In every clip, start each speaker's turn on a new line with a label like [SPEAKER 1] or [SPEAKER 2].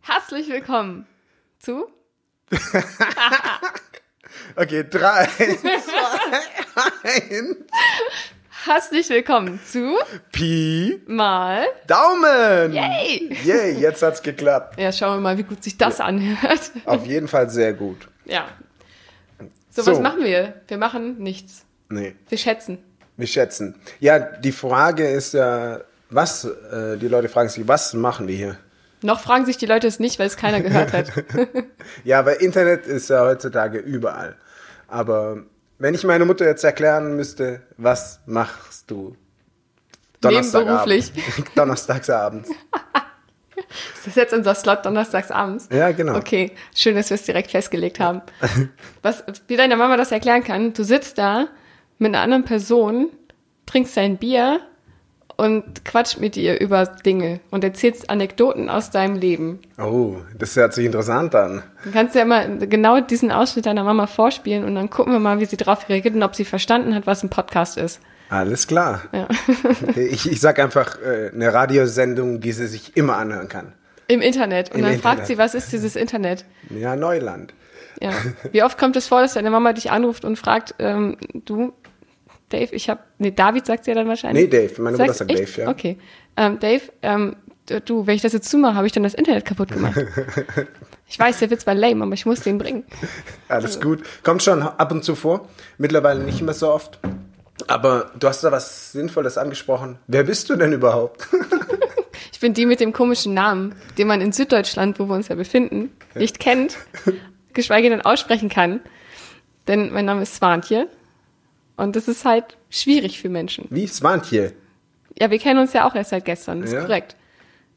[SPEAKER 1] Herzlich willkommen zu.
[SPEAKER 2] Okay, drei, zwei, eins.
[SPEAKER 1] Herzlich willkommen zu.
[SPEAKER 2] Pi,
[SPEAKER 1] Mal.
[SPEAKER 2] Daumen!
[SPEAKER 1] Yay!
[SPEAKER 2] Yay, jetzt hat's geklappt.
[SPEAKER 1] Ja, schauen wir mal, wie gut sich das anhört.
[SPEAKER 2] Auf jeden Fall sehr gut.
[SPEAKER 1] Ja. So,
[SPEAKER 2] So.
[SPEAKER 1] was machen wir? Wir machen nichts.
[SPEAKER 2] Nee,
[SPEAKER 1] Wir schätzen.
[SPEAKER 2] wir schätzen. Ja, die Frage ist ja, was, äh, die Leute fragen sich, was machen wir hier?
[SPEAKER 1] Noch fragen sich die Leute es nicht, weil es keiner gehört hat.
[SPEAKER 2] Ja, weil Internet ist ja heutzutage überall. Aber wenn ich meiner Mutter jetzt erklären müsste, was machst du?
[SPEAKER 1] Nebenberuflich.
[SPEAKER 2] Donnerstagabend. Donnerstagsabends.
[SPEAKER 1] Ist das jetzt unser Slot donnerstags abends?
[SPEAKER 2] Ja, genau.
[SPEAKER 1] Okay, schön, dass wir es direkt festgelegt haben. Was, wie deine Mama das erklären kann, du sitzt da mit einer anderen Person, trinkst dein Bier und quatscht mit ihr über Dinge und erzählst Anekdoten aus deinem Leben.
[SPEAKER 2] Oh, das hört sich interessant an.
[SPEAKER 1] Du kannst ja immer genau diesen Ausschnitt deiner Mama vorspielen und dann gucken wir mal, wie sie drauf reagiert und ob sie verstanden hat, was ein Podcast ist.
[SPEAKER 2] Alles klar.
[SPEAKER 1] Ja.
[SPEAKER 2] Ich, ich sag einfach äh, eine Radiosendung, die sie sich immer anhören kann.
[SPEAKER 1] Im Internet. Und
[SPEAKER 2] Im
[SPEAKER 1] dann fragt
[SPEAKER 2] Internet.
[SPEAKER 1] sie, was ist dieses Internet?
[SPEAKER 2] Ja, Neuland.
[SPEAKER 1] Ja. Wie oft kommt es vor, dass deine Mama dich anruft und fragt, ähm, du, Dave, ich habe, nee, David sagt sie ja dann wahrscheinlich.
[SPEAKER 2] Nee, Dave, meine Mutter
[SPEAKER 1] Sagst-
[SPEAKER 2] sagt
[SPEAKER 1] echt?
[SPEAKER 2] Dave, ja.
[SPEAKER 1] Okay. Ähm, Dave, ähm, d- du, wenn ich das jetzt zumache, habe ich dann das Internet kaputt gemacht. ich weiß, der Witz war lame, aber ich muss den bringen.
[SPEAKER 2] Alles gut. Kommt schon ab und zu vor. Mittlerweile nicht mehr so oft. Aber du hast da was Sinnvolles angesprochen. Wer bist du denn überhaupt?
[SPEAKER 1] Ich bin die mit dem komischen Namen, den man in Süddeutschland, wo wir uns ja befinden, nicht kennt, geschweige denn aussprechen kann. Denn mein Name ist Swantje und das ist halt schwierig für Menschen.
[SPEAKER 2] Wie Swantje?
[SPEAKER 1] Ja, wir kennen uns ja auch erst seit gestern, das ist
[SPEAKER 2] Ja.
[SPEAKER 1] korrekt.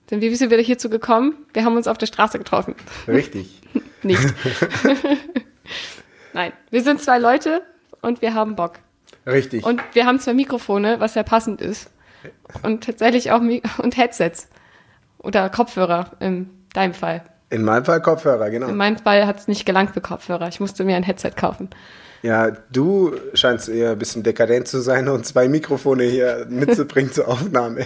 [SPEAKER 1] Denn wie sind wir hierzu gekommen? Wir haben uns auf der Straße getroffen.
[SPEAKER 2] Richtig.
[SPEAKER 1] Nicht. Nein, wir sind zwei Leute und wir haben Bock.
[SPEAKER 2] Richtig.
[SPEAKER 1] Und wir haben zwei Mikrofone, was ja passend ist. Und tatsächlich auch Mi und Headsets. Oder Kopfhörer in deinem Fall.
[SPEAKER 2] In meinem Fall Kopfhörer, genau.
[SPEAKER 1] In meinem Fall hat es nicht gelangt für Kopfhörer. Ich musste mir ein Headset kaufen.
[SPEAKER 2] Ja, du scheinst eher ein bisschen dekadent zu sein und zwei Mikrofone hier mitzubringen zur Aufnahme.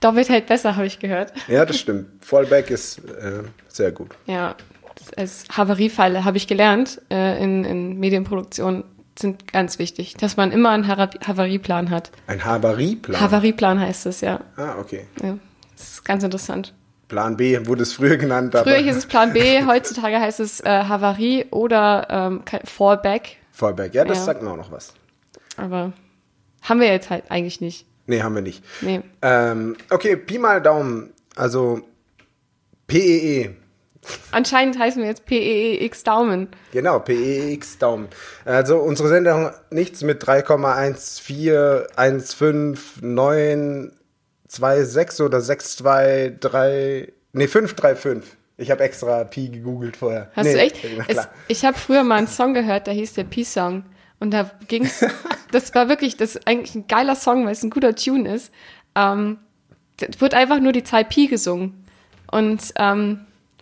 [SPEAKER 1] Doppelt hält besser, habe ich gehört.
[SPEAKER 2] Ja, das stimmt. Fallback ist äh, sehr gut.
[SPEAKER 1] Ja, das- als Havariefälle habe ich gelernt äh, in, in Medienproduktion sind ganz wichtig, dass man immer einen Hara- Havarieplan hat.
[SPEAKER 2] Ein Havarieplan.
[SPEAKER 1] Havarieplan heißt es, ja.
[SPEAKER 2] ah, okay.
[SPEAKER 1] ja. Das ist ganz interessant.
[SPEAKER 2] Plan B wurde es früher genannt, aber
[SPEAKER 1] Früher hieß es Plan B, heutzutage heißt es äh, Havarie oder ähm, ke- Fallback.
[SPEAKER 2] Fallback. Ja, das
[SPEAKER 1] Ja.
[SPEAKER 2] sagt mir auch noch was.
[SPEAKER 1] Aber haben wir jetzt halt eigentlich nicht.
[SPEAKER 2] Nee, haben wir nicht.
[SPEAKER 1] Nee.
[SPEAKER 2] Ähm, okay, Pi mal Daumen. Also E PEE.
[SPEAKER 1] Anscheinend heißen wir jetzt PEEX Daumen.
[SPEAKER 2] Genau, PEX Daumen. Also unsere Sendung nichts mit 3,1415926 oder 623, nee 535. Ich habe extra Pi gegoogelt vorher.
[SPEAKER 1] Hast
[SPEAKER 2] nee,
[SPEAKER 1] du echt?
[SPEAKER 2] na
[SPEAKER 1] Es,
[SPEAKER 2] klar.
[SPEAKER 1] ich habe früher mal einen Song gehört, der hieß der Peace-Song. Und da ging's. das war wirklich, das ist eigentlich ein geiler Song, weil es ein guter Tune ist. Ähm, es wird einfach nur die Zahl Pi gesungen. Und ähm,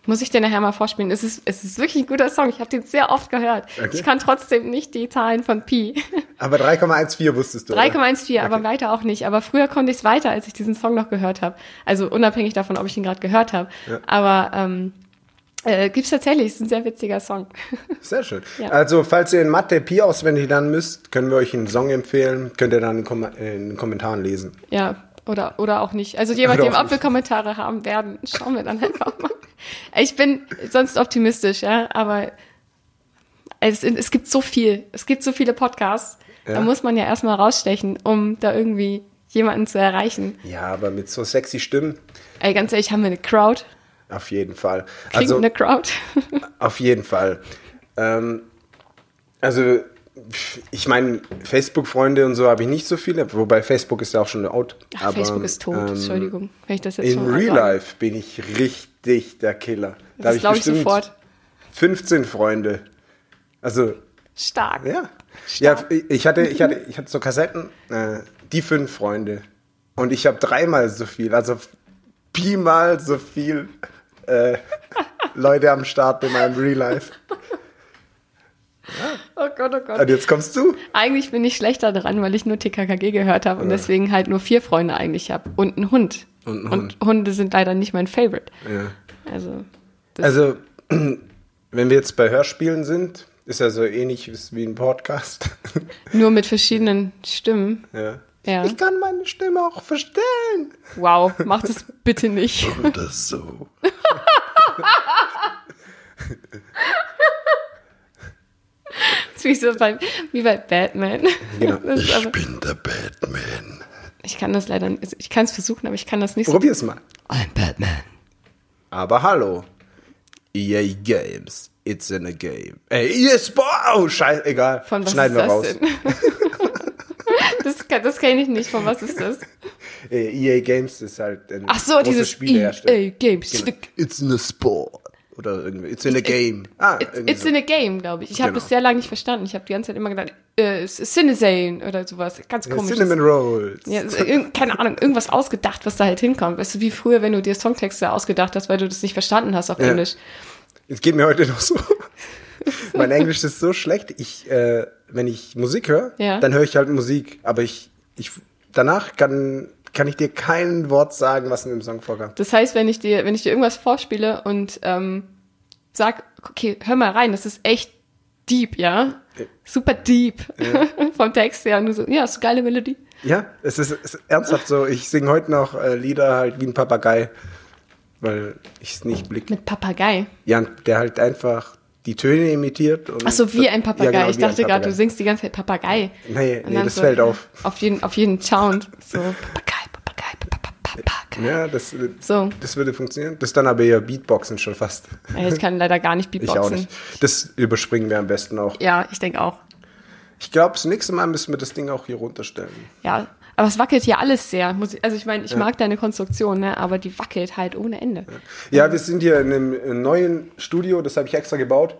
[SPEAKER 1] muss ich dir nachher mal vorspielen. Es ist, es ist wirklich ein guter Song. Ich habe den sehr oft gehört.
[SPEAKER 2] Okay.
[SPEAKER 1] Ich kann trotzdem nicht die Zahlen von Pi.
[SPEAKER 2] Aber 3,14 wusstest du. oder?
[SPEAKER 1] 3,14, aber weiter auch nicht. Aber früher konnte ich es weiter, als ich diesen Song noch gehört habe. Also unabhängig davon, ob ich ihn gerade gehört habe. Aber ähm, äh, gibt's tatsächlich, ist ein sehr witziger Song.
[SPEAKER 2] Sehr schön.
[SPEAKER 1] Ja.
[SPEAKER 2] Also, falls ihr in Mathe Pi auswendig lernen müsst, können wir euch einen Song empfehlen. Könnt ihr dann in, Kom äh, in den Kommentaren lesen.
[SPEAKER 1] ja, oder, oder auch nicht. Also je nachdem,
[SPEAKER 2] Oder auch
[SPEAKER 1] ob wir
[SPEAKER 2] nicht.
[SPEAKER 1] Kommentare haben werden, schauen wir dann einfach mal. Ich bin sonst optimistisch, ja, aber es, es gibt so viel. Es gibt so viele Podcasts. Da
[SPEAKER 2] Ja.
[SPEAKER 1] muss man ja erstmal rausstechen, um da irgendwie jemanden zu erreichen.
[SPEAKER 2] Ja, aber mit so sexy Stimmen.
[SPEAKER 1] Ey, ganz ehrlich, haben wir eine Crowd?
[SPEAKER 2] Auf jeden Fall.
[SPEAKER 1] Kriegen wir
[SPEAKER 2] also,
[SPEAKER 1] eine Crowd?
[SPEAKER 2] auf jeden Fall. Ähm, also, pf, ich meine, Facebook-Freunde und so habe ich nicht so viele. Wobei Facebook ist ja auch schon out.
[SPEAKER 1] Ach, Facebook ist tot,
[SPEAKER 2] ähm,
[SPEAKER 1] Entschuldigung, wenn ich das jetzt
[SPEAKER 2] In
[SPEAKER 1] schon mal
[SPEAKER 2] Real
[SPEAKER 1] sage.
[SPEAKER 2] Life bin ich richtig der Killer.
[SPEAKER 1] Das
[SPEAKER 2] habe
[SPEAKER 1] glaube ich
[SPEAKER 2] bestimmt
[SPEAKER 1] sofort.
[SPEAKER 2] 15 Freunde. Also,
[SPEAKER 1] Stark.
[SPEAKER 2] Ja.
[SPEAKER 1] Stark.
[SPEAKER 2] Ja, ich hatte, ich hatte, ich hatte so Kassetten, äh, die fünf Freunde. Und ich habe dreimal so viel, also Pi mal so viel äh, Leute am Start in meinem Real Life.
[SPEAKER 1] Oh Gott, oh Gott.
[SPEAKER 2] Und jetzt kommst du.
[SPEAKER 1] Eigentlich bin ich schlechter dran, weil ich nur TKKG gehört habe und deswegen halt nur vier Freunde eigentlich habe. Und einen Hund.
[SPEAKER 2] Und einen Hund.
[SPEAKER 1] Hunde sind leider nicht mein Favorite.
[SPEAKER 2] Ja.
[SPEAKER 1] Also, Das-
[SPEAKER 2] Also, wenn wir jetzt bei Hörspielen sind, ist ja so ähnlich wie ein Podcast.
[SPEAKER 1] Nur mit verschiedenen Stimmen.
[SPEAKER 2] ja.
[SPEAKER 1] Ja.
[SPEAKER 2] Ich kann meine Stimme auch verstellen.
[SPEAKER 1] Wow, mach das bitte nicht.
[SPEAKER 2] Und das so.
[SPEAKER 1] Das ist wie, so bei, wie bei Batman.
[SPEAKER 2] Genau.
[SPEAKER 1] Das ist aber,
[SPEAKER 2] bin der Batman.
[SPEAKER 1] ich kann das leider, also ich kann es versuchen, aber ich kann das nicht so.
[SPEAKER 2] Probier's mal.
[SPEAKER 1] I'm Batman.
[SPEAKER 2] Aber hallo. EA Games. It's in a game. Ey, EA Sport. Oh, scheiße, egal.
[SPEAKER 1] Von was
[SPEAKER 2] Schneiden
[SPEAKER 1] ist
[SPEAKER 2] wir
[SPEAKER 1] das
[SPEAKER 2] raus.
[SPEAKER 1] denn? das, kann, das kenne ich nicht. Von was ist das?
[SPEAKER 2] Äh, EA Games ist halt ein
[SPEAKER 1] Ach so,
[SPEAKER 2] großes
[SPEAKER 1] dieses E EA
[SPEAKER 2] Spielehersteller.
[SPEAKER 1] Games.
[SPEAKER 2] Genau. It's in a sport. Oder irgendwie. It's in a game. Ah,
[SPEAKER 1] It's,
[SPEAKER 2] irgendwie
[SPEAKER 1] it's
[SPEAKER 2] so.
[SPEAKER 1] in a game, glaube ich. Ich habe
[SPEAKER 2] Genau.
[SPEAKER 1] das sehr lange nicht verstanden. Ich habe die ganze Zeit immer gedacht, äh, es ist Cinesane oder sowas. Ganz komisch.
[SPEAKER 2] Cinnamon Rolls.
[SPEAKER 1] Ja, es ist irgend- keine Ahnung, irgendwas ausgedacht, was da halt hinkommt. Weißt du, wie früher, wenn du dir Songtexte ausgedacht hast, weil du das nicht verstanden hast auf
[SPEAKER 2] Ja.
[SPEAKER 1] Englisch.
[SPEAKER 2] Es geht mir heute noch so. mein Englisch ist so schlecht. Ich, äh, wenn ich Musik höre,
[SPEAKER 1] Ja.
[SPEAKER 2] dann höre ich halt Musik. Aber ich, ich danach kann, kann ich dir kein Wort sagen, was in dem Song vorkam.
[SPEAKER 1] Das heißt, wenn ich dir, wenn ich dir irgendwas vorspiele und ähm, sag, okay, hör mal rein, das ist echt deep, ja? Super deep. Vom Text her. Und du so, ja, ist eine geile Melodie.
[SPEAKER 2] Ja, es ist, es ist ernsthaft so. Ich singe heute noch äh, Lieder halt wie ein Papagei, weil ich es nicht blicke.
[SPEAKER 1] Mit Papagei.
[SPEAKER 2] Ja, der halt einfach die Töne imitiert. und-
[SPEAKER 1] Ach so, wie ein
[SPEAKER 2] Ja,
[SPEAKER 1] Papagei.
[SPEAKER 2] genau,
[SPEAKER 1] ich
[SPEAKER 2] wie ein
[SPEAKER 1] dachte gerade,
[SPEAKER 2] Papagei.
[SPEAKER 1] du singst die ganze Zeit Papagei.
[SPEAKER 2] Nee,
[SPEAKER 1] Und
[SPEAKER 2] nee,
[SPEAKER 1] dann äh,
[SPEAKER 2] das fällt auf.
[SPEAKER 1] Auf jeden, auf jeden Sound. So, Papagei, Papagei, Papagei, Papagei.
[SPEAKER 2] Ja, das, äh,
[SPEAKER 1] So.
[SPEAKER 2] das würde funktionieren. Das ist dann aber eher Beatboxen schon fast.
[SPEAKER 1] Ja, Ich kann leider gar nicht
[SPEAKER 2] Ich
[SPEAKER 1] beatboxen.
[SPEAKER 2] auch nicht. Das überspringen wir am besten auch.
[SPEAKER 1] Ja, ich denke auch.
[SPEAKER 2] Ich glaube, das nächste Mal müssen wir das Ding auch hier runterstellen.
[SPEAKER 1] Ja. Aber es wackelt hier alles sehr. Muss ich, also ich meine, ich mag deine Konstruktion, ne? aber die wackelt halt ohne Ende.
[SPEAKER 2] Ja, wir sind hier in einem neuen Studio, das habe ich extra gebaut.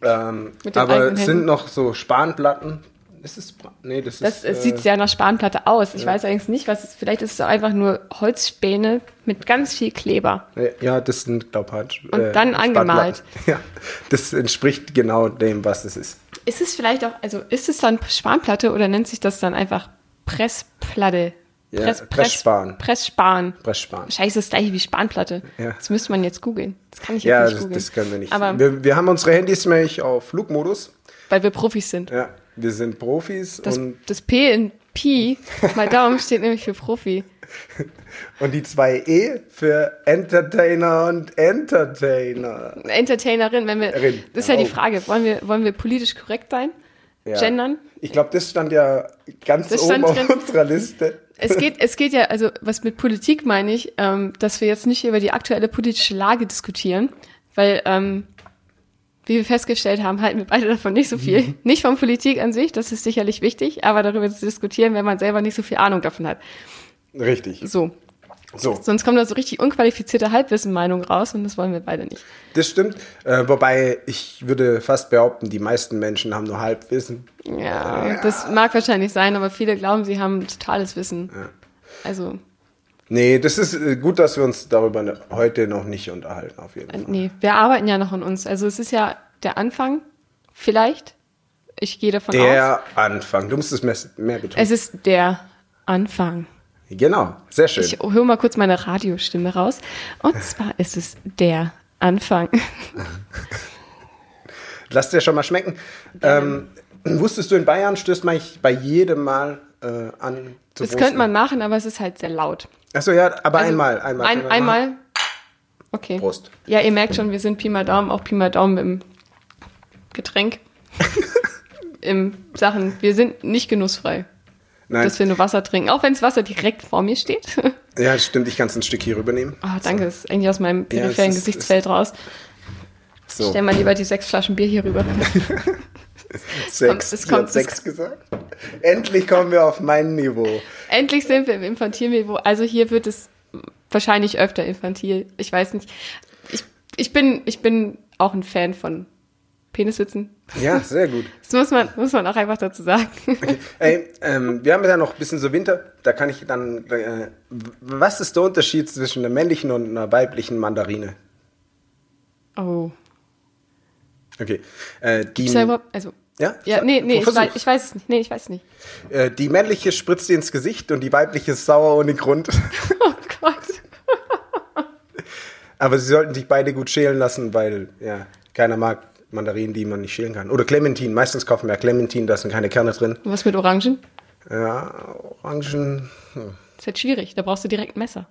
[SPEAKER 2] Ähm,
[SPEAKER 1] Mit den
[SPEAKER 2] aber
[SPEAKER 1] eigenen
[SPEAKER 2] es sind
[SPEAKER 1] Händen.
[SPEAKER 2] noch so Spanplatten. Ist es, Span- nee, das ist.
[SPEAKER 1] Das äh,
[SPEAKER 2] äh,
[SPEAKER 1] sieht sehr nach Spanplatte aus. Ich weiß eigentlich nicht, was es Vielleicht ist es auch einfach nur Holzspäne mit ganz viel Kleber.
[SPEAKER 2] nee, ja, das sind, glaube ich,
[SPEAKER 1] Und dann angemalt.
[SPEAKER 2] Ja, das entspricht genau dem, was es ist.
[SPEAKER 1] Ist es vielleicht auch, also ist es dann Spanplatte oder nennt sich das dann einfach Pressplatte?
[SPEAKER 2] Ja, Pressspan.
[SPEAKER 1] Pressspan.
[SPEAKER 2] Pressspan.
[SPEAKER 1] Wahrscheinlich ist es das gleiche wie Spanplatte.
[SPEAKER 2] Ja.
[SPEAKER 1] Das müsste man jetzt googeln. Das kann ich jetzt
[SPEAKER 2] Ja,
[SPEAKER 1] nicht
[SPEAKER 2] das,
[SPEAKER 1] googeln.
[SPEAKER 2] das können wir nicht.
[SPEAKER 1] Aber
[SPEAKER 2] wir, wir haben unsere Handys nämlich auf Flugmodus.
[SPEAKER 1] weil wir Profis sind.
[SPEAKER 2] Ja, wir sind Profis
[SPEAKER 1] Das,
[SPEAKER 2] und,
[SPEAKER 1] das P in Pi, mal Daumen steht nämlich für Profi.
[SPEAKER 2] und die zwei E für Entertainer und Entertainer.
[SPEAKER 1] Entertainerin, wenn wir.
[SPEAKER 2] Erin,
[SPEAKER 1] Das ist ja
[SPEAKER 2] oh.
[SPEAKER 1] die Frage. Wollen wir, wollen wir politisch korrekt sein?
[SPEAKER 2] Ja.
[SPEAKER 1] Gendern?
[SPEAKER 2] Ich glaube, das stand ja ganz
[SPEAKER 1] Das
[SPEAKER 2] oben
[SPEAKER 1] stand
[SPEAKER 2] auf
[SPEAKER 1] drin.
[SPEAKER 2] unserer Liste.
[SPEAKER 1] Es geht, es geht ja, also was mit Politik meine ich, ähm, dass wir jetzt nicht über die aktuelle politische Lage diskutieren, weil, ähm, wie wir festgestellt haben, halten wir beide davon nicht so viel. Nicht von Politik an sich, das ist sicherlich wichtig, aber darüber zu diskutieren, wenn man selber nicht so viel Ahnung davon hat.
[SPEAKER 2] Richtig.
[SPEAKER 1] So,
[SPEAKER 2] So,
[SPEAKER 1] sonst kommt da so richtig unqualifizierte Halbwissen-Meinung raus und das wollen wir beide nicht.
[SPEAKER 2] das stimmt. Äh, wobei ich würde fast behaupten, die meisten Menschen haben nur Halbwissen.
[SPEAKER 1] Ja, das mag wahrscheinlich sein, aber viele glauben, sie haben totales Wissen. Also,
[SPEAKER 2] Nee, das ist äh, gut, dass wir uns darüber ne- heute noch nicht unterhalten, auf jeden Fall.
[SPEAKER 1] Äh, Nee, wir arbeiten ja noch an uns. Also es ist ja der Anfang, vielleicht. Ich gehe davon aus.
[SPEAKER 2] Der Anfang. Du musst es mehr, mehr betonen.
[SPEAKER 1] Es ist der Anfang.
[SPEAKER 2] genau, sehr schön.
[SPEAKER 1] Ich höre mal kurz meine Radiostimme raus. Und zwar ist es der Anfang.
[SPEAKER 2] Lass dir schon mal schmecken. Ähm, wusstest du, in Bayern stößt man eigentlich bei jedem Mal äh, an zu
[SPEAKER 1] Das könnte man machen, aber es ist halt sehr laut.
[SPEAKER 2] Achso, ja, aber
[SPEAKER 1] Also
[SPEAKER 2] einmal. Einmal.
[SPEAKER 1] Ein,
[SPEAKER 2] können wir machen.
[SPEAKER 1] einmal. Okay.
[SPEAKER 2] Prost.
[SPEAKER 1] Ja, ihr merkt schon, wir sind Pi mal Daumen, auch Pi mal Daumen im Getränk. Im Sachen. Wir sind nicht genussfrei,
[SPEAKER 2] Nein.
[SPEAKER 1] dass wir nur Wasser trinken. Auch wenn das Wasser direkt vor mir steht.
[SPEAKER 2] Ja, stimmt, ich kann es ein Stück hier rübernehmen.
[SPEAKER 1] Oh, danke, das ist eigentlich aus meinem
[SPEAKER 2] Ja,
[SPEAKER 1] peripheren
[SPEAKER 2] es ist-
[SPEAKER 1] Gesichtsfeld raus.
[SPEAKER 2] So,
[SPEAKER 1] Stell mal lieber die sechs Flaschen Bier hier rüber.
[SPEAKER 2] sechs.
[SPEAKER 1] es
[SPEAKER 2] Sie hat
[SPEAKER 1] kommt- es-
[SPEAKER 2] sechs gesagt. Endlich kommen wir auf mein Niveau.
[SPEAKER 1] Endlich sind wir im Infantilniveau. Also hier wird es wahrscheinlich öfter infantil. Ich weiß nicht. Ich, ich, bin, ich bin auch ein Fan von Peniswitzen.
[SPEAKER 2] Ja, sehr gut.
[SPEAKER 1] Das muss man, muss man auch einfach dazu sagen.
[SPEAKER 2] Ey, ähm, wir haben ja noch ein bisschen so Winter, da kann ich dann. Äh, w- was ist der Unterschied zwischen einer männlichen und einer weiblichen Mandarine?
[SPEAKER 1] Oh.
[SPEAKER 2] Okay. Äh, die,
[SPEAKER 1] Ist da überhaupt, also,
[SPEAKER 2] ja,
[SPEAKER 1] ja, nee, nee, ich
[SPEAKER 2] Versuch.
[SPEAKER 1] weiß, ich weiß es nicht. Nee, ich weiß es nicht.
[SPEAKER 2] Äh, die männliche spritzt dir ins Gesicht und die weibliche ist sauer ohne Grund.
[SPEAKER 1] Oh Gott.
[SPEAKER 2] Aber sie sollten sich beide gut schälen lassen, weil ja, keiner mag Mandarinen, die man nicht schälen kann. Oder Clementine. Meistens kaufen wir ja Clementine, da sind keine Kerne drin.
[SPEAKER 1] Was mit Orangen?
[SPEAKER 2] Ja, Orangen. Hm.
[SPEAKER 1] Ist halt schwierig, da brauchst du direkt ein Messer.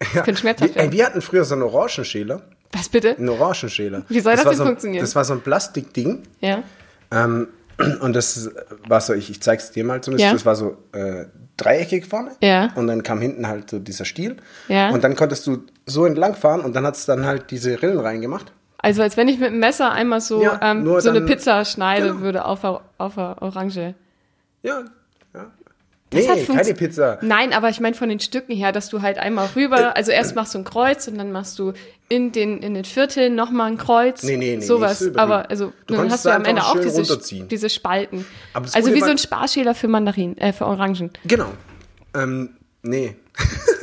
[SPEAKER 1] Das
[SPEAKER 2] Ja.
[SPEAKER 1] könnte schmerzhaft
[SPEAKER 2] wir, ey,
[SPEAKER 1] werden.
[SPEAKER 2] wir hatten früher so einen Orangenschäler.
[SPEAKER 1] Was bitte?
[SPEAKER 2] Einen Orangenschäler.
[SPEAKER 1] Wie soll das
[SPEAKER 2] war
[SPEAKER 1] denn
[SPEAKER 2] so ein,
[SPEAKER 1] funktionieren?
[SPEAKER 2] Das war so ein Plastikding.
[SPEAKER 1] Ja.
[SPEAKER 2] Ähm, und das war so, ich, ich zeig's dir mal zumindest,
[SPEAKER 1] Ja.
[SPEAKER 2] das war so äh, dreieckig vorne.
[SPEAKER 1] Ja.
[SPEAKER 2] Und dann kam hinten halt so dieser Stiel.
[SPEAKER 1] Ja.
[SPEAKER 2] Und dann konntest du so entlang fahren und dann hat's dann halt diese Rillen reingemacht.
[SPEAKER 1] Also als wenn ich mit dem Messer einmal so,
[SPEAKER 2] Ja,
[SPEAKER 1] ähm,
[SPEAKER 2] nur
[SPEAKER 1] so eine
[SPEAKER 2] dann-
[SPEAKER 1] Pizza schneide
[SPEAKER 2] Genau.
[SPEAKER 1] würde auf der auf eine Orange.
[SPEAKER 2] Ja. ja.
[SPEAKER 1] Das hat
[SPEAKER 2] Nee,
[SPEAKER 1] funkt-
[SPEAKER 2] keine Pizza. Äh.
[SPEAKER 1] Nein, aber ich meine von den Stücken her, dass du halt einmal rüber, also erst machst du ein Kreuz und dann machst du in den, in den Vierteln nochmal ein Kreuz.
[SPEAKER 2] Nee, nee, nee, nicht
[SPEAKER 1] Sowas.
[SPEAKER 2] so übertrieben.
[SPEAKER 1] aber also,
[SPEAKER 2] Du
[SPEAKER 1] dann
[SPEAKER 2] konntest
[SPEAKER 1] hast du
[SPEAKER 2] da
[SPEAKER 1] am Ende
[SPEAKER 2] einfach
[SPEAKER 1] auch
[SPEAKER 2] schön
[SPEAKER 1] diese,
[SPEAKER 2] runterziehen.
[SPEAKER 1] diese Spalten.
[SPEAKER 2] Aber das
[SPEAKER 1] Also
[SPEAKER 2] Gute
[SPEAKER 1] wie so
[SPEAKER 2] war-
[SPEAKER 1] ein Sparschäler für Mandarinen, äh, für Orangen.
[SPEAKER 2] Genau. Ähm, nee.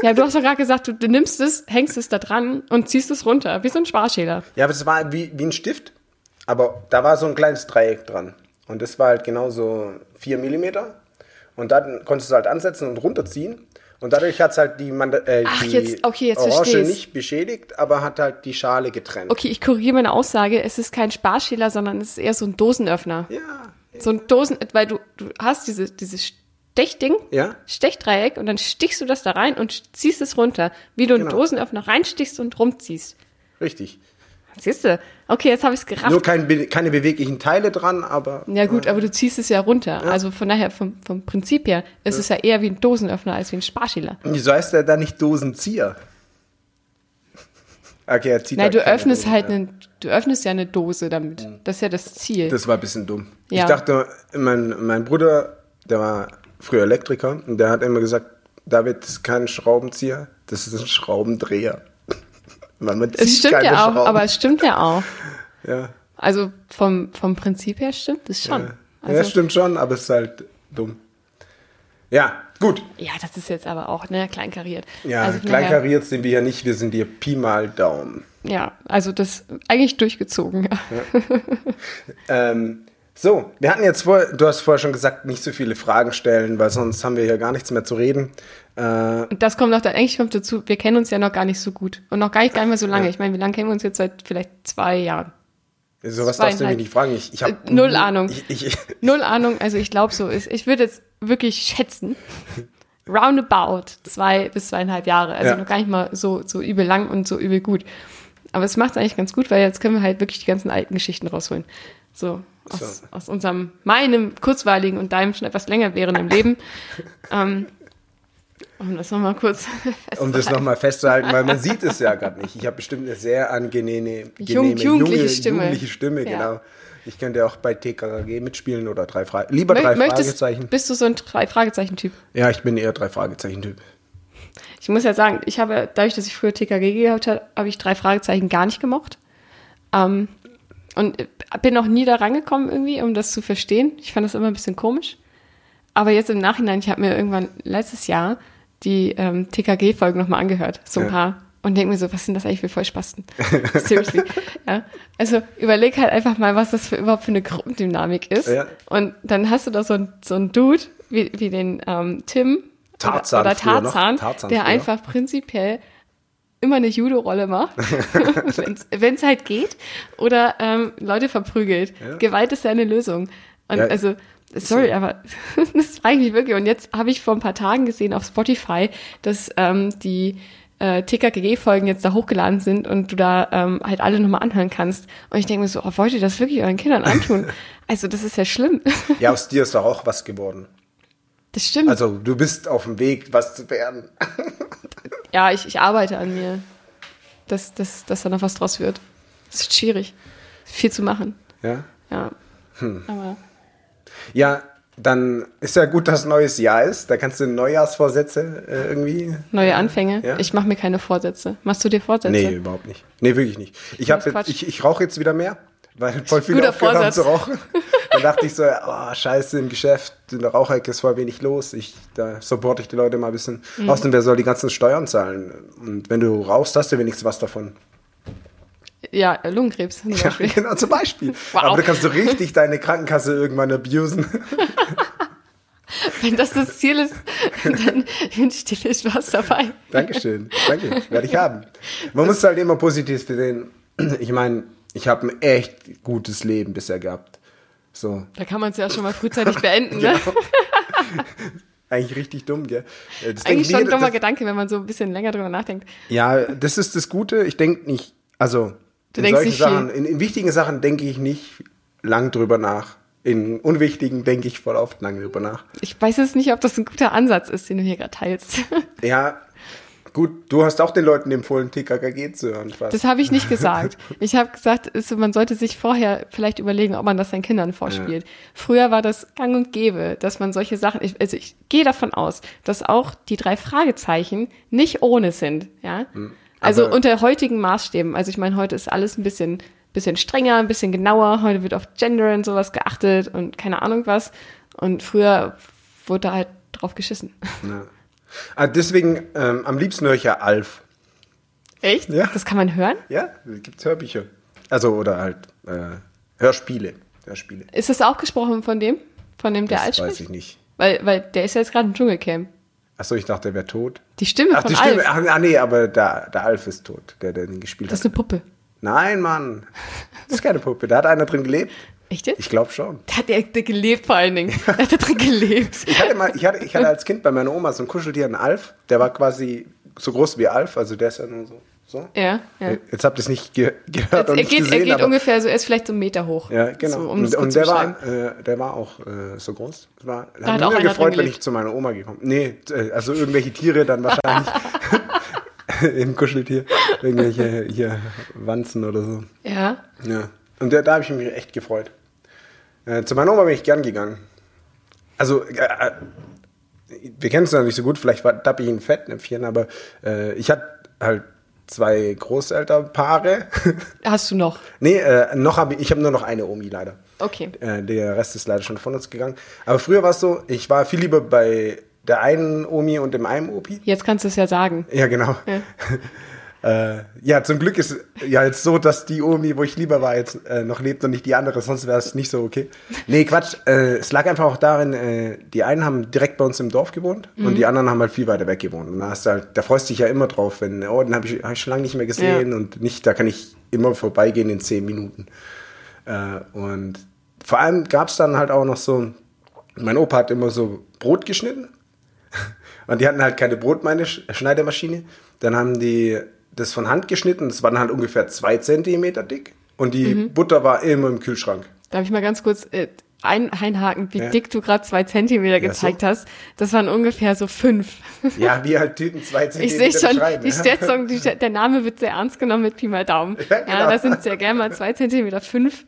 [SPEAKER 1] Ja, du hast doch gerade gesagt, du, du nimmst es, hängst es da dran und ziehst es runter, wie so ein Sparschäler.
[SPEAKER 2] Ja, aber das war wie, wie ein Stift, aber da war so ein kleines Dreieck dran. Und das war halt genau so 4 mm. Und dann konntest du halt ansetzen und runterziehen. Und dadurch hat es halt die, Manda äh,
[SPEAKER 1] Ach,
[SPEAKER 2] die
[SPEAKER 1] jetzt- okay, jetzt
[SPEAKER 2] Orange
[SPEAKER 1] versteh's.
[SPEAKER 2] nicht beschädigt, aber hat halt die Schale getrennt.
[SPEAKER 1] Okay, ich korrigiere meine Aussage, es ist kein Sparschäler, sondern es ist eher so ein Dosenöffner.
[SPEAKER 2] Ja.
[SPEAKER 1] So ein Dosen, weil du, du hast diese, dieses Stechding,
[SPEAKER 2] Ja.
[SPEAKER 1] Stechdreieck und dann stichst du das da rein und ziehst es runter, wie du einen
[SPEAKER 2] Genau.
[SPEAKER 1] Dosenöffner reinstichst und rumziehst.
[SPEAKER 2] Richtig.
[SPEAKER 1] Siehst du? Okay, jetzt habe ich es gerafft.
[SPEAKER 2] Nur kein, Be- keine beweglichen Teile dran, aber. äh,
[SPEAKER 1] ja gut, aber du ziehst es ja runter. Also von daher, vom, vom Prinzip her, ist es ja eher wie ein Dosenöffner als wie ein Sparschäler.
[SPEAKER 2] Wieso heißt der da nicht Dosenzieher? Okay, er zieht
[SPEAKER 1] Nein,
[SPEAKER 2] halt
[SPEAKER 1] du
[SPEAKER 2] keine
[SPEAKER 1] öffnest
[SPEAKER 2] Dosen,
[SPEAKER 1] halt
[SPEAKER 2] ja. Mhm.
[SPEAKER 1] einen, du öffnest ja eine Dose damit. Das ist ja das Ziel.
[SPEAKER 2] Das war ein bisschen dumm.
[SPEAKER 1] Ja.
[SPEAKER 2] Ich dachte, mein, mein Bruder, der war früher Elektriker und der hat immer gesagt, David, das ist kein Schraubenzieher, das ist ein Schraubendreher. Weil man zieht
[SPEAKER 1] es stimmt
[SPEAKER 2] keine
[SPEAKER 1] ja auch,
[SPEAKER 2] Schrauben.
[SPEAKER 1] aber es stimmt ja auch.
[SPEAKER 2] ja.
[SPEAKER 1] Also vom, vom Prinzip her stimmt es schon.
[SPEAKER 2] ja,
[SPEAKER 1] Also,
[SPEAKER 2] stimmt schon, aber es ist halt dumm. Ja, gut.
[SPEAKER 1] ja, das ist jetzt aber auch, ne, kleinkariert.
[SPEAKER 2] Ja,
[SPEAKER 1] also von daher-
[SPEAKER 2] kleinkariert sind wir ja nicht, wir sind hier Pi mal Daumen.
[SPEAKER 1] Ja, also das eigentlich durchgezogen.
[SPEAKER 2] Ähm, so, wir hatten jetzt vor, du hast vorher schon gesagt, nicht so viele Fragen stellen, weil sonst haben wir hier gar nichts mehr zu reden. Äh,
[SPEAKER 1] Und das kommt noch, da- eigentlich kommt dazu, wir kennen uns ja noch gar nicht so gut. Und noch gar nicht, gar nicht mehr so lange. Ich meine, wie lange kennen wir uns jetzt? Seit vielleicht zwei Jahren.
[SPEAKER 2] Sowas darfst du
[SPEAKER 1] Zweieinhalb.
[SPEAKER 2] mich nicht fragen. Ich, ich hab
[SPEAKER 1] Äh, null Ahnung.
[SPEAKER 2] Ich, ich,
[SPEAKER 1] Null Ahnung, also ich glaube so ist. Ich würde jetzt wirklich schätzen, roundabout zwei bis zweieinhalb Jahre. Also
[SPEAKER 2] Ja.
[SPEAKER 1] noch gar nicht mal so, so übel lang und so übel gut. Aber es macht es eigentlich ganz gut, weil jetzt können wir halt wirklich die ganzen alten Geschichten rausholen. So aus,
[SPEAKER 2] So.
[SPEAKER 1] aus unserem, meinem kurzweiligen und deinem schon etwas länger währenden Leben. Ähm, um das nochmal kurz
[SPEAKER 2] um das nochmal festzuhalten, weil man sieht es ja gerade nicht. Ich habe bestimmt eine sehr angenehme,
[SPEAKER 1] Jung-
[SPEAKER 2] genehme,
[SPEAKER 1] jugendliche
[SPEAKER 2] junge-
[SPEAKER 1] Stimme.
[SPEAKER 2] jugendliche Stimme,
[SPEAKER 1] Ja.
[SPEAKER 2] genau. Ich könnte auch bei TKKG mitspielen oder drei Fragen. Lieber drei
[SPEAKER 1] möchtest,
[SPEAKER 2] Fragezeichen.
[SPEAKER 1] Bist du so ein drei Fragezeichen-Typ?
[SPEAKER 2] Ja, ich bin eher drei Fragezeichen-Typ.
[SPEAKER 1] Ich muss ja sagen, ich habe, dadurch, dass ich früher TKG gehabt habe, habe ich drei Fragezeichen gar nicht gemocht. Ähm, und äh, bin auch nie da rangekommen irgendwie, um das zu verstehen. Ich fand das immer ein bisschen komisch. Aber jetzt im Nachhinein, ich habe mir irgendwann letztes Jahr die ähm, TKG-Folgen nochmal angehört, so ein
[SPEAKER 2] Ja.
[SPEAKER 1] paar. Und denke mir so, was sind das eigentlich für Vollspasten? Seriously. Ja. Also überleg halt einfach mal, was das für, überhaupt für eine Gruppendynamik ist.
[SPEAKER 2] Ja.
[SPEAKER 1] Und dann hast du da so einen so ein Dude, wie, wie den ähm, Tim
[SPEAKER 2] Tarzan
[SPEAKER 1] oder
[SPEAKER 2] früher noch.
[SPEAKER 1] Tarzan,
[SPEAKER 2] Tarzan
[SPEAKER 1] der
[SPEAKER 2] früher.
[SPEAKER 1] einfach prinzipiell immer eine Judo-Rolle macht, wenn es halt geht, oder ähm, Leute verprügelt.
[SPEAKER 2] Ja.
[SPEAKER 1] Gewalt ist ja eine Lösung. Und
[SPEAKER 2] Ja.
[SPEAKER 1] also, sorry, aber das frage ich mich wirklich. Und jetzt habe ich vor ein paar Tagen gesehen auf Spotify, dass ähm, die äh, TKKG-Folgen jetzt da hochgeladen sind und du da ähm, halt alle nochmal anhören kannst. Und ich denke mir so, oh, wollt ihr das wirklich euren Kindern antun? also, das ist ja schlimm.
[SPEAKER 2] Ja, aus dir ist doch auch was geworden.
[SPEAKER 1] Das stimmt.
[SPEAKER 2] Also du bist auf dem Weg, was zu werden.
[SPEAKER 1] ja, ich, ich arbeite an mir, dass, dass, dass da noch was draus wird. Es ist schwierig, viel zu machen.
[SPEAKER 2] Ja,
[SPEAKER 1] Ja.
[SPEAKER 2] Hm.
[SPEAKER 1] Aber
[SPEAKER 2] ja dann ist ja gut, dass neues Jahr ist. Da kannst du Neujahrsvorsätze äh, irgendwie
[SPEAKER 1] neue Anfänge.
[SPEAKER 2] Ja.
[SPEAKER 1] Ich mache mir keine Vorsätze. Machst du dir Vorsätze?
[SPEAKER 2] Nee, überhaupt nicht. Nee, wirklich nicht. Ich, hab
[SPEAKER 1] Das ist
[SPEAKER 2] jetzt,
[SPEAKER 1] Quatsch.
[SPEAKER 2] ich, ich rauche jetzt wieder mehr, weil voll viele
[SPEAKER 1] Guter
[SPEAKER 2] aufgehört haben zu
[SPEAKER 1] Vorsatz.
[SPEAKER 2] rauchen. Dann dachte ich so, oh, scheiße, im Geschäft, in der Rauchecke ist voll wenig los. Ich, da supporte ich die Leute mal ein bisschen.
[SPEAKER 1] Mhm.
[SPEAKER 2] Außerdem, wer soll die ganzen Steuern zahlen? Und wenn du rauchst, hast du wenigstens was davon.
[SPEAKER 1] Ja, äh, Lungenkrebs zum
[SPEAKER 2] Ja,
[SPEAKER 1] Beispiel.
[SPEAKER 2] genau, zum Beispiel.
[SPEAKER 1] Wow.
[SPEAKER 2] Aber du kannst so richtig deine Krankenkasse irgendwann abusen.
[SPEAKER 1] Wenn das das Ziel ist, dann wünsche ich dir viel Spaß dabei.
[SPEAKER 2] Dankeschön. Danke. Werde ich haben. Man muss halt immer positiv sehen. Ich meine, ich habe ein echt gutes Leben bisher gehabt. So.
[SPEAKER 1] Da kann man es ja auch schon mal frühzeitig beenden, ne?
[SPEAKER 2] Genau. Eigentlich richtig dumm, gell? Äh, Das denkt
[SPEAKER 1] Eigentlich schon ein
[SPEAKER 2] jeder-
[SPEAKER 1] dummer
[SPEAKER 2] das-
[SPEAKER 1] Gedanke, wenn man so ein bisschen länger drüber nachdenkt.
[SPEAKER 2] Ja, das ist das Gute. Ich denke nicht, also
[SPEAKER 1] Du
[SPEAKER 2] in
[SPEAKER 1] denkst
[SPEAKER 2] solchen
[SPEAKER 1] nicht viel.
[SPEAKER 2] Sachen, in, in wichtigen Sachen denke ich nicht lang drüber nach. In unwichtigen denke ich voll oft lang drüber nach.
[SPEAKER 1] Ich weiß jetzt nicht, ob das ein guter Ansatz ist, den du hier gerade teilst.
[SPEAKER 2] Ja, gut, du hast auch den Leuten empfohlen, TKKG zu hören. Fast.
[SPEAKER 1] Das habe ich nicht gesagt. Ich habe gesagt, es- man sollte sich vorher vielleicht überlegen, ob man das seinen Kindern vorspielt. Früher war das gang und gäbe, dass man solche Sachen, ich, also ich gehe davon aus, dass auch die drei Fragezeichen nicht ohne sind, ja. Also
[SPEAKER 2] Hm. aber-
[SPEAKER 1] unter heutigen Maßstäben. Also ich meine, heute ist alles ein bisschen, bisschen strenger, ein bisschen genauer. Heute wird auf Gender und sowas geachtet und keine Ahnung was. Und früher wurde da halt drauf geschissen.
[SPEAKER 2] ja. ah, deswegen, ähm, am liebsten höre ich ja Alf.
[SPEAKER 1] Echt?
[SPEAKER 2] Ja.
[SPEAKER 1] Das kann man hören?
[SPEAKER 2] Ja, gibt Hörbücher. Also, oder halt äh, Hörspiele. Hörspiele.
[SPEAKER 1] Ist das auch gesprochen von dem? Von dem, der alt
[SPEAKER 2] das weiß
[SPEAKER 1] spricht?
[SPEAKER 2] ich nicht.
[SPEAKER 1] Weil, weil der ist ja jetzt gerade im Dschungelcamp.
[SPEAKER 2] Achso, ich dachte, er wäre tot.
[SPEAKER 1] Die Stimme
[SPEAKER 2] Ach,
[SPEAKER 1] von
[SPEAKER 2] die
[SPEAKER 1] Alf.
[SPEAKER 2] Stimme. Ach, ah, nee, aber der, der Alf ist tot, der, der den gespielt
[SPEAKER 1] Das ist
[SPEAKER 2] hat.
[SPEAKER 1] eine Puppe.
[SPEAKER 2] Nein, Mann. Das ist keine Puppe. Da hat einer drin gelebt.
[SPEAKER 1] Echt jetzt?
[SPEAKER 2] Ich glaube schon.
[SPEAKER 1] Da hat der, der gelebt vor allen Dingen. Da hat er drin gelebt.
[SPEAKER 2] Ich hatte, mal, ich, hatte, ich hatte als Kind bei meiner Oma so ein Kuscheltier, einen Alf. Der war quasi so groß wie Alf. Also der ist ja nur so. so.
[SPEAKER 1] Ja, ja.
[SPEAKER 2] Jetzt habt ihr es nicht ge gehört
[SPEAKER 1] Jetzt,
[SPEAKER 2] und
[SPEAKER 1] er
[SPEAKER 2] nicht
[SPEAKER 1] geht,
[SPEAKER 2] gesehen.
[SPEAKER 1] er geht
[SPEAKER 2] aber,
[SPEAKER 1] ungefähr so, er ist vielleicht so einen Meter hoch.
[SPEAKER 2] ja, genau.
[SPEAKER 1] So, um
[SPEAKER 2] und
[SPEAKER 1] das kurz
[SPEAKER 2] und
[SPEAKER 1] zu
[SPEAKER 2] der,
[SPEAKER 1] beschreiben.
[SPEAKER 2] war, äh, der war auch äh, so groß. Das war, da
[SPEAKER 1] hat
[SPEAKER 2] hat mich
[SPEAKER 1] auch
[SPEAKER 2] immer
[SPEAKER 1] einer
[SPEAKER 2] gefreut,
[SPEAKER 1] drin
[SPEAKER 2] wenn
[SPEAKER 1] gelebt.
[SPEAKER 2] ich zu meiner Oma gekommen Nee, äh, also irgendwelche Tiere dann wahrscheinlich. Im Kuscheltier. Irgendwelche hier Wanzen oder so.
[SPEAKER 1] Ja.
[SPEAKER 2] Ja. Und da, da habe ich mich echt gefreut. Äh, zu meiner Oma bin ich gern gegangen. Also, äh, äh, wir kennen es noch nicht so gut, vielleicht war da ich ein Fettnäpfchen, aber äh, ich hatte halt zwei Großelternpaare.
[SPEAKER 1] Hast du noch.
[SPEAKER 2] nee, äh, noch hab ich, ich habe nur noch eine Omi leider.
[SPEAKER 1] Okay.
[SPEAKER 2] Äh, der Rest ist leider schon von uns gegangen. Aber früher war es so, ich war viel lieber bei der einen Omi und dem einen Opi.
[SPEAKER 1] Jetzt kannst du es ja sagen.
[SPEAKER 2] Ja, genau. Ja. äh, ja, zum Glück ist ja jetzt so, dass die Omi, wo ich lieber war, jetzt äh, noch lebt und nicht die andere, sonst wäre es nicht so okay. Nee, Quatsch. Äh, es lag einfach auch darin, äh, die einen haben direkt bei uns im Dorf gewohnt und die anderen haben halt viel weiter weg gewohnt. Und da, hast du halt, da freust du dich ja immer drauf, wenn, oh, den habe ich, hab ich schon lange nicht mehr gesehen
[SPEAKER 1] Ja.
[SPEAKER 2] und nicht, da kann ich immer vorbeigehen in zehn Minuten. Äh, und vor allem gab es dann halt auch noch so, mein Opa hat immer so Brot geschnitten und die hatten halt keine Brotschneidemaschine. Dann haben die das von Hand geschnitten. Das war dann halt ungefähr zwei Zentimeter dick. Und die
[SPEAKER 1] Mhm.
[SPEAKER 2] Butter war immer im Kühlschrank.
[SPEAKER 1] Darf ich mal ganz kurz äh, ein, einhaken, wie
[SPEAKER 2] Ja.
[SPEAKER 1] dick du gerade zwei Zentimeter
[SPEAKER 2] Ja, so.
[SPEAKER 1] gezeigt hast? Das waren ungefähr so fünf.
[SPEAKER 2] Ja, wie halt Typen zwei
[SPEAKER 1] Ich
[SPEAKER 2] Zentimeter
[SPEAKER 1] sehe schon,
[SPEAKER 2] schreiben.
[SPEAKER 1] die
[SPEAKER 2] ja.
[SPEAKER 1] Schätzung, die, Schä- der Name wird sehr ernst genommen mit Pi mal Daumen.
[SPEAKER 2] Ja,
[SPEAKER 1] Ja,
[SPEAKER 2] genau.
[SPEAKER 1] da sind es ja gerne mal zwei Zentimeter fünf.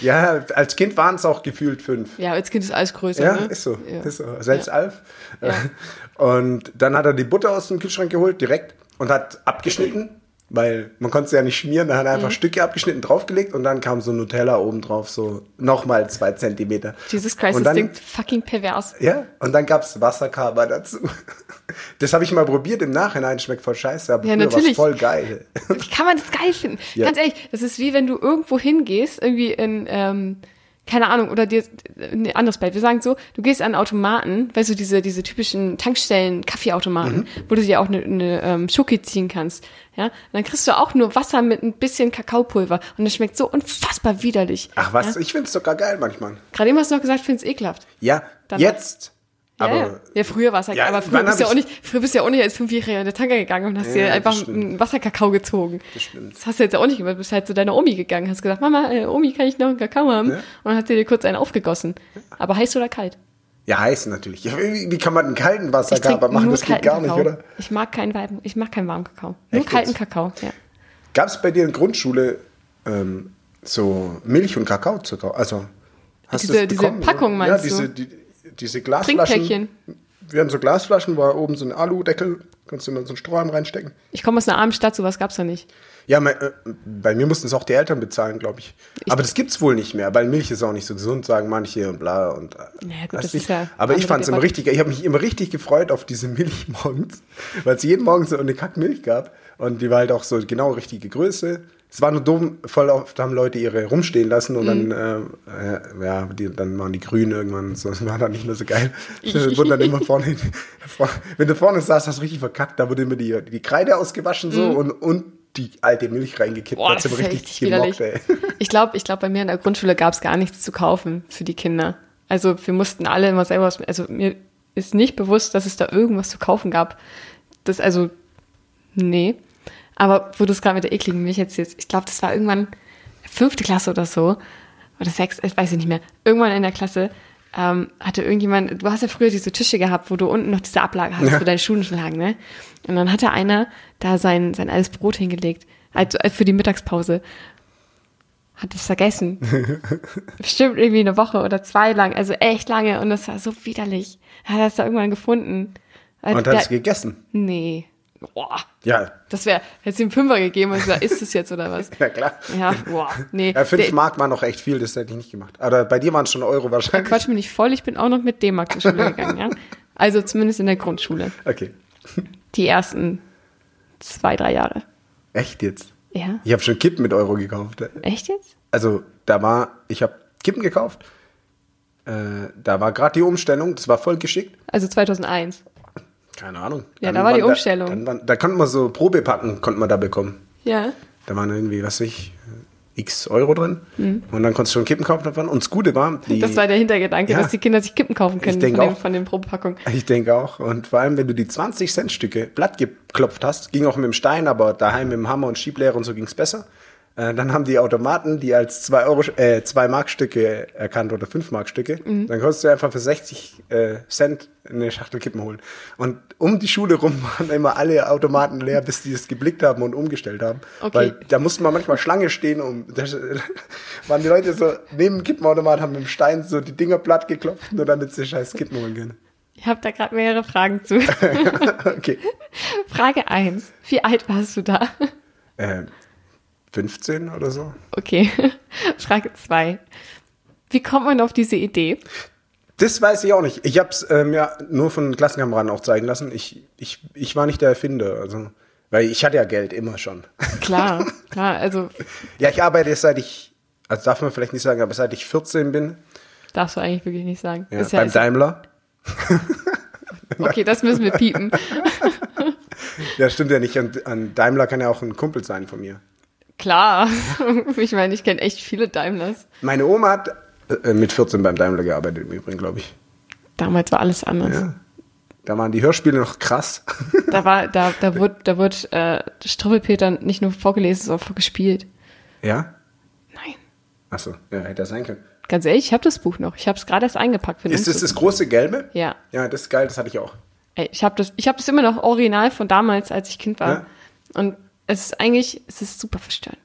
[SPEAKER 2] ja, als Kind waren es auch gefühlt fünf.
[SPEAKER 1] Ja, als Kind ist alles größer.
[SPEAKER 2] Ja,
[SPEAKER 1] ne?
[SPEAKER 2] ist so.
[SPEAKER 1] Ja.
[SPEAKER 2] Ist so. Selbst Alf. Und dann hat er die Butter aus dem Kühlschrank geholt, direkt, und hat abgeschnitten, weil man konnte sie ja nicht schmieren. Dann hat er
[SPEAKER 1] Mhm.
[SPEAKER 2] einfach Stücke abgeschnitten, draufgelegt und dann kam so Nutella oben drauf, so nochmal zwei Zentimeter.
[SPEAKER 1] Jesus Christ,
[SPEAKER 2] und
[SPEAKER 1] das
[SPEAKER 2] dann,
[SPEAKER 1] klingt fucking pervers.
[SPEAKER 2] Ja, und dann gab's Wasserkaba dazu. Das habe ich mal probiert im Nachhinein, schmeckt voll scheiße, aber
[SPEAKER 1] Ja,
[SPEAKER 2] früher war's
[SPEAKER 1] natürlich.
[SPEAKER 2] voll geil.
[SPEAKER 1] Wie kann man das geil finden?
[SPEAKER 2] Ja.
[SPEAKER 1] Ganz ehrlich, das ist wie wenn du irgendwo hingehst, irgendwie in, ähm, keine Ahnung, oder dir, ein anderes Bild. Wir sagen so, du gehst an Automaten, weißt du, diese, diese typischen Tankstellen, Kaffeeautomaten,
[SPEAKER 2] Mhm.
[SPEAKER 1] wo du dir auch eine, eine ähm, Schoki ziehen kannst. Ja, und dann kriegst du auch nur Wasser mit ein bisschen Kakaopulver und das schmeckt so unfassbar widerlich.
[SPEAKER 2] Ach was,
[SPEAKER 1] Ja?
[SPEAKER 2] ich find's sogar geil manchmal.
[SPEAKER 1] Gerade eben hast du noch gesagt, find's ekelhaft.
[SPEAKER 2] Ja,
[SPEAKER 1] Dann-
[SPEAKER 2] jetzt.
[SPEAKER 1] Ja,
[SPEAKER 2] Aber
[SPEAKER 1] ja. ja, früher war es halt,
[SPEAKER 2] Ja,
[SPEAKER 1] aber
[SPEAKER 2] wann
[SPEAKER 1] früher
[SPEAKER 2] hab
[SPEAKER 1] bist, du ja
[SPEAKER 2] ich-
[SPEAKER 1] auch nicht, früher bist du ja auch nicht als Fünfjähriger in der Tanker gegangen und hast
[SPEAKER 2] Ja,
[SPEAKER 1] dir einfach
[SPEAKER 2] das stimmt.
[SPEAKER 1] einen Wasserkakao gezogen.
[SPEAKER 2] Das stimmt.
[SPEAKER 1] Das hast du jetzt auch nicht gemacht. Du bist halt zu deiner Omi gegangen, hast gesagt, Mama, äh, Omi, kann ich noch einen Kakao haben?
[SPEAKER 2] Ja.
[SPEAKER 1] Und dann hat sie dir kurz einen aufgegossen. Aber heiß oder kalt?
[SPEAKER 2] ja, heiß natürlich. Ja, wie, wie kann man einen kalten Wasserkaba
[SPEAKER 1] trinke
[SPEAKER 2] machen? Das geht
[SPEAKER 1] kalten
[SPEAKER 2] gar nicht,
[SPEAKER 1] Kakao.
[SPEAKER 2] oder?
[SPEAKER 1] Ich mag keinen warmen, ich mag keinen warmen Kakao. Nur
[SPEAKER 2] Echt
[SPEAKER 1] kalten
[SPEAKER 2] jetzt?
[SPEAKER 1] Kakao, ja.
[SPEAKER 2] Gab's bei dir in Grundschule ähm, so Milch und Kakaozucker? Also hast
[SPEAKER 1] Diese-
[SPEAKER 2] du's
[SPEAKER 1] diese
[SPEAKER 2] bekommen, oder?
[SPEAKER 1] Packung meinst
[SPEAKER 2] ja, diese,
[SPEAKER 1] du?
[SPEAKER 2] Die, diese Glasflaschen.
[SPEAKER 1] Trinkpäckchen.
[SPEAKER 2] Wir haben so Glasflaschen, war oben so ein Aludeckel, kannst du immer so einen Strohhalm reinstecken.
[SPEAKER 1] Ich komme aus einer armen Stadt, sowas gab's da nicht.
[SPEAKER 2] Ja, mein, äh, bei mir mussten es auch die Eltern bezahlen, glaube ich. Aber das gibt's wohl nicht mehr, weil Milch ist auch nicht so gesund, sagen manche und bla und. äh,
[SPEAKER 1] Naja, gut,
[SPEAKER 2] weiß
[SPEAKER 1] das
[SPEAKER 2] nicht.
[SPEAKER 1] ist ja
[SPEAKER 2] Aber ich
[SPEAKER 1] andere
[SPEAKER 2] fand's immer
[SPEAKER 1] Debatte.
[SPEAKER 2] richtig, ich habe mich immer richtig gefreut auf diese Milch morgens, weil es jeden Morgen so eine Kackmilch gab. Und die war halt auch so genau richtige Größe. Es war nur dumm, voll oft haben Leute ihre rumstehen lassen und
[SPEAKER 1] Mhm.
[SPEAKER 2] dann, äh, äh, ja, die, dann waren die grün irgendwann und so. Das war dann nicht mehr so geil. Das wurde dann immer vorne, vor, wenn du vorne saßt, hast du richtig verkackt, da wurde immer die, die Kreide ausgewaschen so und, und die alte Milch reingekippt.
[SPEAKER 1] Mhm. Boah,
[SPEAKER 2] Boah,
[SPEAKER 1] das
[SPEAKER 2] das
[SPEAKER 1] ist ja richtig
[SPEAKER 2] richtig, richtig gemockt, ey.
[SPEAKER 1] widerlich. Ich glaube, ich glaub, bei mir in der Grundschule gab es gar nichts zu kaufen für die Kinder. Also wir mussten alle immer selber was. Also mir ist nicht bewusst, dass es da irgendwas zu kaufen gab. Das, also, nee. Aber wo du es gerade mit der ekligen Milch erzählst, ich glaube, das war irgendwann fünfte Klasse oder so. Oder sechs, ich weiß ich nicht mehr. Irgendwann in der Klasse ähm, hatte irgendjemand, du hast ja früher diese Tische gehabt, wo du unten noch diese Ablage hattest,
[SPEAKER 2] Ja.
[SPEAKER 1] wo deine Schuhe schon lagen, ne? Und dann hatte einer da sein, sein altes Brot hingelegt. Also äh, für die Mittagspause hat es vergessen. Bestimmt irgendwie eine Woche oder zwei lang, also echt lange und das war so widerlich. Hat er es da irgendwann gefunden? Also
[SPEAKER 2] Und hat
[SPEAKER 1] der-
[SPEAKER 2] es gegessen.
[SPEAKER 1] Nee. Boah,
[SPEAKER 2] Ja,
[SPEAKER 1] das wäre, hätte ihm Fünfer gegeben und gesagt, ist es jetzt oder was?
[SPEAKER 2] ja klar.
[SPEAKER 1] Ja, boah, nee.
[SPEAKER 2] Ja, 5
[SPEAKER 1] Der-
[SPEAKER 2] Mark war noch echt viel, das hätte ich nicht gemacht. Aber bei dir waren es schon Euro wahrscheinlich.
[SPEAKER 1] Quatsch mich nicht voll, ich bin auch noch mit D-Mark zur Schule gegangen, ja. Also zumindest in der Grundschule.
[SPEAKER 2] Okay.
[SPEAKER 1] Die ersten zwei, drei Jahre.
[SPEAKER 2] Echt jetzt?
[SPEAKER 1] Ja.
[SPEAKER 2] Ich habe schon Kippen mit Euro gekauft.
[SPEAKER 1] Echt jetzt?
[SPEAKER 2] Also da war, ich habe Kippen gekauft. Äh, da war gerade die Umstellung, das war voll geschickt.
[SPEAKER 1] Also 2001.
[SPEAKER 2] Keine Ahnung.
[SPEAKER 1] Ja, da war die
[SPEAKER 2] waren
[SPEAKER 1] Umstellung.
[SPEAKER 2] Da, dann waren, da konnte man so Probepacken, konnte man da bekommen.
[SPEAKER 1] Ja.
[SPEAKER 2] Da waren irgendwie, was weiß ich, äh, x Euro drin. Und dann konntest du schon Kippen kaufen davon. Und Mhm. das Gute war, die,
[SPEAKER 1] Das war der Hintergedanke,
[SPEAKER 2] Ja.
[SPEAKER 1] dass die Kinder sich Kippen kaufen können
[SPEAKER 2] denke
[SPEAKER 1] von, dem,
[SPEAKER 2] auch.
[SPEAKER 1] von den Probepackungen.
[SPEAKER 2] Ich denke auch. Und vor allem, wenn du die 20-Cent-Stücke platt geklopft hast, ging auch mit dem Stein, aber daheim mit dem Hammer und Schieblehrer und so ging's besser. Äh, Dann haben die Automaten, die als 2 Euro, äh, 2 Markstücke erkannt oder 5 Markstücke, dann konntest du einfach für 60 äh, Cent eine Schachtel Kippen holen. Und um die Schule rum waren immer alle Automaten leer, bis die es geblickt haben und umgestellt haben.
[SPEAKER 1] Okay.
[SPEAKER 2] Weil da mussten wir manchmal Schlange stehen, um, da waren die Leute so neben dem Kippenautomat, haben mit dem Stein so die Dinger platt geklopft, nur damit sie scheiß Kippen holen können.
[SPEAKER 1] Ich habe da gerade mehrere Fragen zu.
[SPEAKER 2] Okay.
[SPEAKER 1] Frage 1. Wie alt warst du da?
[SPEAKER 2] Ähm, 15 oder so?
[SPEAKER 1] Okay. Frage 2. Wie kommt man auf diese Idee?
[SPEAKER 2] Das weiß ich auch nicht. Ich habe es ähm, ja nur von Klassenkameraden auch zeigen lassen. Ich, ich, ich war nicht der Erfinder. Also, weil ich hatte ja Geld immer schon.
[SPEAKER 1] Klar, klar, also
[SPEAKER 2] ja, ich arbeite jetzt seit ich, also darf man vielleicht nicht sagen, aber seit ich 14 bin,
[SPEAKER 1] darfst du eigentlich wirklich nicht sagen.
[SPEAKER 2] ja,
[SPEAKER 1] Ist ja, also
[SPEAKER 2] beim
[SPEAKER 1] ist,
[SPEAKER 2] Daimler.
[SPEAKER 1] okay, das müssen wir piepen.
[SPEAKER 2] Ja, stimmt ja nicht. Und an Daimler kann ja auch ein Kumpel sein von mir.
[SPEAKER 1] Klar. Ich meine, ich kenne echt viele Daimlers.
[SPEAKER 2] Meine Oma hat äh, mit 14 beim Daimler gearbeitet, im Übrigen, glaube ich.
[SPEAKER 1] Damals war alles anders.
[SPEAKER 2] Da waren die Hörspiele noch krass.
[SPEAKER 1] Da war, da, da wurde, da wurde äh, Strubbelpeter nicht nur vorgelesen, sondern vorgespielt.
[SPEAKER 2] ja?
[SPEAKER 1] Nein.
[SPEAKER 2] Achso, ja, hätte das sein können.
[SPEAKER 1] Ganz ehrlich, ich habe das Buch noch. Ich habe es gerade erst eingepackt. Für den
[SPEAKER 2] Ist das
[SPEAKER 1] Umzug.
[SPEAKER 2] das große Gelbe?
[SPEAKER 1] Ja.
[SPEAKER 2] Ja, das ist geil, das hatte ich auch.
[SPEAKER 1] Ey, ich habe das, ich hab das immer noch original von damals, als ich Kind war.
[SPEAKER 2] Ja.
[SPEAKER 1] Und es ist eigentlich, es ist super verstörend.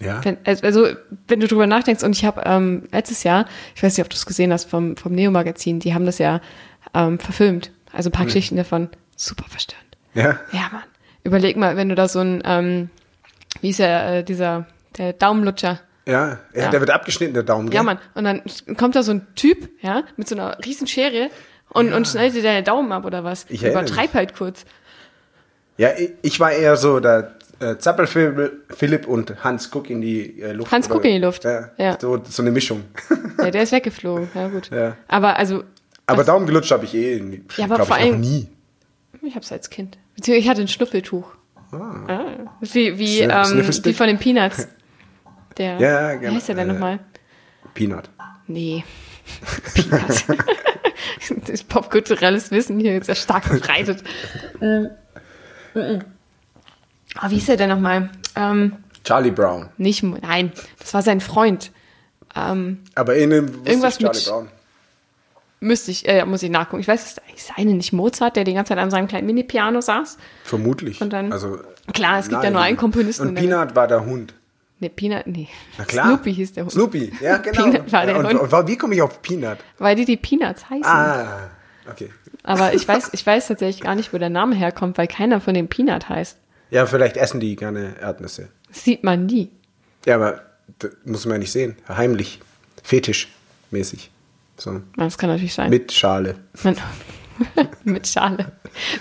[SPEAKER 2] Ja.
[SPEAKER 1] Wenn, also, wenn du drüber nachdenkst, und ich habe ähm, letztes Jahr, ich weiß nicht, ob du es gesehen hast, vom, vom Neo-Magazin, die haben das ja ähm, verfilmt. Also ein
[SPEAKER 2] Mhm.
[SPEAKER 1] paar Geschichten davon. Super verstörend.
[SPEAKER 2] Ja.
[SPEAKER 1] Ja, Mann. Überleg mal, wenn du da so ein, ähm, wie ist er, äh, dieser, der Daumenlutscher.
[SPEAKER 2] Ja, ja,
[SPEAKER 1] Ja.
[SPEAKER 2] der wird abgeschnitten, der Daumen.
[SPEAKER 1] Ja,
[SPEAKER 2] gell?
[SPEAKER 1] Mann. Und dann kommt da so ein Typ, ja, mit so einer riesen Schere und, und schneidet dir deine Daumen ab oder was.
[SPEAKER 2] Ich erinnere
[SPEAKER 1] Übertreib halt kurz.
[SPEAKER 2] Ja, ich, ich war eher so der äh, Zappel Philipp und Hans Guck in die äh, Luft.
[SPEAKER 1] Hans Guck in die Luft.
[SPEAKER 2] Ja,
[SPEAKER 1] Ja.
[SPEAKER 2] So, so eine Mischung.
[SPEAKER 1] Ja, der ist weggeflogen. Ja, gut.
[SPEAKER 2] Ja.
[SPEAKER 1] Aber also,
[SPEAKER 2] Aber Daumen gelutscht habe ich eh, nie.
[SPEAKER 1] Ja, aber
[SPEAKER 2] glaub
[SPEAKER 1] vor
[SPEAKER 2] ich noch
[SPEAKER 1] allem-
[SPEAKER 2] nie.
[SPEAKER 1] ich hab's als Kind. Beziehungsweise ich hatte ein Schnuffeltuch. Ah. Wie, wie,
[SPEAKER 2] Sniff-
[SPEAKER 1] ähm,
[SPEAKER 2] Snifflestick?
[SPEAKER 1] wie von den Peanuts. Der,
[SPEAKER 2] Ja, genau.
[SPEAKER 1] Wie heißt der denn
[SPEAKER 2] Äh,
[SPEAKER 1] nochmal?
[SPEAKER 2] Peanut.
[SPEAKER 1] Nee. Peanuts. das popkulturelles Wissen hier ist ja stark verbreitet. Mm. Mm. oh, wie hieß er denn nochmal? Ähm,
[SPEAKER 2] Charlie Brown.
[SPEAKER 1] nicht, Mo- nein, das war sein Freund. Ähm,
[SPEAKER 2] Aber innen wusste
[SPEAKER 1] Irgendwas
[SPEAKER 2] ich Charlie
[SPEAKER 1] mit-
[SPEAKER 2] Brown.
[SPEAKER 1] müsste ich, äh, muss ich nachgucken. Ich weiß, es ist eigentlich seine, nicht Mozart, der die ganze Zeit an seinem kleinen Mini-Piano saß.
[SPEAKER 2] Vermutlich.
[SPEAKER 1] Und dann-
[SPEAKER 2] also,
[SPEAKER 1] Klar, es gibt ja
[SPEAKER 2] nein.
[SPEAKER 1] nur einen Komponisten.
[SPEAKER 2] Und
[SPEAKER 1] in der-
[SPEAKER 2] Peanut war der Hund.
[SPEAKER 1] Nee, Peanut, nee.
[SPEAKER 2] Na klar.
[SPEAKER 1] Snoopy hieß der Hund.
[SPEAKER 2] Snoopy, ja, genau.
[SPEAKER 1] Peanut war der
[SPEAKER 2] ja, und,
[SPEAKER 1] Hund.
[SPEAKER 2] und wie komme ich auf Peanut?
[SPEAKER 1] Weil die die Peanuts heißen.
[SPEAKER 2] Ah, okay.
[SPEAKER 1] Aber ich weiß, ich weiß tatsächlich gar nicht, wo der Name herkommt, weil keiner von den Peanut heißt.
[SPEAKER 2] Ja, vielleicht essen die gerne Erdnüsse.
[SPEAKER 1] Das sieht man nie.
[SPEAKER 2] Ja, aber das muss man ja nicht sehen. Heimlich. Fetischmäßig. So.
[SPEAKER 1] Das kann natürlich sein.
[SPEAKER 2] Mit Schale.
[SPEAKER 1] Man, mit Schale.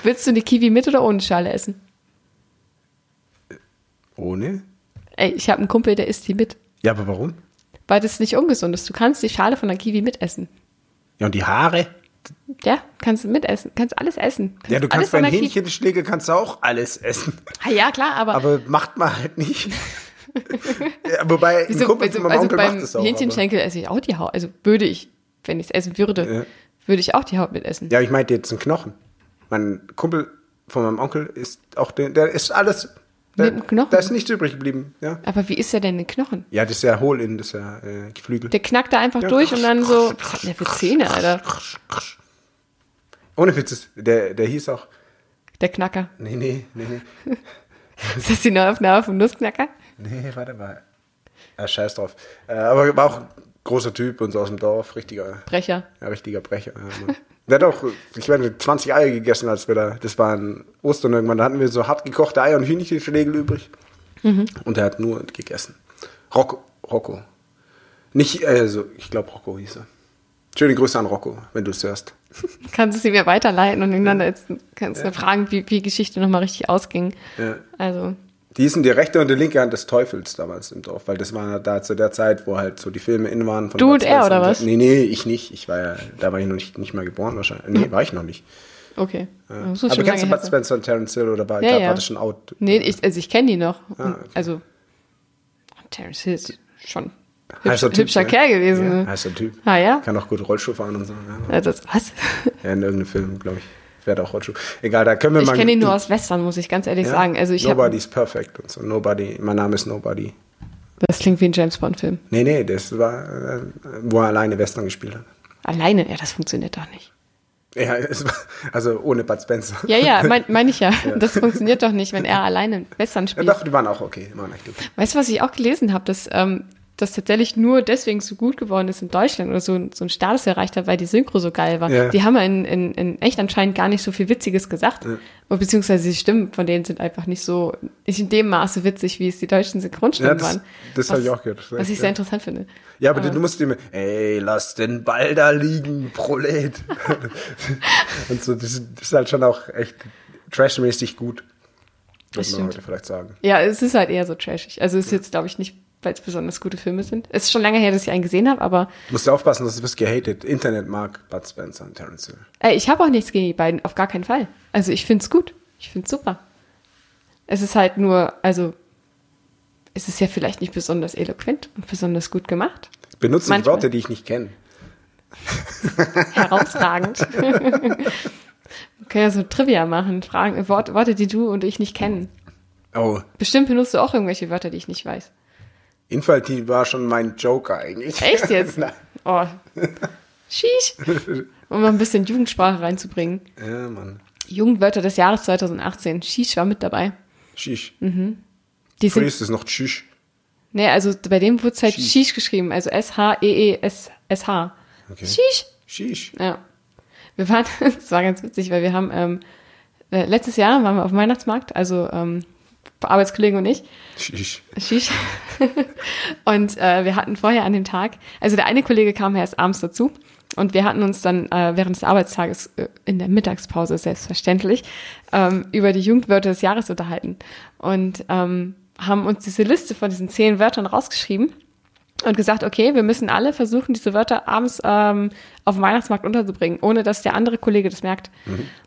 [SPEAKER 1] Willst du eine Kiwi mit oder ohne Schale essen?
[SPEAKER 2] ohne?
[SPEAKER 1] Ey, ich habe einen Kumpel, der isst die mit.
[SPEAKER 2] Ja, aber warum?
[SPEAKER 1] Weil das nicht ungesund ist. Du kannst die Schale von der Kiwi mitessen.
[SPEAKER 2] Ja, und die Haare?
[SPEAKER 1] Ja, kannst du mitessen. Kannst alles essen. Kannst
[SPEAKER 2] Ja, du
[SPEAKER 1] alles
[SPEAKER 2] kannst
[SPEAKER 1] von
[SPEAKER 2] beim
[SPEAKER 1] der Kiwi-
[SPEAKER 2] Hähnchenschläge kannst du auch alles essen.
[SPEAKER 1] Ah, ja, klar, aber,
[SPEAKER 2] Aber macht man halt nicht. ja, wobei, ein
[SPEAKER 1] wieso,
[SPEAKER 2] Kumpel
[SPEAKER 1] wieso,
[SPEAKER 2] von meinem
[SPEAKER 1] also
[SPEAKER 2] Onkel
[SPEAKER 1] beim
[SPEAKER 2] macht es auch. Aber.
[SPEAKER 1] Hähnchenschenkel esse ich auch die Haut. Also würde ich, wenn ich es essen würde,
[SPEAKER 2] Ja.
[SPEAKER 1] würde ich auch die Haut mitessen.
[SPEAKER 2] Ja, aber ich meinte jetzt einen Knochen. Mein Kumpel von meinem Onkel ist auch, der, der ist alles. Der,
[SPEAKER 1] Mit dem Knochen?
[SPEAKER 2] Da ist nichts übrig geblieben, ja.
[SPEAKER 1] Aber wie isst er denn den Knochen?
[SPEAKER 2] Ja, das ist ja hohl in, das ist ja äh, Geflügel.
[SPEAKER 1] Der knackt da einfach durch und dann so, was hat denn der für Zähne, Alter?
[SPEAKER 2] Ohne Witz, der, der hieß auch.
[SPEAKER 1] Der Knacker.
[SPEAKER 2] Nee, nee, nee, nee.
[SPEAKER 1] Ist das die Neuaufnahme vom Nussknacker?
[SPEAKER 2] Nee, warte mal. Ah, scheiß drauf. Äh, aber war auch ein großer Typ und so aus dem Dorf, richtiger,
[SPEAKER 1] Brecher.
[SPEAKER 2] ja, richtiger Brecher. Ja, Mann. der hat auch, ich meine, 20 Eier gegessen, als wir da, das war an Ostern irgendwann, da hatten wir so hart gekochte Eier und Hühnchenschlägel übrig. Und er hat nur gegessen. Rocco, Rocco. Nicht, also, ich glaube, Rocco hieß er. Schöne Grüße an Rocco, wenn du es hörst.
[SPEAKER 1] Kannst du sie mir weiterleiten und ihn dann jetzt kannst du fragen, wie, wie die Geschichte nochmal richtig ausging.
[SPEAKER 2] Ja.
[SPEAKER 1] Also,
[SPEAKER 2] Die hießen die rechte und die linke Hand des Teufels damals im Dorf, weil das war da zu der Zeit, wo halt so die Filme in waren. Von
[SPEAKER 1] Du und
[SPEAKER 2] Bud
[SPEAKER 1] er, oder
[SPEAKER 2] Spencer.
[SPEAKER 1] was?
[SPEAKER 2] Nee, nee, ich nicht. Ich war ja, da war ich noch nicht, nicht mal geboren wahrscheinlich. Nee, war ich noch nicht.
[SPEAKER 1] okay.
[SPEAKER 2] Ja.
[SPEAKER 1] Das ist
[SPEAKER 2] Aber
[SPEAKER 1] schon
[SPEAKER 2] kennst du
[SPEAKER 1] lange
[SPEAKER 2] Bud
[SPEAKER 1] her.
[SPEAKER 2] Spencer und Terence Hill oder war,
[SPEAKER 1] Ja,
[SPEAKER 2] da
[SPEAKER 1] ja.
[SPEAKER 2] war das schon out?
[SPEAKER 1] Nee, ich, also ich kenne die noch.
[SPEAKER 2] Ah, okay.
[SPEAKER 1] Also, Terence Hill ist schon hübsch,
[SPEAKER 2] Heißer Typ,
[SPEAKER 1] hübscher
[SPEAKER 2] ne?
[SPEAKER 1] Kerl gewesen.
[SPEAKER 2] Ja,
[SPEAKER 1] ne?
[SPEAKER 2] heißer Typ.
[SPEAKER 1] Ah, ja?
[SPEAKER 2] Kann auch gut Rollschuh fahren und so. Ja,
[SPEAKER 1] Ja, das, was?
[SPEAKER 2] ja in irgendeinem Film, glaube ich. Fährt auch Rollschuh. Egal, da können wir
[SPEAKER 1] Ich
[SPEAKER 2] mal.
[SPEAKER 1] kenne ihn nur aus Western, muss ich ganz ehrlich
[SPEAKER 2] Ja?
[SPEAKER 1] sagen. Also ich hab,
[SPEAKER 2] Nobody's perfect und so. Nobody, mein Name ist Nobody.
[SPEAKER 1] das klingt wie ein James Bond-Film.
[SPEAKER 2] Nee, nee, das war, äh, wo er alleine Western gespielt hat.
[SPEAKER 1] Alleine, ja, das funktioniert doch nicht.
[SPEAKER 2] Ja, es war, also ohne Bud Spencer.
[SPEAKER 1] Ja, ja, meine mein ich ja. Das funktioniert doch nicht, wenn er alleine Western
[SPEAKER 2] Ja,
[SPEAKER 1] spielt.
[SPEAKER 2] doch, die waren auch okay. Die waren echt gut.
[SPEAKER 1] Weißt du, was ich auch gelesen habe, dass ähm, das tatsächlich nur deswegen so gut geworden ist in Deutschland oder so, so einen Status erreicht hat, weil die Synchro so geil war.
[SPEAKER 2] Ja.
[SPEAKER 1] Die haben ja in, in, in echt anscheinend gar nicht so viel Witziges gesagt. Und Beziehungsweise die Stimmen von denen sind einfach nicht so, nicht in dem Maße witzig, wie es die deutschen
[SPEAKER 2] Ja,
[SPEAKER 1] Synchronstimmen
[SPEAKER 2] das-
[SPEAKER 1] waren.
[SPEAKER 2] das hab
[SPEAKER 1] Was-
[SPEAKER 2] ich auch gehört. Das ist
[SPEAKER 1] Was
[SPEAKER 2] echt,
[SPEAKER 1] ich sehr
[SPEAKER 2] ja.
[SPEAKER 1] interessant finde.
[SPEAKER 2] Ja, aber
[SPEAKER 1] Ähm.
[SPEAKER 2] du musst immer, ey, lass den Ball da liegen, Prolet. und so, das ist das ist halt schon auch echt trashmäßig gut.
[SPEAKER 1] Das
[SPEAKER 2] Muss man
[SPEAKER 1] stimmt.
[SPEAKER 2] heute vielleicht sagen.
[SPEAKER 1] Ja, es ist halt eher so trashig. Also es ist jetzt, glaube ich, nicht, weil es besonders gute Filme sind. Es ist schon lange her, dass ich einen gesehen habe, aber
[SPEAKER 2] Du musst ja aufpassen, dass du wirst gehatet. Internet mag Bud Spencer und Terence Hill.
[SPEAKER 1] Ey, ich habe auch nichts gegen die beiden, auf gar keinen Fall. Also ich find's gut. Ich find's super. Es ist halt nur, also es ist ja vielleicht nicht besonders eloquent und besonders gut gemacht.
[SPEAKER 2] Benutze die
[SPEAKER 1] Manchmal.
[SPEAKER 2] Worte, die ich nicht kenne.
[SPEAKER 1] Herausragend. Wir können ja so Trivia machen, Fragen, Wort, Worte, die du und ich nicht kennen.
[SPEAKER 2] Oh,
[SPEAKER 1] Bestimmt benutzt du auch irgendwelche Wörter, die ich nicht weiß.
[SPEAKER 2] Infantil war schon mein Joker eigentlich.
[SPEAKER 1] Echt jetzt?
[SPEAKER 2] Nein.
[SPEAKER 1] Oh. Schieß. Um mal ein bisschen Jugendsprache reinzubringen.
[SPEAKER 2] ja, Mann.
[SPEAKER 1] Jugendwörter des Jahres 2018. Schieß war mit dabei.
[SPEAKER 2] Schisch.
[SPEAKER 1] Die
[SPEAKER 2] Früher
[SPEAKER 1] sind
[SPEAKER 2] ist es noch Tschüss.
[SPEAKER 1] Nee, also bei dem wurde es halt
[SPEAKER 2] Sheesh.
[SPEAKER 1] Shish geschrieben, also S-H-E-E-S-S-H.
[SPEAKER 2] Okay.
[SPEAKER 1] Shish.
[SPEAKER 2] Schisch.
[SPEAKER 1] Ja. Wir waren, es war ganz witzig, weil wir haben, ähm, äh, letztes Jahr waren wir auf dem Weihnachtsmarkt, also ähm, Arbeitskollegen und ich,
[SPEAKER 2] Schisch.
[SPEAKER 1] Shish. und äh, wir hatten vorher an dem Tag, also der eine Kollege kam erst abends dazu und wir hatten uns dann äh, während des Arbeitstages äh, in der Mittagspause selbstverständlich ähm, über die Jugendwörter des Jahres unterhalten und ähm, haben uns diese Liste von diesen zehn Wörtern rausgeschrieben und gesagt, okay, wir müssen alle versuchen, diese Wörter abends ähm, auf dem Weihnachtsmarkt unterzubringen, ohne dass der andere Kollege das merkt.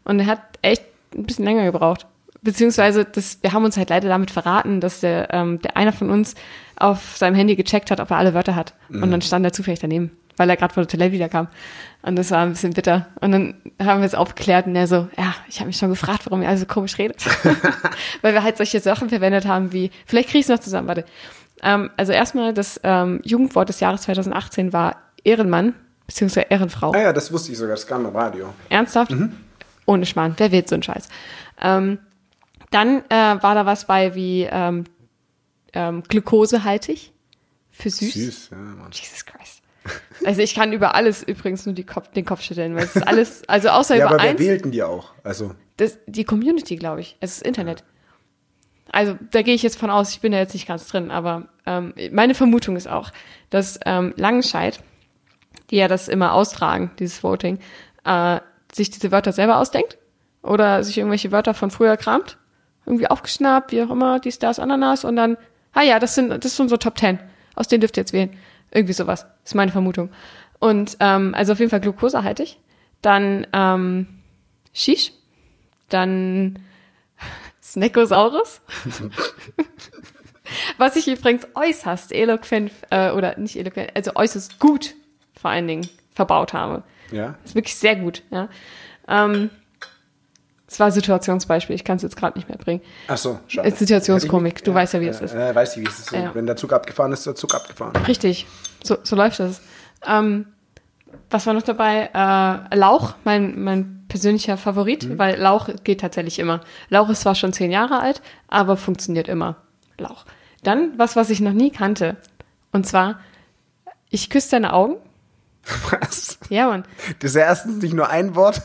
[SPEAKER 1] Und er hat echt ein bisschen länger gebraucht. Beziehungsweise, das, wir haben uns halt leider damit verraten, dass der, ähm, der einer von uns auf seinem Handy gecheckt hat, ob er alle Wörter hat. Und dann stand er zufällig daneben, weil er gerade von der Toilette wiederkam. Und das war ein bisschen bitter. Und dann haben wir es aufgeklärt und er so, ja, ich habe mich schon gefragt, warum ihr alle so komisch redet. weil wir halt solche Sachen verwendet haben wie, vielleicht kriege ich es noch zusammen, warte. Ähm, also erstmal, das ähm, Jugendwort des Jahres 2018 war Ehrenmann bzw. Ehrenfrau.
[SPEAKER 2] Ah ja, das wusste ich sogar, das kam im Radio.
[SPEAKER 1] Ernsthaft?
[SPEAKER 2] mhm.
[SPEAKER 1] Ohne Schmarrn, wer wählt so einen Scheiß? Ähm, dann äh, war da was bei wie ähm, ähm, glukosehaltig für süß.
[SPEAKER 2] Süß, ja, Mann.
[SPEAKER 1] Jesus Christ. Also ich kann über alles übrigens nur die Kopf, den Kopf schütteln, weil es ist alles, also außer
[SPEAKER 2] Ja,
[SPEAKER 1] über
[SPEAKER 2] aber wir
[SPEAKER 1] eins,
[SPEAKER 2] wählten die auch. Also,
[SPEAKER 1] das, die Community, glaube ich, es ist Internet. Also da gehe ich jetzt von aus, ich bin da jetzt nicht ganz drin, aber ähm, meine Vermutung ist auch, dass ähm, Langenscheid, die ja das immer austragen, dieses Voting, äh, sich diese Wörter selber ausdenkt oder sich irgendwelche Wörter von früher kramt irgendwie aufgeschnappt, wie auch immer, dies, das, Ananas und dann, ah ja, das sind, das sind so Top Ten. Aus denen dürft ihr jetzt wählen. Irgendwie sowas. Ist meine Vermutung. Und ähm, also auf jeden Fall glukosehaltig. Dann ähm, Shish. Dann Snackosaurus. Was ich übrigens äußerst eloquent, äh, oder nicht eloquent, also äußerst gut vor allen Dingen verbaut habe.
[SPEAKER 2] Ja.
[SPEAKER 1] Ist wirklich sehr gut, ja. Ähm, es war ein Situationsbeispiel, ich kann es jetzt gerade nicht mehr bringen.
[SPEAKER 2] Ach so,
[SPEAKER 1] Ist Situationskomik, du weißt ja, wie es ist.
[SPEAKER 2] Äh, weiß ich, wie es ist.
[SPEAKER 1] Ja.
[SPEAKER 2] Wenn der Zug abgefahren ist, ist der Zug abgefahren.
[SPEAKER 1] Richtig, so, so läuft das. Ähm, was war noch dabei? Äh, Lauch, mein, mein persönlicher Favorit,
[SPEAKER 2] Mhm.
[SPEAKER 1] weil Lauch geht tatsächlich immer. Lauch ist zwar schon zehn Jahre alt, aber funktioniert immer. Lauch. Dann was, was ich noch nie kannte. Und zwar, ich küsse deine Augen.
[SPEAKER 2] Was?
[SPEAKER 1] Ja, Mann.
[SPEAKER 2] Das ist ja erstens nicht nur ein Wort.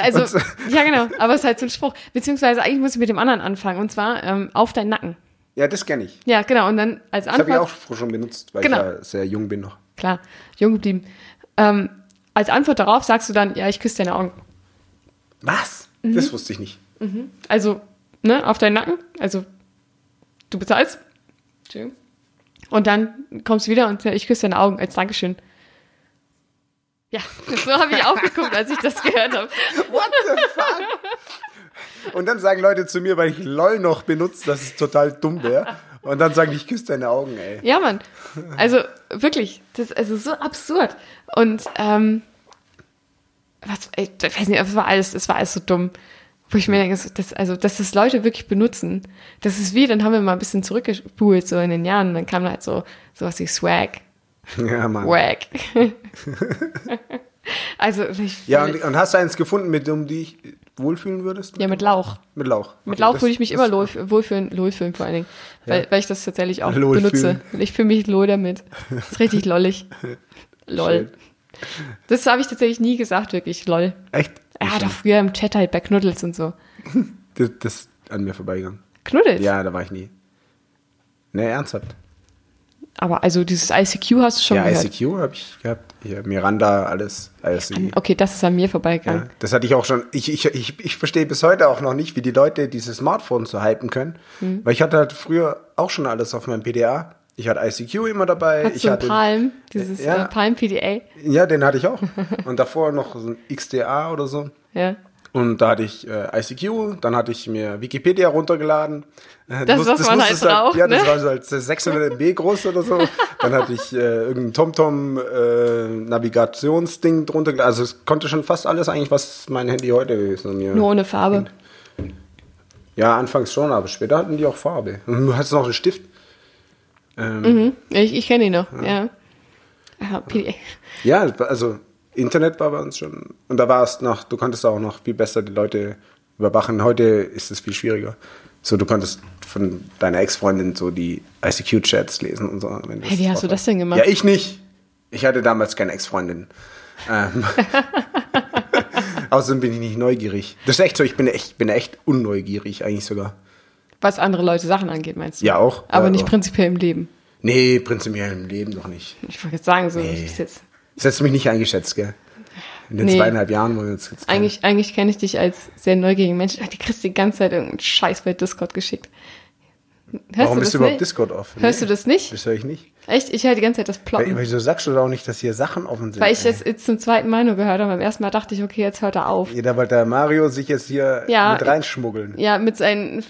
[SPEAKER 1] Also,
[SPEAKER 2] Und so-
[SPEAKER 1] ja, genau, aber es ist halt so ein Spruch. Beziehungsweise eigentlich muss ich mit dem anderen anfangen. Und zwar ähm, auf deinen Nacken.
[SPEAKER 2] Ja, das kenne ich.
[SPEAKER 1] Ja, genau. Und dann als
[SPEAKER 2] Das habe ich
[SPEAKER 1] Antwort.
[SPEAKER 2] auch früher schon benutzt, weil
[SPEAKER 1] Genau.
[SPEAKER 2] ich ja sehr jung bin noch.
[SPEAKER 1] Klar, jung geblieben. Ähm, als Antwort darauf sagst du dann, ja, ich küsse deine Augen.
[SPEAKER 2] Was?
[SPEAKER 1] Mhm.
[SPEAKER 2] Das wusste ich nicht.
[SPEAKER 1] Also, ne, auf deinen Nacken. Also, du bezahlst. Entschuldigung. Und dann kommst du wieder und ja, ich küsse deine Augen als Dankeschön. Ja, so habe ich auch geguckt, als ich das gehört habe.
[SPEAKER 2] What the fuck? Und dann sagen Leute zu mir, weil ich LOL noch benutze, dass es total dumm wäre. Und dann sagen die, ich küsse deine Augen, ey.
[SPEAKER 1] Ja, Mann. Also wirklich, das ist also so absurd. Und ähm, was, ey, ich weiß nicht, es war alles, es war alles so dumm. Wo ich mir denke, so, das, also, dass das Leute wirklich benutzen, das ist wie, dann haben wir mal ein bisschen zurückgespult, so in den Jahren, dann kam halt so sowas wie Swag,
[SPEAKER 2] Ja, Mann.
[SPEAKER 1] Wag. also, ich,
[SPEAKER 2] Ja, und, und hast du eins gefunden, mit dem du dich wohlfühlen würdest?
[SPEAKER 1] ja, mit Lauch.
[SPEAKER 2] Mit Lauch.
[SPEAKER 1] Mit
[SPEAKER 2] Okay,
[SPEAKER 1] Lauch
[SPEAKER 2] das-
[SPEAKER 1] würde ich mich
[SPEAKER 2] das-
[SPEAKER 1] immer lohl- wohlfühlen, wohlfühlen vor allen Dingen, weil, weil ich das tatsächlich auch
[SPEAKER 2] Lol
[SPEAKER 1] benutze. Ich fühle mich lohl damit. Das ist richtig lollig. Lol. Das habe ich tatsächlich nie gesagt, wirklich. Lol.
[SPEAKER 2] Echt?
[SPEAKER 1] Er hat auch früher im Chat halt bei Knuddels und so.
[SPEAKER 2] Das, das ist an mir vorbeigegangen.
[SPEAKER 1] Knuddels?
[SPEAKER 2] Ja, da war ich nie. Ne, ernsthaft.
[SPEAKER 1] Aber also dieses ICQ hast du schon
[SPEAKER 2] ja,
[SPEAKER 1] gehört.
[SPEAKER 2] ICQ habe ich gehabt. Hier, Miranda, alles. alles irgendwie.
[SPEAKER 1] Okay, das ist an mir
[SPEAKER 2] ja,
[SPEAKER 1] vorbeigegangen.
[SPEAKER 2] das hatte ich auch schon. Ich, ich, ich, ich verstehe bis heute auch noch nicht, wie die Leute diese Smartphones so hypen können. Weil ich hatte halt früher auch schon alles auf meinem PDA. Ich hatte ICQ immer dabei.
[SPEAKER 1] Hast
[SPEAKER 2] ich
[SPEAKER 1] du ein
[SPEAKER 2] hatte,
[SPEAKER 1] Palm, dieses
[SPEAKER 2] Ja.
[SPEAKER 1] äh, Palm PDA?
[SPEAKER 2] Ja, den hatte ich auch. Und davor noch so ein XDA oder so.
[SPEAKER 1] Ja.
[SPEAKER 2] Und da hatte ich äh, ICQ, dann hatte ich mir Wikipedia runtergeladen. Äh,
[SPEAKER 1] Das,
[SPEAKER 2] muss-
[SPEAKER 1] was man
[SPEAKER 2] musstest
[SPEAKER 1] halt
[SPEAKER 2] du
[SPEAKER 1] braucht,
[SPEAKER 2] Ja, das
[SPEAKER 1] ne?
[SPEAKER 2] war so als 600 MB groß oder so. Dann hatte ich äh, irgendein TomTom-Navigationsding drunter. geladen. Also es konnte schon fast alles eigentlich, was mein Handy heute ist. Und ja,
[SPEAKER 1] Nur ohne
[SPEAKER 2] Genau.
[SPEAKER 1] Farbe.
[SPEAKER 2] ja, anfangs schon, aber später hatten die auch Farbe. Und du hattest noch einen Stift. Ähm,
[SPEAKER 1] Hm? Ich, ich kenne ihn noch, ja. Ah, PDA.
[SPEAKER 2] Ja, also Internet war bei uns schon. Und da war es noch, du konntest auch noch viel besser die Leute überwachen. Heute ist es viel schwieriger. So, du konntest von deiner Ex-Freundin so die ICQ-Chats lesen und so. wenn
[SPEAKER 1] Hey, wie hast du das denn gemacht?
[SPEAKER 2] Ja, ich nicht. Ich hatte damals keine Ex-Freundin. Ähm. Außerdem bin ich nicht neugierig. Das ist echt so, ich bin echt, bin echt unneugierig eigentlich sogar.
[SPEAKER 1] Was andere Leute Sachen angeht, meinst du?
[SPEAKER 2] Ja, auch.
[SPEAKER 1] Aber
[SPEAKER 2] Ja,
[SPEAKER 1] nicht
[SPEAKER 2] auch.
[SPEAKER 1] prinzipiell im Leben.
[SPEAKER 2] Nee, prinzipiell im Leben noch nicht.
[SPEAKER 1] Ich wollte jetzt sagen, so
[SPEAKER 2] Nee.
[SPEAKER 1] ist jetzt.
[SPEAKER 2] Das hast du mich nicht eingeschätzt, gell? In den
[SPEAKER 1] Nee.
[SPEAKER 2] zweieinhalb Jahren, wo wir uns jetzt kennen.
[SPEAKER 1] Eigentlich, eigentlich kenne ich dich als sehr neugierigen Menschen. Ach, die kriegst die ganze Zeit irgendeinen Scheiß bei Discord geschickt. Hörst
[SPEAKER 2] Warum
[SPEAKER 1] das
[SPEAKER 2] ist überhaupt
[SPEAKER 1] nicht?
[SPEAKER 2] Discord offen?
[SPEAKER 1] Hörst du das nicht?
[SPEAKER 2] Das höre ich nicht.
[SPEAKER 1] Echt? Ich höre die ganze Zeit das
[SPEAKER 2] Weil,
[SPEAKER 1] Ploppen. Weil,
[SPEAKER 2] wieso sagst du doch auch nicht, dass hier Sachen offen sind?
[SPEAKER 1] ich das jetzt zum zweiten Mal nur gehört habe. Beim ersten Mal dachte ich, okay, jetzt hört er auf.
[SPEAKER 2] Äh, Jeder wollte Mario sich jetzt hier
[SPEAKER 1] Ja.
[SPEAKER 2] mit reinschmuggeln.
[SPEAKER 1] Ja, mit seinen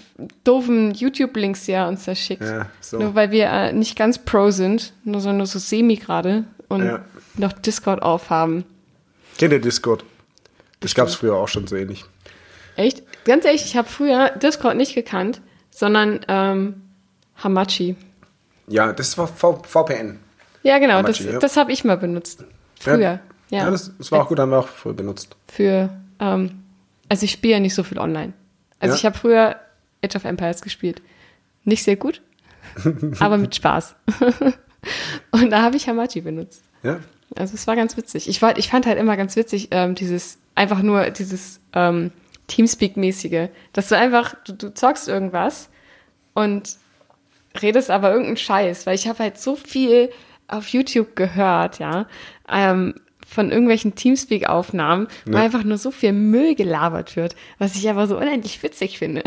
[SPEAKER 1] doofen YouTube-Links, die er uns da schickt.
[SPEAKER 2] Ja, so.
[SPEAKER 1] Nur weil wir äh, nicht ganz pro sind, nur so, nur so semi gerade und
[SPEAKER 2] Ja.
[SPEAKER 1] noch Discord aufhaben.
[SPEAKER 2] Kennt ihr Discord? Das gab es früher auch schon so ähnlich.
[SPEAKER 1] Echt? Ganz ehrlich, ich habe früher Discord nicht gekannt, sondern ähm, Hamachi.
[SPEAKER 2] Ja, das war v VPN.
[SPEAKER 1] Ja, genau,
[SPEAKER 2] Hamachi,
[SPEAKER 1] das,
[SPEAKER 2] ja.
[SPEAKER 1] das habe ich mal benutzt. Früher. Ja,
[SPEAKER 2] ja das, das war auch gut, haben wir auch früher benutzt.
[SPEAKER 1] Für, ähm, also ich spiele ja nicht so viel online. Also
[SPEAKER 2] Ja.
[SPEAKER 1] ich habe früher Age of Empires gespielt. Nicht sehr gut, aber mit Spaß. Und da habe ich Hamachi benutzt.
[SPEAKER 2] Ja?
[SPEAKER 1] Also es war ganz witzig. Ich, war, ich fand halt immer ganz witzig, ähm, dieses, einfach nur dieses ähm, Teamspeak-mäßige, dass du einfach, du, du zockst irgendwas und redest aber irgendeinen Scheiß, weil ich habe halt so viel auf YouTube gehört, ja, ähm, von irgendwelchen Teamspeak-Aufnahmen, wo
[SPEAKER 2] Ja.
[SPEAKER 1] einfach nur so viel Müll gelabert wird, was ich aber so unendlich witzig finde.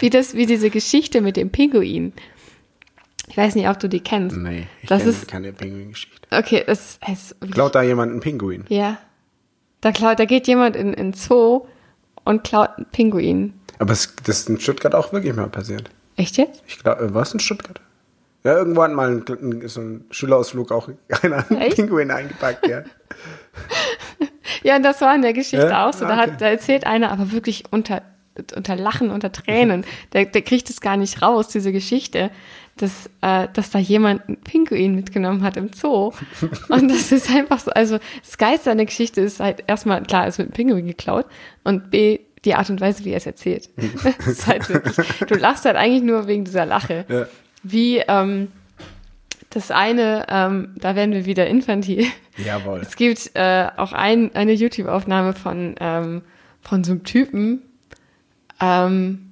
[SPEAKER 1] wie das, wie diese Geschichte mit dem Pinguin. Ich weiß nicht, ob du die kennst.
[SPEAKER 2] Nee, ich
[SPEAKER 1] das
[SPEAKER 2] kenne
[SPEAKER 1] ist,
[SPEAKER 2] keine Pinguin-Geschichte.
[SPEAKER 1] okay, das ist,
[SPEAKER 2] Klaut da jemand einen Pinguin?
[SPEAKER 1] ja. Da klaut, da geht jemand in, in den Zoo und klaut einen Pinguin.
[SPEAKER 2] Aber es, das ist in Stuttgart auch wirklich mal passiert.
[SPEAKER 1] Echt jetzt?
[SPEAKER 2] Ich glaube, war es in Stuttgart? Ja, irgendwo hat mal ein, ein, so ein Schülerausflug auch einer einen
[SPEAKER 1] Echt?
[SPEAKER 2] Pinguin eingepackt, ja.
[SPEAKER 1] Ja, das war in der Geschichte
[SPEAKER 2] Ja?
[SPEAKER 1] auch so.
[SPEAKER 2] Ah,
[SPEAKER 1] Da,
[SPEAKER 2] okay.
[SPEAKER 1] hat, da erzählt einer, aber wirklich unter, unter Lachen, unter Tränen. Der, der kriegt es gar nicht raus, diese Geschichte, dass, äh, dass da jemand einen Pinguin mitgenommen hat im Zoo. Und das ist einfach so, also das Geilste an der Geschichte ist halt erstmal, klar, es wird ein Pinguin geklaut und B, die Art und Weise, wie er es erzählt. Das ist halt wirklich, du lachst halt eigentlich nur wegen dieser Lache.
[SPEAKER 2] Ja.
[SPEAKER 1] Wie ähm, das eine, ähm, da werden wir wieder infantil.
[SPEAKER 2] Jawohl.
[SPEAKER 1] Es gibt äh, auch ein, eine YouTube-Aufnahme von, ähm, von so einem Typen, ähm,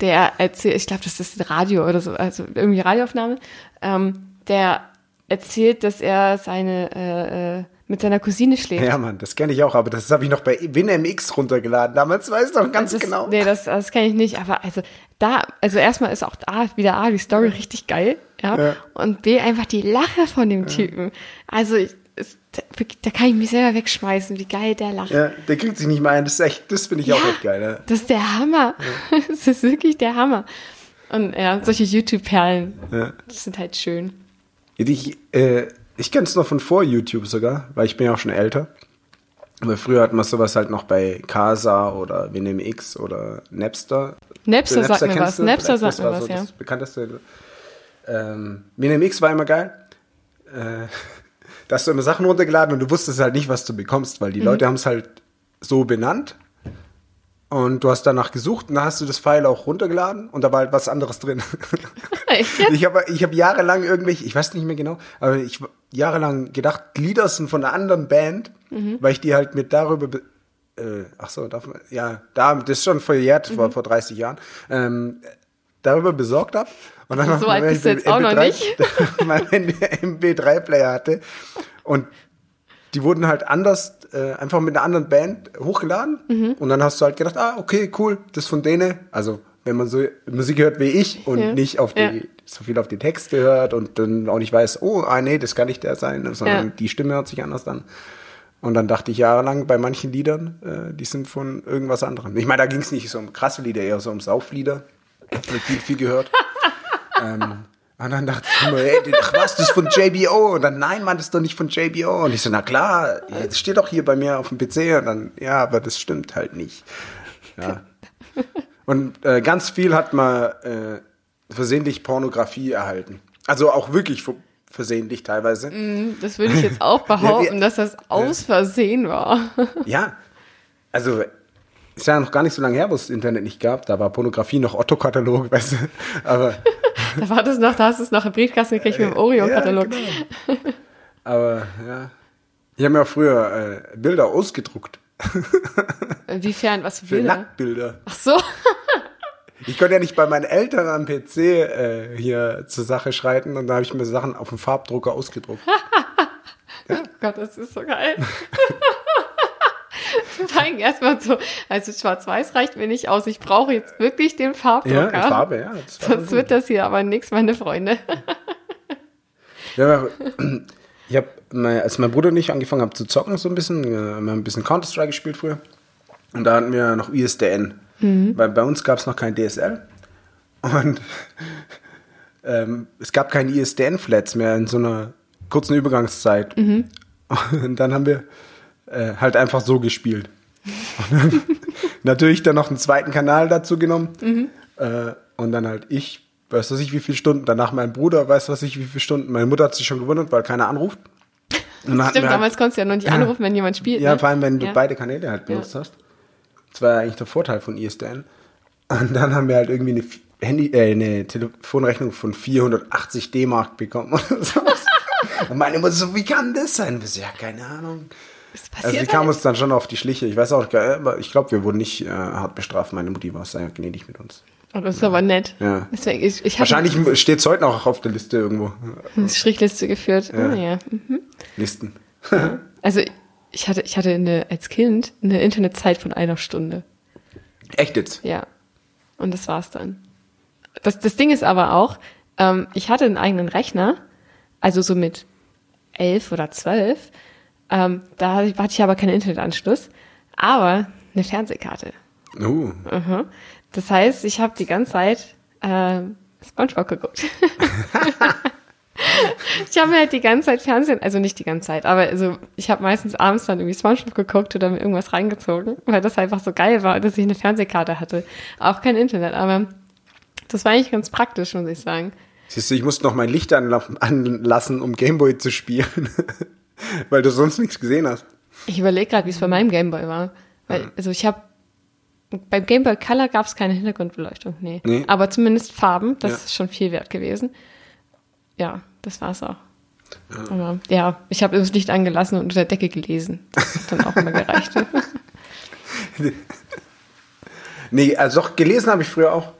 [SPEAKER 1] der erzählt, ich glaube, das ist Radio oder so, also irgendwie Radioaufnahme, ähm, der erzählt, dass er seine äh, äh, mit seiner Cousine schläft.
[SPEAKER 2] Ja, Mann, das kenne ich auch, aber das habe ich noch bei WinMX runtergeladen. Damals weiß ich doch ganz
[SPEAKER 1] das,
[SPEAKER 2] genau.
[SPEAKER 1] Nee, das, das kenne ich nicht. Aber also da, also erstmal ist auch da wieder A, die Story richtig geil, ja.
[SPEAKER 2] Ja.
[SPEAKER 1] Und B, einfach die Lache von dem Typen. Also ich, es, da, da kann ich mich selber wegschmeißen, wie geil der lacht.
[SPEAKER 2] Ja, der kriegt sich nicht mal ein. Das, ist echt, das finde ich auch echt geil. Ne?
[SPEAKER 1] Das ist der Hammer. Das ist wirklich der Hammer. Und ja, solche YouTube-Perlen
[SPEAKER 2] Ja.
[SPEAKER 1] das sind halt schön.
[SPEAKER 2] Ich, äh, ich kenne es noch von vor YouTube sogar, weil ich bin ja auch schon älter. Aber früher hat man sowas halt noch bei Casa oder WinMX oder Napster.
[SPEAKER 1] Napster sagt mir
[SPEAKER 2] kennst
[SPEAKER 1] was.
[SPEAKER 2] du?
[SPEAKER 1] Napster
[SPEAKER 2] Vielleicht,
[SPEAKER 1] sagt
[SPEAKER 2] das
[SPEAKER 1] mir
[SPEAKER 2] war
[SPEAKER 1] was,
[SPEAKER 2] so
[SPEAKER 1] ja.
[SPEAKER 2] Das bekannteste. Ähm, WinMX war immer geil. Äh, da hast du immer Sachen runtergeladen und du wusstest halt nicht, was du bekommst, weil die
[SPEAKER 1] Mhm.
[SPEAKER 2] Leute haben es halt so benannt. Und du hast danach gesucht und dann hast du das File auch runtergeladen und da war halt was anderes drin.
[SPEAKER 1] Echt jetzt?
[SPEAKER 2] Ich habe ich hab jahrelang irgendwelche, ich weiß nicht mehr genau, aber ich hab jahrelang gedacht, Lieder sind von einer anderen Band,
[SPEAKER 1] Mhm.
[SPEAKER 2] weil ich die halt mit darüber. be- Äh, ach so, darf man, ja, da, das ist schon verjährt,
[SPEAKER 1] Mhm.
[SPEAKER 2] vor, vor 30 Jahren. Ähm, darüber besorgt habe. Und dann
[SPEAKER 1] So alt bist du jetzt auch noch nicht.
[SPEAKER 2] mein MP3-Player hatte. Und die wurden halt anders, äh, einfach mit einer anderen Band hochgeladen.
[SPEAKER 1] Mhm.
[SPEAKER 2] Und dann hast du halt gedacht, ah, okay, cool, das ist von denen. Also, wenn man so Musik hört wie ich und
[SPEAKER 1] Ja.
[SPEAKER 2] nicht auf die,
[SPEAKER 1] Ja.
[SPEAKER 2] so viel auf die Texte hört und dann auch nicht weiß, oh, ah, nee, das kann nicht der sein, sondern
[SPEAKER 1] Ja.
[SPEAKER 2] die Stimme hört sich anders an. Und dann dachte ich jahrelang bei manchen Liedern, äh, die sind von irgendwas anderem. Ich meine, da ging es nicht so um krasse Lieder, eher so um Sauflieder. Hab ich viel, viel gehört. ähm, und dann dachte ich immer, ey, ach was, das ist von JBO. Und dann, nein, Mann, das ist doch nicht von JBO. Und ich so, na klar, das steht doch hier bei mir auf dem PC. Und dann, ja, aber das stimmt halt nicht. Ja. Und äh, ganz viel hat man äh, versehentlich Pornografie erhalten. Also auch wirklich ver- versehentlich teilweise.
[SPEAKER 1] Mhm. Mm, Das würde ich jetzt auch behaupten, dass das aus Versehen war.
[SPEAKER 2] Ja, also ist ja noch gar nicht so lange her, wo es das Internet nicht gab. Da war Pornografie noch Otto-Katalog, weißt du. Aber,
[SPEAKER 1] Da war das noch, da hast du es noch im Briefkasten gekriegt mit dem Oreo-Katalog.
[SPEAKER 2] Ja, genau. aber ja. Ich habe mir auch früher äh, Bilder ausgedruckt.
[SPEAKER 1] Inwiefern, was für
[SPEAKER 2] genau. Für
[SPEAKER 1] Bilder?
[SPEAKER 2] Nacktbilder.
[SPEAKER 1] Ach so.
[SPEAKER 2] Ich konnte ja nicht bei meinen Eltern am PC äh, hier zur Sache schreiten und da habe ich mir Sachen auf dem Farbdrucker ausgedruckt.
[SPEAKER 1] Oh Gott, das ist so geil. Vor allem erstmal so, also schwarz-weiß reicht mir nicht aus. Ich brauche jetzt wirklich den
[SPEAKER 2] Ja,
[SPEAKER 1] Farbdrucker.
[SPEAKER 2] in Farbe, ja. Das war
[SPEAKER 1] Sonst wird das hier aber nichts, meine Freunde.
[SPEAKER 2] Ja, aber ich habe, als mein Bruder und ich angefangen haben zu zocken, so ein bisschen, äh, haben wir ein bisschen Counter-Strike gespielt früher. Und da hatten wir noch ISDN.
[SPEAKER 1] Mhm.
[SPEAKER 2] Weil bei uns gab es noch kein DSL. Und ähm, es gab keine ISDN-Flats mehr in so einer kurzen Übergangszeit.
[SPEAKER 1] Mhm.
[SPEAKER 2] Und dann haben wir äh, halt einfach so gespielt. Und dann, natürlich dann noch einen zweiten Kanal dazu genommen.
[SPEAKER 1] Mhm.
[SPEAKER 2] Äh, und dann halt ich, weiß was ich, wie viele Stunden. Danach mein Bruder, weiß was ich, wie viele Stunden. Meine Mutter hat sich schon gewundert, weil keiner anruft. Und dann hatten
[SPEAKER 1] Stimmt,
[SPEAKER 2] wir halt-
[SPEAKER 1] damals konntest du ja noch nicht anrufen, wenn jemand spielt.
[SPEAKER 2] ja,
[SPEAKER 1] ne?
[SPEAKER 2] vor allem, wenn du
[SPEAKER 1] Ja.
[SPEAKER 2] beide Kanäle halt benutzt hast. Das war ja eigentlich der Vorteil von ISDN. Und dann haben wir halt irgendwie eine, Handy, äh, eine Telefonrechnung von 480 D-Mark bekommen oder so. Und meine Mutter so, wie kann das sein? Wir so, ja, keine Ahnung.
[SPEAKER 1] Das
[SPEAKER 2] Also die
[SPEAKER 1] passiert
[SPEAKER 2] kam
[SPEAKER 1] halt.
[SPEAKER 2] uns dann schon auf die Schliche. Ich weiß auch, nicht, äh, aber ich glaube, wir wurden nicht äh, hart bestraft. Meine Mutti war sehr gnädig mit uns.
[SPEAKER 1] Oh, das ist aber nett.
[SPEAKER 2] Ja.
[SPEAKER 1] Deswegen, ich, ich habe
[SPEAKER 2] Wahrscheinlich steht es heute noch auf der Liste irgendwo.
[SPEAKER 1] eine Strichliste geführt. Ah, Ja. ja.
[SPEAKER 2] Listen.
[SPEAKER 1] Also ich hatte, ich hatte eine, als Kind eine Internetzeit von einer Stunde.
[SPEAKER 2] Echt jetzt?
[SPEAKER 1] Ja. Und das war's dann. Das, das Ding ist aber auch, ähm, ich hatte einen eigenen Rechner, also so mit elf oder zwölf. Ähm, da hatte ich- hatte ich aber keinen Internetanschluss, aber eine Fernsehkarte.
[SPEAKER 2] Uh,
[SPEAKER 1] Mhm. Das heißt, ich habe die ganze Zeit ähm, SpongeBob geguckt. ich habe mir halt die ganze Zeit Fernsehen, also nicht die ganze Zeit, aber also ich habe meistens abends dann irgendwie SpongeBob geguckt oder mir irgendwas reingezogen, weil das einfach so geil war, dass ich eine Fernsehkarte hatte. Auch kein Internet, aber das war eigentlich ganz praktisch, muss ich sagen.
[SPEAKER 2] siehst du, ich musste noch mein Licht anla- anlassen, um Gameboy zu spielen, weil du sonst nichts gesehen hast.
[SPEAKER 1] Ich überlege gerade, wie es bei meinem Gameboy war. Weil, also ich habe beim Gameboy Color gab es keine Hintergrundbeleuchtung, nee.
[SPEAKER 2] Nee.
[SPEAKER 1] Aber zumindest Farben, das
[SPEAKER 2] Ja.
[SPEAKER 1] ist schon viel wert gewesen. Ja, das war's auch. Aber ja, ich habe das Licht angelassen und unter der Decke gelesen. Das hat dann auch immer gereicht.
[SPEAKER 2] Nee, also doch, gelesen habe ich früher auch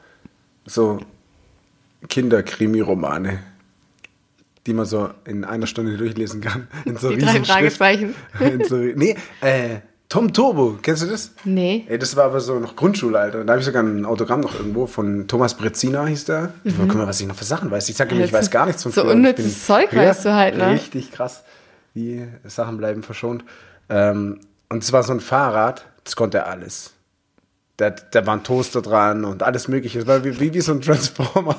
[SPEAKER 2] so Kinder-Krimi-Romane, die man so in einer Stunde durchlesen kann. In so
[SPEAKER 1] Die drei
[SPEAKER 2] Riesenschrift.
[SPEAKER 1] Fragezeichen.
[SPEAKER 2] In so, nee, äh, Tom Turbo, kennst du das?
[SPEAKER 1] Nee.
[SPEAKER 2] Ey, das war aber so noch Grundschulalter. Da habe ich sogar ein Autogramm noch irgendwo von Thomas Brezina, hieß der.
[SPEAKER 1] Mhm.
[SPEAKER 2] Guck mal, was ich noch für Sachen weiß. Ich sag immer, ich
[SPEAKER 1] Das
[SPEAKER 2] weiß
[SPEAKER 1] ist
[SPEAKER 2] gar nichts von
[SPEAKER 1] so
[SPEAKER 2] früher. Ich
[SPEAKER 1] unnützes
[SPEAKER 2] bin-
[SPEAKER 1] Zeug weißt du halt, ne?
[SPEAKER 2] Richtig krass. Die Sachen bleiben verschont. Ähm, und es war so ein Fahrrad, das konnte er alles. Da, da waren Toaster dran und alles mögliche. Das war wie, wie, wie so ein Transformer.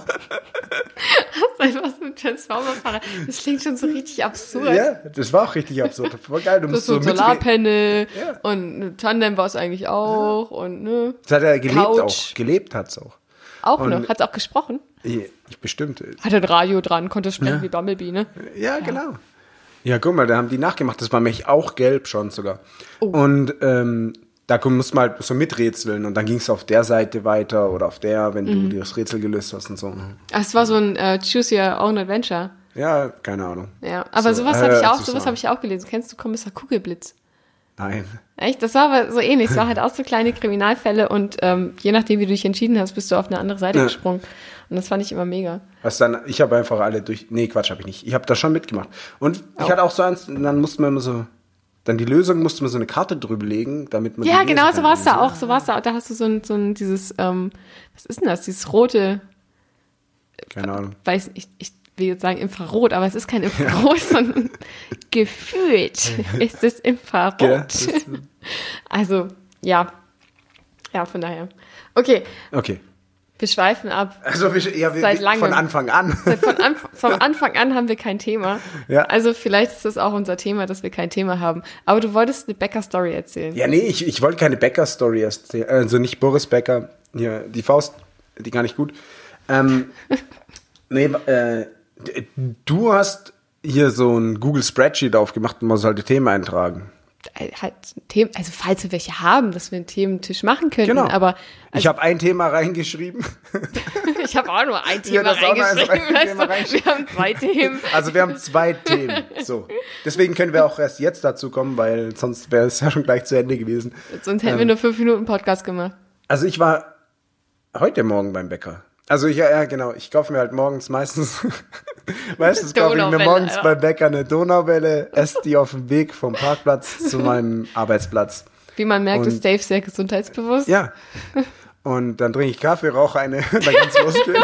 [SPEAKER 1] Einfach so ein Transformer-Fahrer. Das klingt schon so richtig absurd.
[SPEAKER 2] ja, das war auch richtig absurd. Voll geil. Du
[SPEAKER 1] Das ist
[SPEAKER 2] musst
[SPEAKER 1] so
[SPEAKER 2] so
[SPEAKER 1] ein
[SPEAKER 2] mitgehen.
[SPEAKER 1] Solarpanel
[SPEAKER 2] Ja.
[SPEAKER 1] und ein Tandem war es eigentlich auch und ne.
[SPEAKER 2] Das hat er gelebt
[SPEAKER 1] Couch.
[SPEAKER 2] auch. Gelebt hat's auch.
[SPEAKER 1] Auch
[SPEAKER 2] Und-
[SPEAKER 1] noch. Hat es auch gesprochen?
[SPEAKER 2] Ich ich bestimmt.
[SPEAKER 1] Hatte ein Radio dran, konnte sprechen wie Bumblebee, ne?
[SPEAKER 2] Ja, genau. Ja, guck mal, da haben die nachgemacht. Das war nämlich auch gelb schon sogar.
[SPEAKER 1] Oh.
[SPEAKER 2] Und ähm, da muss man halt so miträtseln und dann ging es auf der Seite weiter oder auf der, wenn
[SPEAKER 1] Mhm.
[SPEAKER 2] du das Rätsel gelöst hast und so.
[SPEAKER 1] Ach, es war so ein äh, Choose Your Own Adventure.
[SPEAKER 2] Ja, keine Ahnung.
[SPEAKER 1] Ja, aber
[SPEAKER 2] So,
[SPEAKER 1] sowas
[SPEAKER 2] äh,
[SPEAKER 1] habe ich auch,
[SPEAKER 2] zusammen.
[SPEAKER 1] sowas habe ich auch gelesen. Kennst du Kommissar Kugelblitz?
[SPEAKER 2] Nein.
[SPEAKER 1] Echt? Das war aber so ähnlich. Es war halt auch so kleine Kriminalfälle und ähm, je nachdem, wie du dich entschieden hast, bist du auf eine andere Seite
[SPEAKER 2] Ja.
[SPEAKER 1] gesprungen. Und das fand ich immer mega.
[SPEAKER 2] Was dann, ich habe einfach alle durch. Nee, Quatsch, habe ich nicht. Ich habe da schon mitgemacht. Und ich hatte auch so eins, und dann mussten wir immer so. Dann die Lösung musste man so eine Karte drüber legen, damit man. die
[SPEAKER 1] Ja,
[SPEAKER 2] lesen
[SPEAKER 1] genau,
[SPEAKER 2] kann.
[SPEAKER 1] so war es da auch. So war es da. auch. Da hast du so ein, so ein dieses, ähm, was ist denn das? Dieses rote,
[SPEAKER 2] Keine Ahnung.
[SPEAKER 1] weiß ich, ich will jetzt sagen Infrarot, aber es ist kein Infrarot, sondern gefühlt ist es Infrarot.
[SPEAKER 2] Gell? Das-
[SPEAKER 1] Also, ja. Ja, von daher. Okay,
[SPEAKER 2] Okay.
[SPEAKER 1] wir schweifen ab.
[SPEAKER 2] Also, wir, ja, wir,
[SPEAKER 1] Seit
[SPEAKER 2] wir, von
[SPEAKER 1] langem.
[SPEAKER 2] Anfang an.
[SPEAKER 1] Seit Von Anf vom Anfang an haben wir kein Thema.
[SPEAKER 2] Ja.
[SPEAKER 1] Also vielleicht ist das auch unser Thema, dass wir kein Thema haben. Aber du wolltest eine Bäcker-Story erzählen.
[SPEAKER 2] Ja, nee, ich, ich wollte keine Becker-Story erzählen. Also nicht Boris Becker. Hier, die Faust, die gar nicht gut. Ähm, nee, äh, d- du hast hier so ein Google Spreadsheet aufgemacht und man sollte Themen eintragen.
[SPEAKER 1] Äh, Halt Themen, also falls wir welche haben, dass wir einen Thementisch machen könnten.
[SPEAKER 2] Genau.
[SPEAKER 1] Aber
[SPEAKER 2] ich habe ein Thema reingeschrieben.
[SPEAKER 1] ich habe auch nur ein Thema
[SPEAKER 2] Ja, das auch noch eins
[SPEAKER 1] reingeschrieben.
[SPEAKER 2] rein- Thema
[SPEAKER 1] weißt du? Wir haben zwei Themen.
[SPEAKER 2] Also wir haben zwei Themen. So. Deswegen können wir auch erst jetzt dazu kommen, weil sonst wäre es ja schon gleich zu Ende gewesen.
[SPEAKER 1] Sonst hätten
[SPEAKER 2] Ähm.
[SPEAKER 1] wir nur fünf Minuten Podcast gemacht.
[SPEAKER 2] Also ich war heute Morgen beim Bäcker. Also ich, ja, ja genau, ich kaufe mir halt morgens meistens, meistens kaufe ich mir
[SPEAKER 1] Donauwelle,
[SPEAKER 2] morgens
[SPEAKER 1] ja.
[SPEAKER 2] beim Bäcker eine Donauwelle, esse die auf dem Weg vom Parkplatz zu meinem Arbeitsplatz.
[SPEAKER 1] Wie man merkt, ist
[SPEAKER 2] Und-
[SPEAKER 1] Dave sehr gesundheitsbewusst.
[SPEAKER 2] Ja. Und dann trinke ich Kaffee, rauche eine, dann kann's losgehen.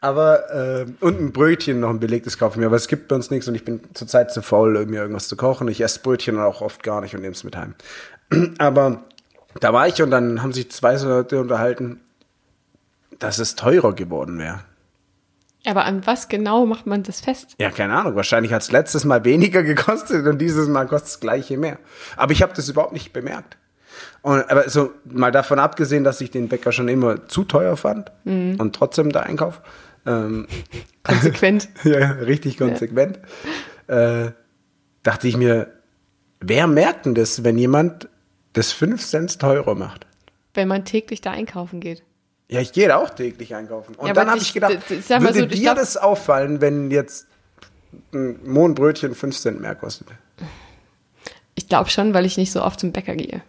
[SPEAKER 2] Aber, ähm, und ein Brötchen, noch ein belegtes kaufe ich mir. Aber es gibt bei uns nichts und ich bin zurzeit zu faul, um mir irgendwas zu kochen. Ich esse Brötchen auch oft gar nicht und nehme es mit heim. Aber da war ich und dann haben sich zwei so Leute unterhalten, dass es teurer geworden wäre.
[SPEAKER 1] Aber an was genau macht man das fest?
[SPEAKER 2] Ja, keine Ahnung. Wahrscheinlich hat's letztes Mal weniger gekostet und dieses Mal kostet's gleiche mehr. Aber ich habe das überhaupt nicht bemerkt. Und, aber so mal davon abgesehen, dass ich den Bäcker schon immer zu teuer fand und trotzdem da einkauf. Ähm,
[SPEAKER 1] Konsequent.
[SPEAKER 2] ja, ja, richtig konsequent. Äh, dachte ich mir, wer merkt denn das, wenn jemand das 5 Cent teurer macht?
[SPEAKER 1] wenn man täglich da einkaufen geht.
[SPEAKER 2] Ja, ich gehe da auch täglich einkaufen. Und
[SPEAKER 1] Ja,
[SPEAKER 2] dann
[SPEAKER 1] aber
[SPEAKER 2] habe
[SPEAKER 1] ich-
[SPEAKER 2] ich gedacht,
[SPEAKER 1] d- d- sag mal
[SPEAKER 2] würde
[SPEAKER 1] so, ich
[SPEAKER 2] dir
[SPEAKER 1] glaub-
[SPEAKER 2] das auffallen, wenn jetzt ein Mohnbrötchen 5 Cent mehr kostet?
[SPEAKER 1] Ich glaube schon, weil ich nicht so oft zum Bäcker gehe.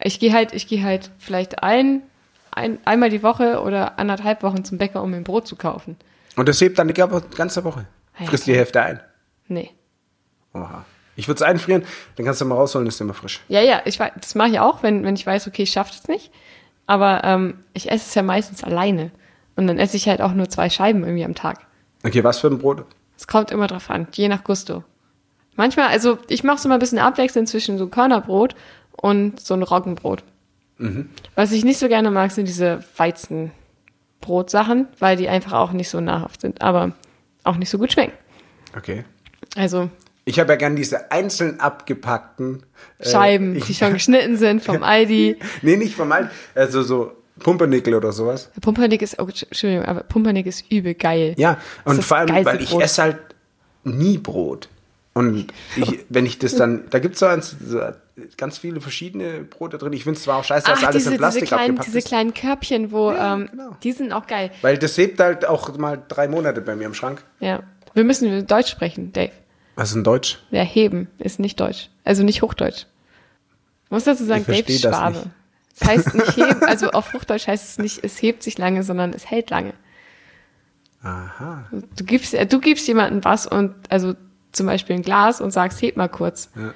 [SPEAKER 1] Ich gehe halt, ich gehe halt vielleicht ein, ein, einmal die Woche oder anderthalb Wochen zum Bäcker, um mir ein Brot zu kaufen.
[SPEAKER 2] Und das hebt dann die ganze Woche.
[SPEAKER 1] Ah, Ja,
[SPEAKER 2] Frisst
[SPEAKER 1] klar.
[SPEAKER 2] die Hälfte ein.
[SPEAKER 1] Nee.
[SPEAKER 2] Oha. Ich würde es einfrieren, dann kannst du mal rausholen, ist immer frisch.
[SPEAKER 1] Ja, ja, ich, wei- das mache ich auch, wenn, wenn ich weiß, okay, ich schaffe es nicht. Aber ähm, ich esse es ja meistens alleine. Und dann esse ich halt auch nur zwei Scheiben irgendwie am Tag.
[SPEAKER 2] Okay, was für ein Brot?
[SPEAKER 1] Es kommt immer drauf an, je nach Gusto. Manchmal, also ich mache so mal ein bisschen abwechselnd zwischen so Körnerbrot und so ein Roggenbrot.
[SPEAKER 2] Mhm.
[SPEAKER 1] Was ich nicht so gerne mag, sind diese Weizenbrotsachen, weil die einfach auch nicht so nahrhaft sind, aber auch nicht so gut schmecken.
[SPEAKER 2] Okay.
[SPEAKER 1] Also
[SPEAKER 2] Ich habe ja gern diese einzeln abgepackten äh,
[SPEAKER 1] Scheiben, die
[SPEAKER 2] ich,
[SPEAKER 1] schon geschnitten sind vom Aldi.
[SPEAKER 2] nee, nicht formal, also so Pumpernickel oder sowas.
[SPEAKER 1] Pumpernick ist, oh, Entsch- Entschuldigung, aber Pumpernick ist übel geil.
[SPEAKER 2] Ja,
[SPEAKER 1] Das
[SPEAKER 2] und
[SPEAKER 1] ist
[SPEAKER 2] vor allem,
[SPEAKER 1] geilste
[SPEAKER 2] weil ich
[SPEAKER 1] Brot.
[SPEAKER 2] esse halt nie Brot. Und ich, wenn ich das dann, da gibt es so, eins, so ganz viele verschiedene Brote drin. Ich finde es zwar auch scheiße, dass
[SPEAKER 1] Ach,
[SPEAKER 2] alles
[SPEAKER 1] diese,
[SPEAKER 2] in
[SPEAKER 1] diese,
[SPEAKER 2] Plastik
[SPEAKER 1] kleinen,
[SPEAKER 2] abgepackt
[SPEAKER 1] diese
[SPEAKER 2] ist.
[SPEAKER 1] kleinen Körbchen, wo,
[SPEAKER 2] Ja,
[SPEAKER 1] ähm,
[SPEAKER 2] genau.
[SPEAKER 1] die sind auch geil.
[SPEAKER 2] Weil das hebt halt auch mal drei Monate bei mir im Schrank.
[SPEAKER 1] Ja. Wir müssen Deutsch sprechen, Dave.
[SPEAKER 2] Was ist in Deutsch?
[SPEAKER 1] Ja, heben ist nicht Deutsch. Also nicht Hochdeutsch. Man muss dazu sagen,
[SPEAKER 2] Ich
[SPEAKER 1] Dave
[SPEAKER 2] verstehe
[SPEAKER 1] ist
[SPEAKER 2] das
[SPEAKER 1] Schwabe.
[SPEAKER 2] nicht.
[SPEAKER 1] Das heißt nicht heben, also auf Hochdeutsch heißt es nicht, es hebt sich lange, sondern es hält lange.
[SPEAKER 2] Aha.
[SPEAKER 1] Du gibst, äh, du gibst jemandem was und, also zum Beispiel ein Glas und sagst, heb mal kurz.
[SPEAKER 2] Ja.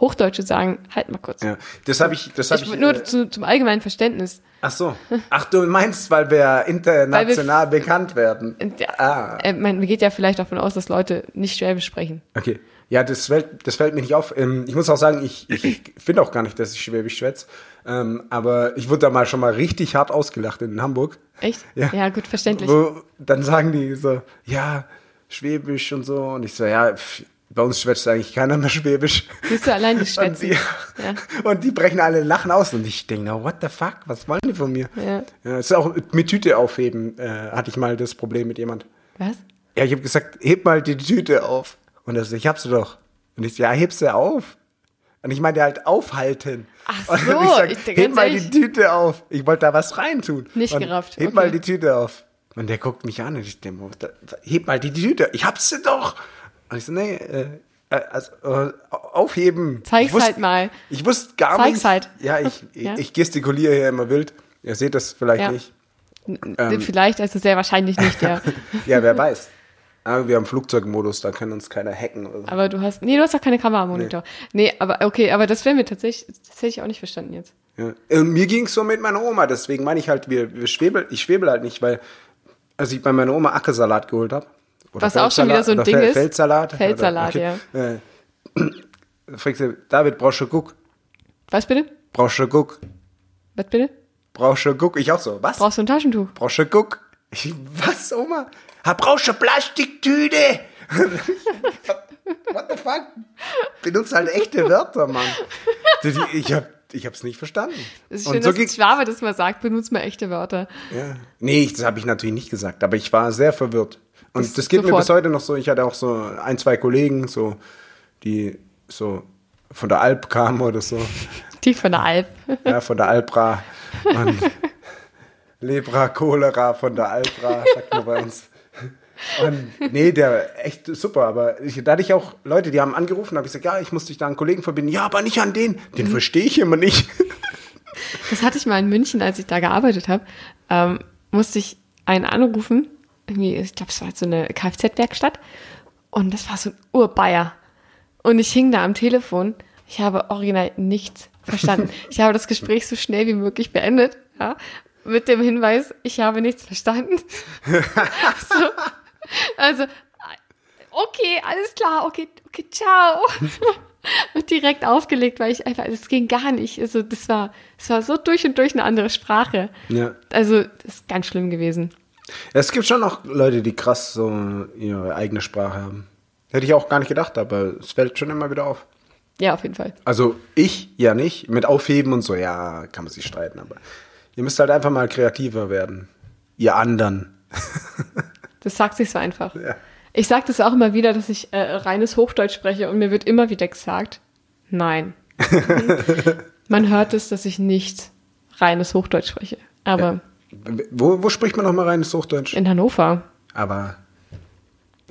[SPEAKER 1] Hochdeutsche sagen, halt mal kurz.
[SPEAKER 2] Ja, das habe ich, das habe
[SPEAKER 1] ich,
[SPEAKER 2] ich.
[SPEAKER 1] nur
[SPEAKER 2] äh,
[SPEAKER 1] zu, zum allgemeinen Verständnis.
[SPEAKER 2] ach so. Ach, du meinst, weil wir international bekannt werden.
[SPEAKER 1] Und, ja,
[SPEAKER 2] Ah.
[SPEAKER 1] äh, man geht ja vielleicht davon aus, dass Leute nicht Schwäbisch sprechen.
[SPEAKER 2] Okay. Ja, das fällt, das fällt mir nicht auf. Ähm, ich muss auch sagen, ich, ich finde auch gar nicht, dass ich Schwäbisch schwätze. Ähm, aber ich wurde da mal schon mal richtig hart ausgelacht in Hamburg.
[SPEAKER 1] Echt?
[SPEAKER 2] Ja.
[SPEAKER 1] gut, verständlich.
[SPEAKER 2] Wo, dann sagen die so, ja, Schwäbisch und so. Und ich so, ja, pff, bei uns schwätzt eigentlich keiner mehr Schwäbisch.
[SPEAKER 1] Bist du allein nicht
[SPEAKER 2] Und die,
[SPEAKER 1] schwätzen. Ja.
[SPEAKER 2] und die brechen alle in lachen aus. Und ich denke, no, what the fuck, was wollen die von mir?
[SPEAKER 1] Ja.
[SPEAKER 2] Ja, es ist auch mit Tüte aufheben, äh, hatte ich mal das Problem mit jemand.
[SPEAKER 1] Was?
[SPEAKER 2] Ja, ich habe gesagt, heb mal die Tüte auf. Und er so, ich hab sie doch. Und ich so, ja, heb sie auf. Und ich meinte halt aufhalten.
[SPEAKER 1] Ach
[SPEAKER 2] und
[SPEAKER 1] so,
[SPEAKER 2] dann hab ich
[SPEAKER 1] ich-
[SPEAKER 2] gesagt,
[SPEAKER 1] ganz
[SPEAKER 2] heb mal
[SPEAKER 1] ehrlich?
[SPEAKER 2] die Tüte auf. Ich wollte da was reintun.
[SPEAKER 1] Nicht
[SPEAKER 2] und
[SPEAKER 1] gerafft,
[SPEAKER 2] Heb
[SPEAKER 1] okay.
[SPEAKER 2] mal die Tüte auf. Und der guckt mich an und ich denke, heb mal die Tüte. Ich hab sie doch. Und ich so, nee, äh, äh, also, äh, aufheben.
[SPEAKER 1] Zeig's
[SPEAKER 2] Ich wusste-
[SPEAKER 1] halt mal.
[SPEAKER 2] Ich wusste gar
[SPEAKER 1] Zeig's
[SPEAKER 2] nichts.
[SPEAKER 1] halt.
[SPEAKER 2] Ja, ich,
[SPEAKER 1] Ja.
[SPEAKER 2] ich gestikuliere hier immer wild. Ihr seht das vielleicht
[SPEAKER 1] Ja.
[SPEAKER 2] nicht.
[SPEAKER 1] Ähm, Vielleicht, also sehr wahrscheinlich nicht, ja.
[SPEAKER 2] Ja, wer weiß. Aber wir haben Flugzeugmodus, da kann uns keiner hacken. Oder so.
[SPEAKER 1] aber du hast, nee, du hast doch keine Kamera am Monitor. Nee, aber okay, aber das wäre mir tatsächlich, das hätte ich auch nicht verstanden jetzt.
[SPEAKER 2] Ja. Und mir ging es so mit meiner Oma, deswegen meine ich halt, wir, wir schwebel, ich schwebel halt nicht, weil als ich bei meiner Oma Ackersalat geholt habe.
[SPEAKER 1] Was auch schon wieder so ein Ding ist.
[SPEAKER 2] Feldsalat.
[SPEAKER 1] Feldsalat,
[SPEAKER 2] ja. Äh, da fragst du, David, brauchst du Guck?
[SPEAKER 1] Was bitte?
[SPEAKER 2] Brauchst du Guck?
[SPEAKER 1] Was bitte?
[SPEAKER 2] Brauchst du Guck? Ich auch so, was?
[SPEAKER 1] Brauchst du ein Taschentuch?
[SPEAKER 2] brauchst du Guck? Ich, was, Oma? Ha, brauchst du Plastiktüte? What the fuck? Benutzt halt echte Wörter, Mann. Die- die- Ich hab, ich hab's nicht verstanden.
[SPEAKER 1] Es ist
[SPEAKER 2] Und
[SPEAKER 1] schön,
[SPEAKER 2] so
[SPEAKER 1] dass
[SPEAKER 2] geht's-
[SPEAKER 1] Schwabe das mal sagt, benutzt mal echte Wörter.
[SPEAKER 2] Ja. Nee, ich, das habe ich natürlich nicht gesagt, aber ich war sehr verwirrt. Und das, geht mir
[SPEAKER 1] sofort.
[SPEAKER 2] bis heute noch so. Ich hatte auch so ein, zwei Kollegen, so, die so von der Alp kamen oder so.
[SPEAKER 1] Die von der Alp.
[SPEAKER 2] ja, von der Alpra. Und Lebra, Cholera von der Alpra, sagt man bei uns. Und nee, der echt super, aber ich, da hatte ich auch Leute, die haben angerufen, habe ich gesagt, ja, ich muss dich da an einen Kollegen verbinden. Ja, aber nicht an den. Den verstehe ich immer nicht.
[SPEAKER 1] Das hatte ich mal in München, als ich da gearbeitet habe. Ähm, musste ich einen anrufen. Irgendwie, ich glaube, es war halt so eine Kfz-Werkstatt. Und das war so ein Urbayer. Und ich hing da am Telefon. Ich habe original nichts verstanden. Ich habe das Gespräch so schnell wie möglich beendet. Ja, mit dem Hinweis, ich habe nichts verstanden. so, also, okay, alles klar, okay, okay, ciao. und direkt aufgelegt, weil ich einfach, das ging gar nicht. Also, das war, das war so durch und durch eine andere Sprache.
[SPEAKER 2] Ja.
[SPEAKER 1] Also, das ist ganz schlimm gewesen.
[SPEAKER 2] Es gibt schon auch Leute, die krass so ihre eigene Sprache haben. Hätte ich auch gar nicht gedacht, aber es fällt schon immer wieder auf.
[SPEAKER 1] Ja, auf jeden Fall.
[SPEAKER 2] Also ich ja nicht. Mit Aufheben und so, ja, kann man sich streiten, aber ihr müsst halt einfach mal kreativer werden. Ihr anderen.
[SPEAKER 1] Das sagt sich so einfach.
[SPEAKER 2] Ja.
[SPEAKER 1] Ich sage das auch immer wieder, dass ich äh, reines Hochdeutsch spreche und mir wird immer wieder gesagt, nein. Man hört es, dass ich nicht reines Hochdeutsch spreche. Aber
[SPEAKER 2] Wo, wo spricht man nochmal reines Hochdeutsch?
[SPEAKER 1] in Hannover,
[SPEAKER 2] Aber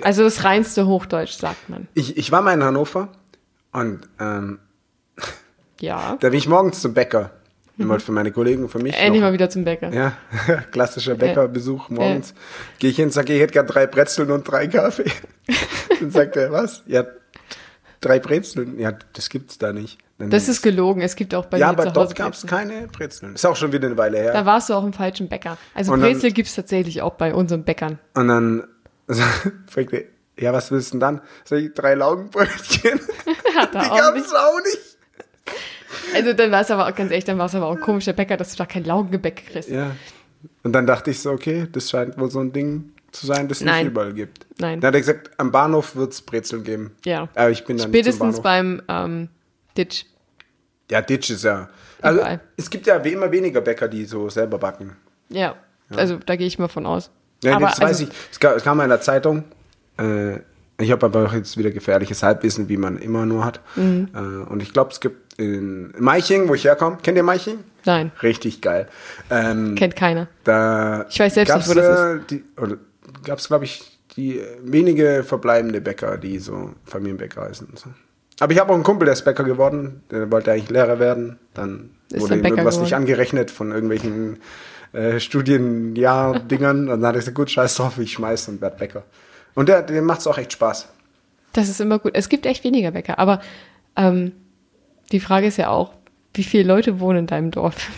[SPEAKER 1] also das reinste Hochdeutsch, sagt man.
[SPEAKER 2] ich, ich war mal in Hannover und ähm,
[SPEAKER 1] Ja.
[SPEAKER 2] da bin ich morgens zum Bäcker. Immer für meine Kollegen und für mich.
[SPEAKER 1] Mhm. Endlich
[SPEAKER 2] noch.
[SPEAKER 1] mal wieder zum Bäcker.
[SPEAKER 2] Ja, klassischer Bäckerbesuch morgens. Gehe ich hin, sage, ich hätte gern drei Brezeln und drei Kaffee. Dann sagt er, was? Ja, drei Brezeln. Ja, das gibt's da nicht. Dann-
[SPEAKER 1] Das ist gelogen. Es gibt auch bei
[SPEAKER 2] ja,
[SPEAKER 1] mir
[SPEAKER 2] aber
[SPEAKER 1] zu
[SPEAKER 2] dort
[SPEAKER 1] Hause
[SPEAKER 2] gab es
[SPEAKER 1] Brezeln.
[SPEAKER 2] keine Brezeln. Ist auch schon wieder eine Weile her.
[SPEAKER 1] Da warst du auch im falschen Bäcker. Also
[SPEAKER 2] Und dann-
[SPEAKER 1] Brezel gibt es tatsächlich auch bei unseren Bäckern.
[SPEAKER 2] Und dann fragt er, ja, was willst du denn dann? Sag ich, drei Laugenbrötchen.
[SPEAKER 1] Hat
[SPEAKER 2] Die
[SPEAKER 1] er auch nicht.
[SPEAKER 2] gab's auch nicht.
[SPEAKER 1] Also dann war es aber auch ganz echt, dann war es aber auch ein komischer Bäcker, dass du da kein Laugengebäck kriegst.
[SPEAKER 2] Ja. Und dann dachte ich so, okay, das scheint wohl so ein Ding zu sein, das es
[SPEAKER 1] Nein.
[SPEAKER 2] nicht überall gibt.
[SPEAKER 1] Nein.
[SPEAKER 2] Dann hat er gesagt, am Bahnhof wird's Brezeln geben.
[SPEAKER 1] Ja.
[SPEAKER 2] Aber ich bin dann nicht
[SPEAKER 1] Spätestens
[SPEAKER 2] zum Bahnhof.
[SPEAKER 1] beim ähm, Ditch.
[SPEAKER 2] Ja, Ditch ist ja. Also,
[SPEAKER 1] Überall.
[SPEAKER 2] es gibt ja wie immer weniger Bäcker, die so selber backen.
[SPEAKER 1] Ja. Also da gehe ich mal von aus.
[SPEAKER 2] Ja,
[SPEAKER 1] aber
[SPEAKER 2] nee, das
[SPEAKER 1] also,
[SPEAKER 2] weiß ich. Es kam, es kam mal in der Zeitung. Äh, ich habe aber auch jetzt wieder gefährliches Halbwissen, wie man immer nur hat.
[SPEAKER 1] Mhm.
[SPEAKER 2] Äh, und ich glaube, es gibt in Meiching, wo ich herkomme. Kennt ihr Meiching?
[SPEAKER 1] Nein,
[SPEAKER 2] Richtig geil. Ähm,
[SPEAKER 1] kennt keiner.
[SPEAKER 2] da
[SPEAKER 1] Ich weiß selbst
[SPEAKER 2] gab's,
[SPEAKER 1] nicht, wo das
[SPEAKER 2] äh, Die, oder gab es, glaube ich, die äh, wenige verbleibende Bäcker, die so Familienbäcker heißen und so. Aber ich habe auch einen Kumpel, der ist Bäcker geworden. Der wollte eigentlich Lehrer werden. Dann
[SPEAKER 1] Ist
[SPEAKER 2] wurde
[SPEAKER 1] dann
[SPEAKER 2] ihm
[SPEAKER 1] Bäcker
[SPEAKER 2] irgendwas nicht
[SPEAKER 1] geworden.
[SPEAKER 2] angerechnet von irgendwelchen äh, Studienjahr-Dingern. und dann hat er gesagt, gut, scheiß drauf, ich schmeiß und werd Bäcker. Und der, dem macht es auch echt Spaß.
[SPEAKER 1] Das ist immer gut. Es gibt echt weniger Bäcker, aber ähm, die Frage ist ja auch, wie viele Leute wohnen in deinem Dorf?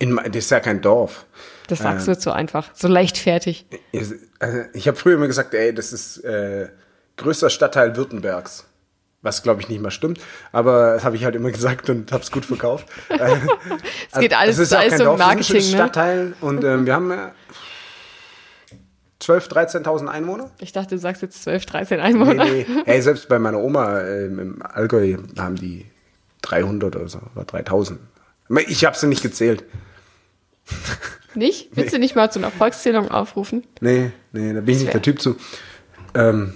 [SPEAKER 2] In, Ma- das ist ja kein Dorf.
[SPEAKER 1] Das
[SPEAKER 2] Äh.
[SPEAKER 1] sagst du jetzt so einfach, so leichtfertig.
[SPEAKER 2] Ich, also ich habe früher immer gesagt, ey, das ist äh, größter Stadtteil Württembergs. Was, glaube ich, nicht mal stimmt. Aber das habe ich halt immer gesagt und habe es gut verkauft.
[SPEAKER 1] Es geht alles,
[SPEAKER 2] das Also ist
[SPEAKER 1] da
[SPEAKER 2] auch
[SPEAKER 1] ist
[SPEAKER 2] kein
[SPEAKER 1] so
[SPEAKER 2] Dorf,
[SPEAKER 1] ein
[SPEAKER 2] das ist
[SPEAKER 1] Marketing,
[SPEAKER 2] ein
[SPEAKER 1] ne?
[SPEAKER 2] Stadtteil. Und ähm, wir haben ja 12.000, 13.000 Einwohner.
[SPEAKER 1] Ich dachte, du sagst jetzt 12, 13
[SPEAKER 2] Nee,
[SPEAKER 1] Einwohner.
[SPEAKER 2] nee. Hey, selbst bei meiner Oma ähm, im Allgäu haben die 300 oder so, oder 3.000. Ich habe sie nicht gezählt.
[SPEAKER 1] Nicht? Willst du nicht mal zu einer Volkszählung aufrufen?
[SPEAKER 2] Nee, nee, da bin ich nicht der Typ zu. Ähm,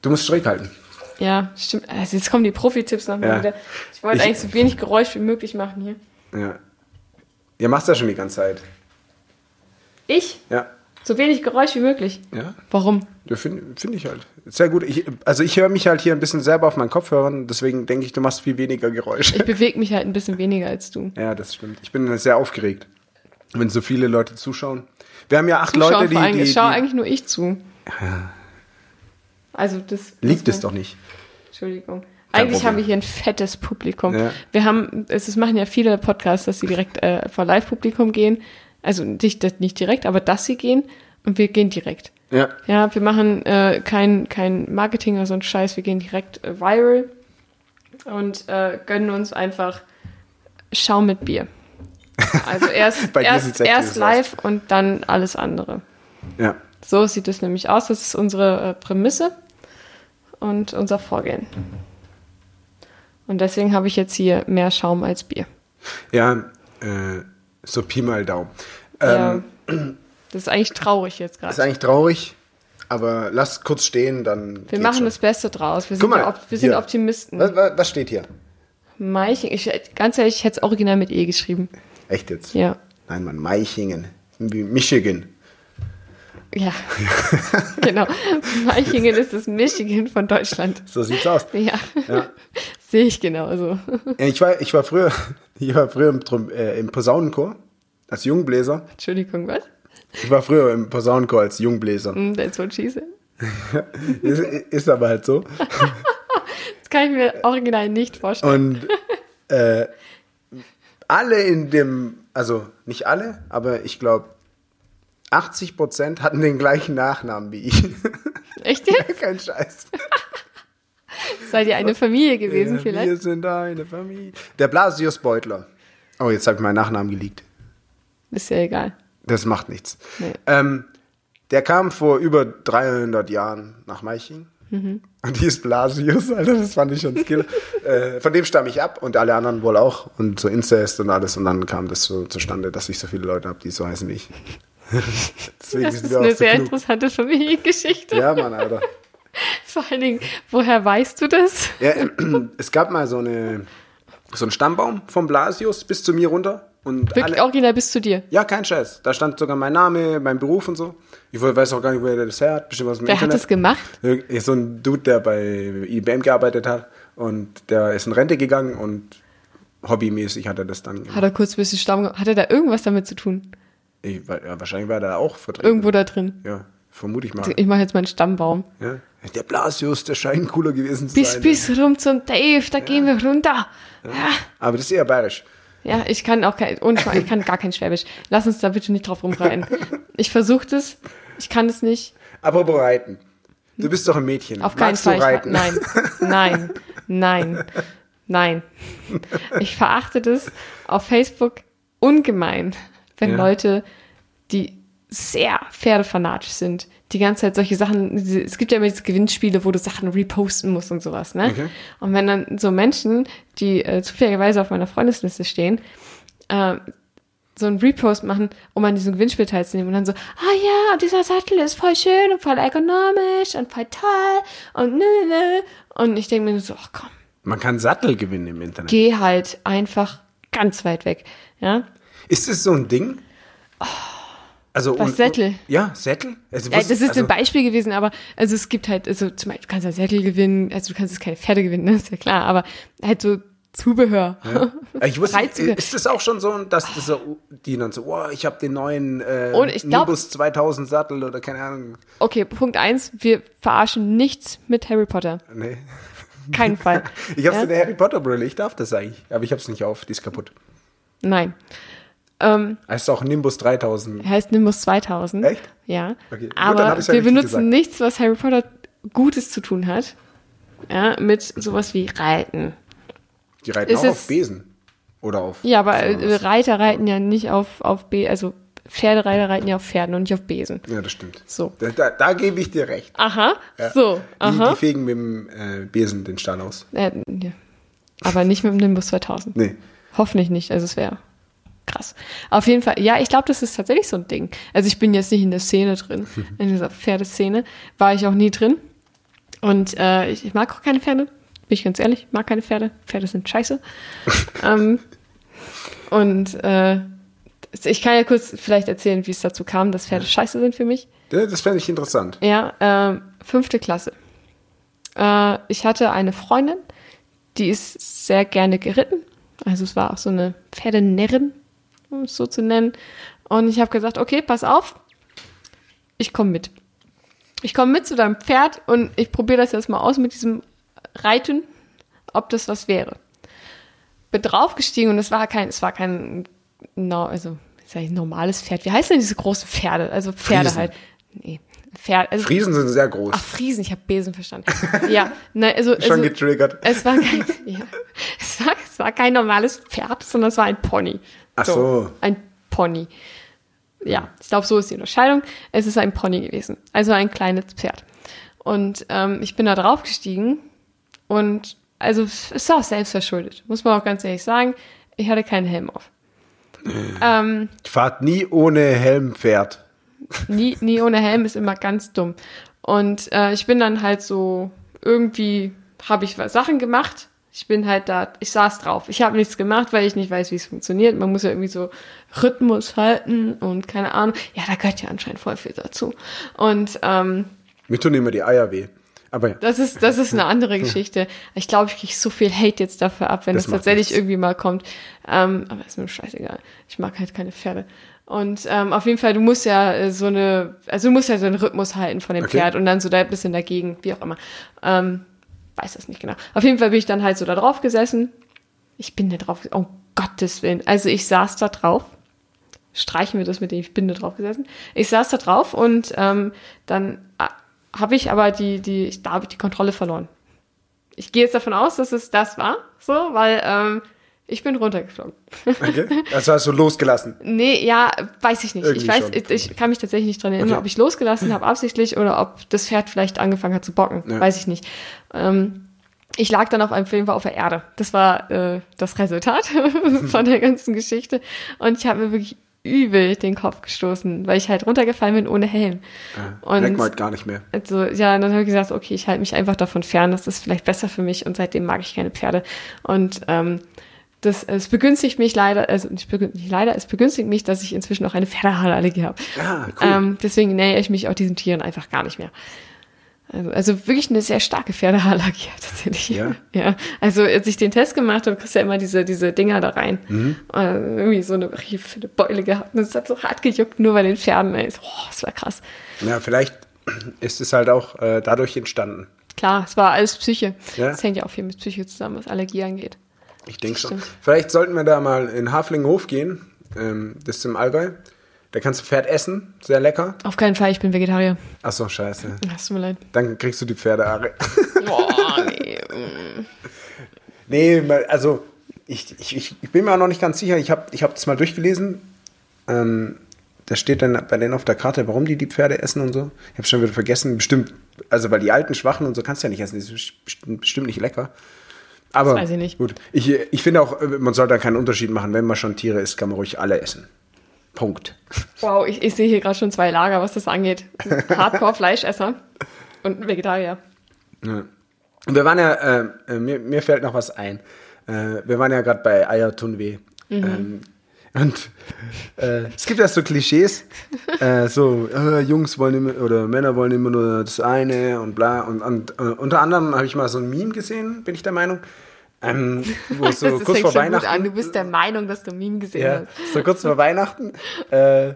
[SPEAKER 2] du musst schräg halten.
[SPEAKER 1] Ja, stimmt. Also jetzt kommen die Profi-Tipps nochmal
[SPEAKER 2] Ja.
[SPEAKER 1] wieder. Ich wollte
[SPEAKER 2] Ich-
[SPEAKER 1] eigentlich so wenig Geräusch wie möglich machen hier.
[SPEAKER 2] Ja. Ihr macht das schon die ganze Zeit.
[SPEAKER 1] Ich?
[SPEAKER 2] Ja.
[SPEAKER 1] So wenig Geräusch wie möglich.
[SPEAKER 2] Ja.
[SPEAKER 1] Warum?
[SPEAKER 2] Das finde find ich halt. Sehr gut. Ich, also ich höre mich halt hier ein bisschen selber auf meinen Kopfhörern, deswegen denke ich, du machst viel weniger Geräusche.
[SPEAKER 1] Ich bewege mich halt ein bisschen weniger als du.
[SPEAKER 2] Ja, das stimmt. Ich bin sehr aufgeregt, wenn so viele Leute zuschauen. Wir haben ja acht
[SPEAKER 1] Zuschauen
[SPEAKER 2] Leute, die,
[SPEAKER 1] vor allem,
[SPEAKER 2] die,
[SPEAKER 1] es schau
[SPEAKER 2] die
[SPEAKER 1] eigentlich nur ich zu. Also das
[SPEAKER 2] liegt
[SPEAKER 1] das
[SPEAKER 2] es doch nicht.
[SPEAKER 1] Entschuldigung.
[SPEAKER 2] Kein
[SPEAKER 1] Eigentlich
[SPEAKER 2] Problem.
[SPEAKER 1] haben wir hier ein fettes Publikum.
[SPEAKER 2] Ja.
[SPEAKER 1] Wir haben, es es machen ja viele Podcasts, dass sie direkt äh, vor Live-Publikum gehen. Also nicht, das- nicht direkt, aber dass sie gehen und wir gehen direkt.
[SPEAKER 2] Ja.
[SPEAKER 1] Ja, wir machen äh, kein, kein Marketing oder so ein Scheiß, wir gehen direkt äh, viral und äh, gönnen uns einfach Schaum mit Bier. Also erst,
[SPEAKER 2] Bei dir sieht's
[SPEAKER 1] erst,
[SPEAKER 2] echt
[SPEAKER 1] erst
[SPEAKER 2] so aus.
[SPEAKER 1] live und dann alles andere.
[SPEAKER 2] Ja.
[SPEAKER 1] So sieht es nämlich aus. Das ist unsere äh, Prämisse und unser Vorgehen. Und deswegen habe ich jetzt hier mehr Schaum als Bier.
[SPEAKER 2] Ja, äh, so Pi mal Daumen.
[SPEAKER 1] Ja.
[SPEAKER 2] Ähm,
[SPEAKER 1] Das ist eigentlich traurig jetzt
[SPEAKER 2] Ist
[SPEAKER 1] gerade.
[SPEAKER 2] eigentlich traurig, aber lass kurz stehen, dann.
[SPEAKER 1] Wir
[SPEAKER 2] geht's
[SPEAKER 1] machen
[SPEAKER 2] schon.
[SPEAKER 1] das Beste draus. Wir
[SPEAKER 2] Guck
[SPEAKER 1] sind,
[SPEAKER 2] mal,
[SPEAKER 1] ja op wir sind
[SPEAKER 2] hier.
[SPEAKER 1] Optimisten.
[SPEAKER 2] Was, was, was steht hier?
[SPEAKER 1] Meiching, ich, ganz ehrlich, ich hätte es original mit E geschrieben.
[SPEAKER 2] Echt jetzt?
[SPEAKER 1] Ja.
[SPEAKER 2] Nein, Mann, Meichingen. Wie Michigan.
[SPEAKER 1] Ja. genau. Meichingen ist das Michigan von Deutschland.
[SPEAKER 2] So sieht's aus.
[SPEAKER 1] Ja.
[SPEAKER 2] Ja.
[SPEAKER 1] Sehe ich genauso.
[SPEAKER 2] Ich war, ich war früher, ich war früher im, Trom- äh, im Posaunenchor als Jungbläser.
[SPEAKER 1] Entschuldigung, was?
[SPEAKER 2] Ich war früher im Posaunenchor als Jungbläser.
[SPEAKER 1] Mm, That's what she said.
[SPEAKER 2] Ist, ist aber halt so.
[SPEAKER 1] Das kann ich mir original nicht vorstellen.
[SPEAKER 2] Und äh, alle in dem, also nicht alle, aber ich glaube 80 Prozent hatten den gleichen Nachnamen wie ich.
[SPEAKER 1] Echt jetzt?
[SPEAKER 2] Kein Scheiß.
[SPEAKER 1] Seid ihr eine Familie gewesen
[SPEAKER 2] Ja,
[SPEAKER 1] vielleicht?
[SPEAKER 2] Wir sind eine Familie. Der Blasius Beutler. Oh, jetzt habe ich meinen Nachnamen geleakt.
[SPEAKER 1] Ist ja egal.
[SPEAKER 2] Das macht nichts.
[SPEAKER 1] Nee.
[SPEAKER 2] Ähm, der kam vor über 300 Jahren nach Meiching.
[SPEAKER 1] Mhm.
[SPEAKER 2] Und hieß Blasius, Alter, das fand ich schon skill. äh, von dem stamme ich ab und alle anderen wohl auch. Und so Incest und alles. Und dann kam das so zustande, dass ich so viele Leute habe, die so heißen wie ich. Deswegen
[SPEAKER 1] Das
[SPEAKER 2] sind
[SPEAKER 1] ist
[SPEAKER 2] wir auch
[SPEAKER 1] eine
[SPEAKER 2] so
[SPEAKER 1] sehr
[SPEAKER 2] klug.
[SPEAKER 1] interessante Familiengeschichte.
[SPEAKER 2] Ja, Mann, Alter.
[SPEAKER 1] Vor allen Dingen, woher weißt du das?
[SPEAKER 2] Ja, äh, es gab mal so, eine, so einen Stammbaum vom Blasius bis zu mir runter. Und alle,
[SPEAKER 1] Wirklich original bis zu dir.
[SPEAKER 2] Ja, kein Scheiß. Da stand sogar mein Name, mein Beruf und so. Ich weiß auch gar nicht, wer das her hat. Bestimmt aus dem
[SPEAKER 1] Wer hat
[SPEAKER 2] Internet.
[SPEAKER 1] das gemacht?
[SPEAKER 2] Irgend- So ein Dude, der bei IBM gearbeitet hat und der ist in Rente gegangen und hobbymäßig hat er das dann gemacht.
[SPEAKER 1] Hat er kurz ein bisschen Stamm Hat er da irgendwas damit zu tun?
[SPEAKER 2] Ich, wa- ja, wahrscheinlich war er da auch vertreten.
[SPEAKER 1] Irgendwo da drin.
[SPEAKER 2] Ja, Vermute ich mal.
[SPEAKER 1] Ich mache jetzt meinen Stammbaum.
[SPEAKER 2] Ja? Der Blasius, der scheint cooler gewesen zu
[SPEAKER 1] Bis,
[SPEAKER 2] sein.
[SPEAKER 1] bis rum zum Dave, da gehen wir runter. Ja.
[SPEAKER 2] Aber das ist eher bayerisch.
[SPEAKER 1] Ja, ich kann auch kein, ohne Schmarrn, ich kann gar kein Schwäbisch. Lass uns da bitte nicht drauf rumreiten. Ich versuche es, ich kann es nicht.
[SPEAKER 2] Apropos Reiten. Du bist doch ein Mädchen.
[SPEAKER 1] Auf keinen
[SPEAKER 2] Magst
[SPEAKER 1] Fall.
[SPEAKER 2] Du reiten?
[SPEAKER 1] Nein, nein, nein, nein. Ich verachte das auf Facebook ungemein, wenn
[SPEAKER 2] Ja.
[SPEAKER 1] Leute, die sehr pferdefanatisch sind, die ganze Zeit solche Sachen, diese- es gibt ja immer diese Gewinnspiele, wo du Sachen reposten musst und sowas, ne?
[SPEAKER 2] Okay.
[SPEAKER 1] Und wenn dann so Menschen, die äh, zufälligerweise auf meiner Freundesliste stehen, äh, so einen Repost machen, um an diesem Gewinnspiel teilzunehmen und dann so, ah ja, dieser Sattel ist voll schön und voll ergonomisch und voll toll und nö, nö. Und ich denke mir nur so, ach komm,
[SPEAKER 2] Man kann Sattel gewinnen im Internet.
[SPEAKER 1] geh halt einfach ganz weit weg. Ja,
[SPEAKER 2] ist das so ein Ding? Also
[SPEAKER 1] Oh. Was, Sättel?
[SPEAKER 2] Ja, Sättel. Also,
[SPEAKER 1] ja Äh, das
[SPEAKER 2] wusst-
[SPEAKER 1] ist
[SPEAKER 2] also,
[SPEAKER 1] ein Beispiel gewesen, aber also es gibt halt, also zum Beispiel, du kannst ja Sättel gewinnen, also du kannst jetzt keine Pferde gewinnen, das ist ja klar, aber halt so Zubehör.
[SPEAKER 2] ich wusste,
[SPEAKER 1] Reizüge.
[SPEAKER 2] ist das auch schon so, dass das so, die dann so, wow, ich habe den neuen äh,
[SPEAKER 1] Und ich glaub-
[SPEAKER 2] Nimbus 2000 Sattel oder keine Ahnung.
[SPEAKER 1] Okay, Punkt eins, wir verarschen nichts mit Harry Potter.
[SPEAKER 2] Nee.
[SPEAKER 1] Keinen Fall.
[SPEAKER 2] Ich habe
[SPEAKER 1] Ja?
[SPEAKER 2] so eine Harry Potter Brille, ich darf das eigentlich, aber ich habe es nicht auf, die ist kaputt.
[SPEAKER 1] Nein. Ähm,
[SPEAKER 2] Heißt auch Nimbus 3000.
[SPEAKER 1] Er heißt Nimbus 2000.
[SPEAKER 2] Echt?
[SPEAKER 1] Ja.
[SPEAKER 2] Okay, gut, dann
[SPEAKER 1] Aber
[SPEAKER 2] hab ich's ja
[SPEAKER 1] wir
[SPEAKER 2] richtig
[SPEAKER 1] benutzen
[SPEAKER 2] gesagt.
[SPEAKER 1] nichts, was Harry Potter Gutes zu tun hat. Ja, mit sowas wie Reiten.
[SPEAKER 2] Die reiten
[SPEAKER 1] Ist
[SPEAKER 2] auch auf
[SPEAKER 1] es-
[SPEAKER 2] Besen oder auf.
[SPEAKER 1] Ja, aber äh,
[SPEAKER 2] Ja,
[SPEAKER 1] Reiter reiten ja nicht auf, auf Be also Pferdereiter reiten ja auf Pferden und nicht auf Besen.
[SPEAKER 2] das stimmt.
[SPEAKER 1] So.
[SPEAKER 2] Da, da, da gebe ich dir recht.
[SPEAKER 1] Aha,
[SPEAKER 2] Ja.
[SPEAKER 1] so,
[SPEAKER 2] Die,
[SPEAKER 1] aha.
[SPEAKER 2] die fegen mit dem äh, Besen den Stall aus.
[SPEAKER 1] Äh, ja. Aber nicht mit dem Nimbus 2000.
[SPEAKER 2] Nee.
[SPEAKER 1] Hoffentlich nicht, also es wäre krass. Auf jeden Fall, ja, ich glaube, das ist tatsächlich so ein Ding. Also ich bin jetzt nicht in der Szene drin, in dieser Pferdeszene war ich auch nie drin. Und äh, ich, ich mag auch keine Pferde, bin ich ganz ehrlich, ich mag keine Pferde. Pferde sind scheiße. ähm, und äh, ich kann ja kurz vielleicht erzählen, wie es dazu kam, dass Pferde scheiße sind für mich.
[SPEAKER 2] Ja, Das fände ich interessant.
[SPEAKER 1] Ja, ähm, fünfte Klasse. Äh, ich hatte eine Freundin, die ist sehr gerne geritten. Also es war auch so eine Pferdenärrin, um es so zu nennen. Und ich habe gesagt, okay, pass auf, ich komme mit. Ich komme mit zu deinem Pferd und ich probiere das jetzt mal aus mit diesem Reiten, ob das was wäre. Bin draufgestiegen und es war kein, es war kein, no, also sag ich, normales Pferd. Wie heißen denn diese großen Pferde? Also Pferde
[SPEAKER 2] Friesen.
[SPEAKER 1] halt. Nee, Pferd. Also,
[SPEAKER 2] Friesen sind sehr groß.
[SPEAKER 1] Ach, Friesen, ich habe Besen verstanden. Ja, nein, also,
[SPEAKER 2] Schon
[SPEAKER 1] also
[SPEAKER 2] getriggert.
[SPEAKER 1] es, war kein, ja, es, war, es war kein normales Pferd, sondern es war ein Pony.
[SPEAKER 2] Ach so.
[SPEAKER 1] Ein Pony. Ja, ich glaube, so ist die Unterscheidung. Es ist ein Pony gewesen, also ein kleines Pferd. Und ähm, ich bin da drauf gestiegen und also es ist auch selbstverschuldet, muss man auch ganz ehrlich sagen. Ich hatte keinen Helm auf. ähm,
[SPEAKER 2] Fahrt nie ohne Helm fährt.
[SPEAKER 1] nie, nie ohne Helm ist immer ganz dumm. Und äh, ich bin dann halt so, irgendwie habe ich was Sachen gemacht. Ich bin halt da, ich saß drauf. Ich habe nichts gemacht, weil ich nicht weiß, wie es funktioniert. Man muss ja irgendwie so Rhythmus halten und keine Ahnung. Ja, da gehört ja anscheinend voll viel dazu. Und ähm,
[SPEAKER 2] Mir tun immer die Eier weh. Aber ja.
[SPEAKER 1] das ist, das ist eine andere Geschichte. Ich glaube, ich kriege so viel Hate jetzt dafür ab, wenn
[SPEAKER 2] Das
[SPEAKER 1] das,
[SPEAKER 2] macht
[SPEAKER 1] tatsächlich
[SPEAKER 2] nichts.
[SPEAKER 1] irgendwie mal kommt. Ähm, aber ist mir scheißegal. Ich mag halt keine Pferde. Und ähm, auf jeden Fall, du musst ja äh, so eine, also du musst ja so einen Rhythmus halten von dem
[SPEAKER 2] Okay.
[SPEAKER 1] Pferd und dann so da ein bisschen dagegen, wie auch immer. Ähm, weiß das nicht genau. Auf jeden Fall bin ich dann halt so da drauf gesessen. Ich bin da drauf, oh Gottes Willen. Also ich saß da drauf streichen wir das mit dem ich bin da drauf gesessen. Ich saß da drauf und ähm, dann habe ich aber die, die, ich, da habe ich die Kontrolle verloren. Ich gehe jetzt davon aus, dass es das war, so, weil ähm, ich bin runtergeflogen.
[SPEAKER 2] Okay. Also hast du losgelassen.
[SPEAKER 1] Nee, ja, weiß ich nicht.
[SPEAKER 2] Irgendwie
[SPEAKER 1] ich weiß,
[SPEAKER 2] schon.
[SPEAKER 1] ich, ich kann mich tatsächlich nicht dran erinnern,
[SPEAKER 2] Okay.
[SPEAKER 1] ob ich losgelassen habe absichtlich oder ob das Pferd vielleicht angefangen hat zu bocken.
[SPEAKER 2] Ja.
[SPEAKER 1] Weiß ich nicht. Ähm, ich lag dann auf einem Film auf der Erde. Das war äh, das Resultat von der ganzen Geschichte. Und ich habe mir wirklich übel den Kopf gestoßen, weil ich halt runtergefallen bin ohne Helm.
[SPEAKER 2] Und Merkt man halt gar nicht mehr.
[SPEAKER 1] Also ja, und dann habe ich gesagt, okay, ich halte mich einfach davon fern, das ist vielleicht besser für mich und seitdem mag ich keine Pferde. Und ähm, das, es begünstigt mich leider, also nicht, begün- nicht leider, es begünstigt mich, dass ich inzwischen auch eine Pferdehaarallergie habe.
[SPEAKER 2] Ah, cool.
[SPEAKER 1] Ähm, deswegen nähere ich mich auch diesen Tieren einfach gar nicht mehr. Also, also wirklich eine sehr starke Pferdehaarallergie tatsächlich.
[SPEAKER 2] Ja?
[SPEAKER 1] ja. Also als ich den Test gemacht habe, kriegst du ja immer diese, diese Dinger da rein.
[SPEAKER 2] Mhm.
[SPEAKER 1] Und irgendwie so eine richtige fette Beule gehabt. Und es hat so hart gejuckt, nur bei den Pferden. Ey. So, Oh, das war krass.
[SPEAKER 2] Na, vielleicht ist es halt auch äh, dadurch entstanden.
[SPEAKER 1] Klar, es war alles Psyche.
[SPEAKER 2] Ja.
[SPEAKER 1] Das hängt ja auch viel mit Psyche zusammen, was Allergie angeht.
[SPEAKER 2] Ich denke schon.
[SPEAKER 1] Stimmt.
[SPEAKER 2] Vielleicht sollten wir da mal in Haflingenhof gehen. Ähm, das ist im Allgäu. Da kannst du Pferd essen. Sehr lecker.
[SPEAKER 1] Auf keinen Fall, ich bin Vegetarier.
[SPEAKER 2] Achso, scheiße.
[SPEAKER 1] Ach, Es tut mir leid.
[SPEAKER 2] Dann kriegst du die Pferdehaare.
[SPEAKER 1] Boah, nee.
[SPEAKER 2] Nee, mal- also ich, ich, ich- ich bin mir auch noch nicht ganz sicher. Ich habe ich hab das mal durchgelesen. Ähm, da steht dann bei denen auf der Karte, warum die die Pferde essen und so. Ich habe schon wieder vergessen. Bestimmt, also weil die alten Schwachen und so kannst du ja nicht essen. Die ist bestimmt bestimmt nicht lecker. Aber
[SPEAKER 1] Das weiß ich nicht.
[SPEAKER 2] gut, ich, ich finde auch, äh, man sollte da keinen Unterschied machen. Wenn man schon Tiere isst, kann man ruhig alle essen. Punkt.
[SPEAKER 1] Wow, ich, ich sehe hier gerade schon zwei Lager, was das angeht. Hardcore-Fleischesser und ein Vegetarier.
[SPEAKER 2] Und wir waren ja, ähm, äh, mir, mir fällt noch was ein. Äh, wir waren ja gerade bei Eier tun weh.
[SPEAKER 1] Mhm.
[SPEAKER 2] Ähm, und äh, es gibt ja so Klischees, äh, so äh, Jungs wollen immer oder Männer wollen immer nur das eine und bla. Und, und äh, unter anderem habe ich mal so ein Meme gesehen, bin ich der Meinung. Ähm, wo so
[SPEAKER 1] das
[SPEAKER 2] kurz vor Weihnachten.
[SPEAKER 1] an. Du bist der Meinung, dass du ein Meme gesehen
[SPEAKER 2] Ja,
[SPEAKER 1] hast.
[SPEAKER 2] so kurz vor Weihnachten, äh,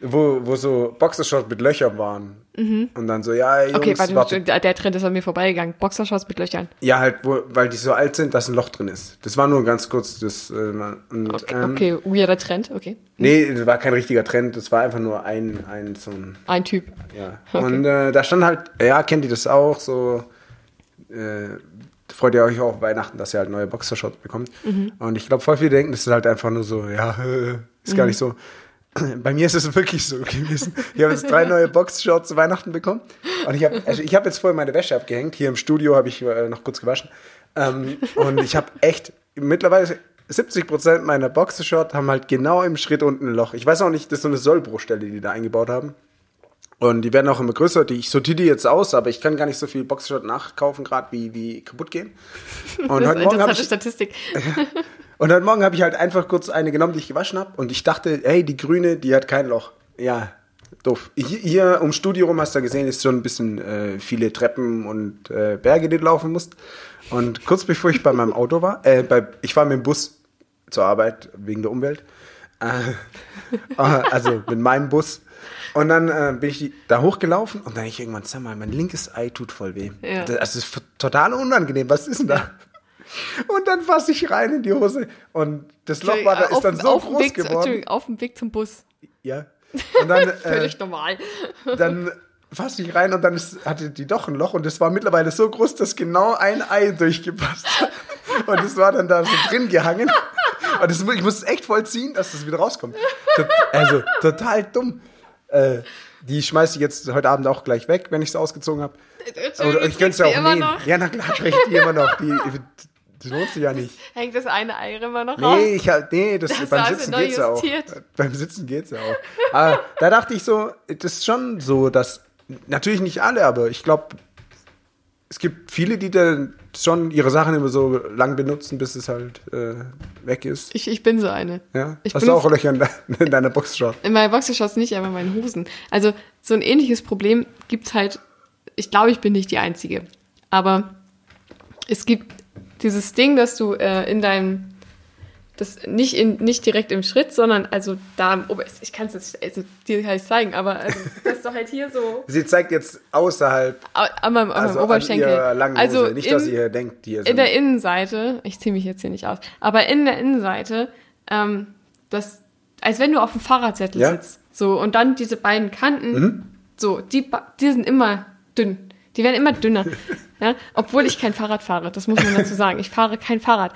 [SPEAKER 2] wo, wo so Boxershorts mit Löchern waren. Und dann so, ja, Jungs,
[SPEAKER 1] Mhm. Okay, warte,
[SPEAKER 2] wartet
[SPEAKER 1] der der Trend ist an mir vorbeigegangen. Boxershorts mit Löchern.
[SPEAKER 2] Ja, halt, wo, weil die so alt sind, dass ein Loch drin ist. Das war nur ganz kurz. Das, äh, und,
[SPEAKER 1] Okay,
[SPEAKER 2] ähm,
[SPEAKER 1] okay, weirder Trend, okay.
[SPEAKER 2] Nee, das war kein richtiger Trend. Das war einfach nur ein, ein so ein.
[SPEAKER 1] Ein Typ.
[SPEAKER 2] Ja.
[SPEAKER 1] Okay.
[SPEAKER 2] Und äh, da stand halt, ja, kennt ihr das auch? So, äh, freut ihr euch auch auf Weihnachten, dass ihr halt neue Boxershorts bekommt. Und ich glaube, voll viele denken, das ist halt einfach nur so, ja, äh, ist gar nicht so. Bei mir ist es wirklich so gewesen. Ich habe jetzt drei neue Boxshorts zu Weihnachten bekommen. Und ich habe also ich habe jetzt vorher meine Wäsche abgehängt. Hier im Studio habe ich äh, noch kurz gewaschen. Ähm, und ich habe echt mittlerweile 70% meiner Boxershorts haben halt genau im Schritt unten ein Loch. Ich weiß auch nicht, das ist so eine Sollbruchstelle, die die da eingebaut haben. Und die werden auch immer größer. Die, ich sortiere die jetzt aus, aber ich kann gar nicht so viel Boxershot nachkaufen, gerade wie die kaputt gehen. Und
[SPEAKER 1] das ist
[SPEAKER 2] heute Morgen
[SPEAKER 1] interessante
[SPEAKER 2] habe ich,
[SPEAKER 1] Statistik.
[SPEAKER 2] und heute Morgen habe ich halt einfach kurz eine genommen, die ich gewaschen habe. Und ich dachte, hey, die grüne, die hat kein Loch. Ja, doof. Hier, hier ums Studio rum hast du ja gesehen, ist schon ein bisschen äh, viele Treppen und äh, Berge, die du laufen musst. Und kurz bevor ich bei meinem Auto war, äh, bei, ich war mit dem Bus zur Arbeit wegen der Umwelt. Äh, also mit meinem Bus. Und dann äh, bin ich da hochgelaufen und dann hab ich irgendwann, sag mal, mein linkes Ei tut voll weh.
[SPEAKER 1] Ja.
[SPEAKER 2] Das, das ist total unangenehm. Was ist denn da? Und dann fasse ich rein in die Hose und das Loch war da, ist dann so
[SPEAKER 1] auf dem
[SPEAKER 2] groß
[SPEAKER 1] Weg, zu-
[SPEAKER 2] geworden.
[SPEAKER 1] Entschuldigung, auf dem Weg zum Bus.
[SPEAKER 2] Ja. Und dann, äh,
[SPEAKER 1] Völlig normal.
[SPEAKER 2] dann fasse ich rein und dann ist, hatte die doch ein Loch und es war mittlerweile so groß, dass genau ein Ei durchgepasst hat. Und es war dann da so drin gehangen. Und das, mu- ich muss es echt vollziehen, dass das wieder rauskommt. Tot- Also total dumm. Äh, die schmeiße ich jetzt heute Abend auch gleich weg, wenn ich es ausgezogen habe. Oder ich könnte es ja auch
[SPEAKER 1] immer
[SPEAKER 2] nähen.
[SPEAKER 1] noch.
[SPEAKER 2] Ja, na klar, kriege ich die immer noch. Die, die lohnt sich ja nicht.
[SPEAKER 1] Hängt das eine Ei immer noch raus?
[SPEAKER 2] Nee, ich hab, nee das,
[SPEAKER 1] Das
[SPEAKER 2] beim
[SPEAKER 1] hast du
[SPEAKER 2] Sitzen
[SPEAKER 1] neu
[SPEAKER 2] geht's ja auch.
[SPEAKER 1] justiert.
[SPEAKER 2] Beim Sitzen geht's ja auch. Aber da dachte ich so, das ist schon so, dass natürlich nicht alle, aber ich glaube, es gibt viele, die dann schon ihre Sachen immer so lang benutzen, bis es halt äh, weg ist.
[SPEAKER 1] Ich, ich bin so eine.
[SPEAKER 2] Ja?
[SPEAKER 1] Ich
[SPEAKER 2] Hast du
[SPEAKER 1] benutze-
[SPEAKER 2] auch Löcher in, de in deiner Boxshot?
[SPEAKER 1] In meinen Boxershorts nicht, aber in meinen Hosen. Also so ein ähnliches Problem gibt's halt, ich glaube, ich bin nicht die Einzige. Aber es gibt dieses Ding, dass du äh, in deinem, das nicht, in, nicht direkt im Schritt, sondern also da am Ober... Ich kann es jetzt also, dir kann ich's zeigen, aber also, dass du halt hier so
[SPEAKER 2] Sie zeigt jetzt außerhalb,
[SPEAKER 1] au- an meinem, an meinem
[SPEAKER 2] also an
[SPEAKER 1] Oberschenkel...
[SPEAKER 2] ihrer langen Hose.
[SPEAKER 1] also
[SPEAKER 2] nicht,
[SPEAKER 1] im-
[SPEAKER 2] dass ihr denkt, die
[SPEAKER 1] in der
[SPEAKER 2] sind.
[SPEAKER 1] Innenseite, ich ziehe mich jetzt hier nicht aus, aber in der Innenseite, ähm, das, als wenn du auf dem Fahrradsettel
[SPEAKER 2] Ja. Mhm.
[SPEAKER 1] sitzt. So, und dann diese beiden Kanten, so, die, ba- die sind immer dünn. Die werden immer dünner. ja? Obwohl ich kein Fahrrad fahre, das muss man dazu sagen. Ich fahre kein Fahrrad.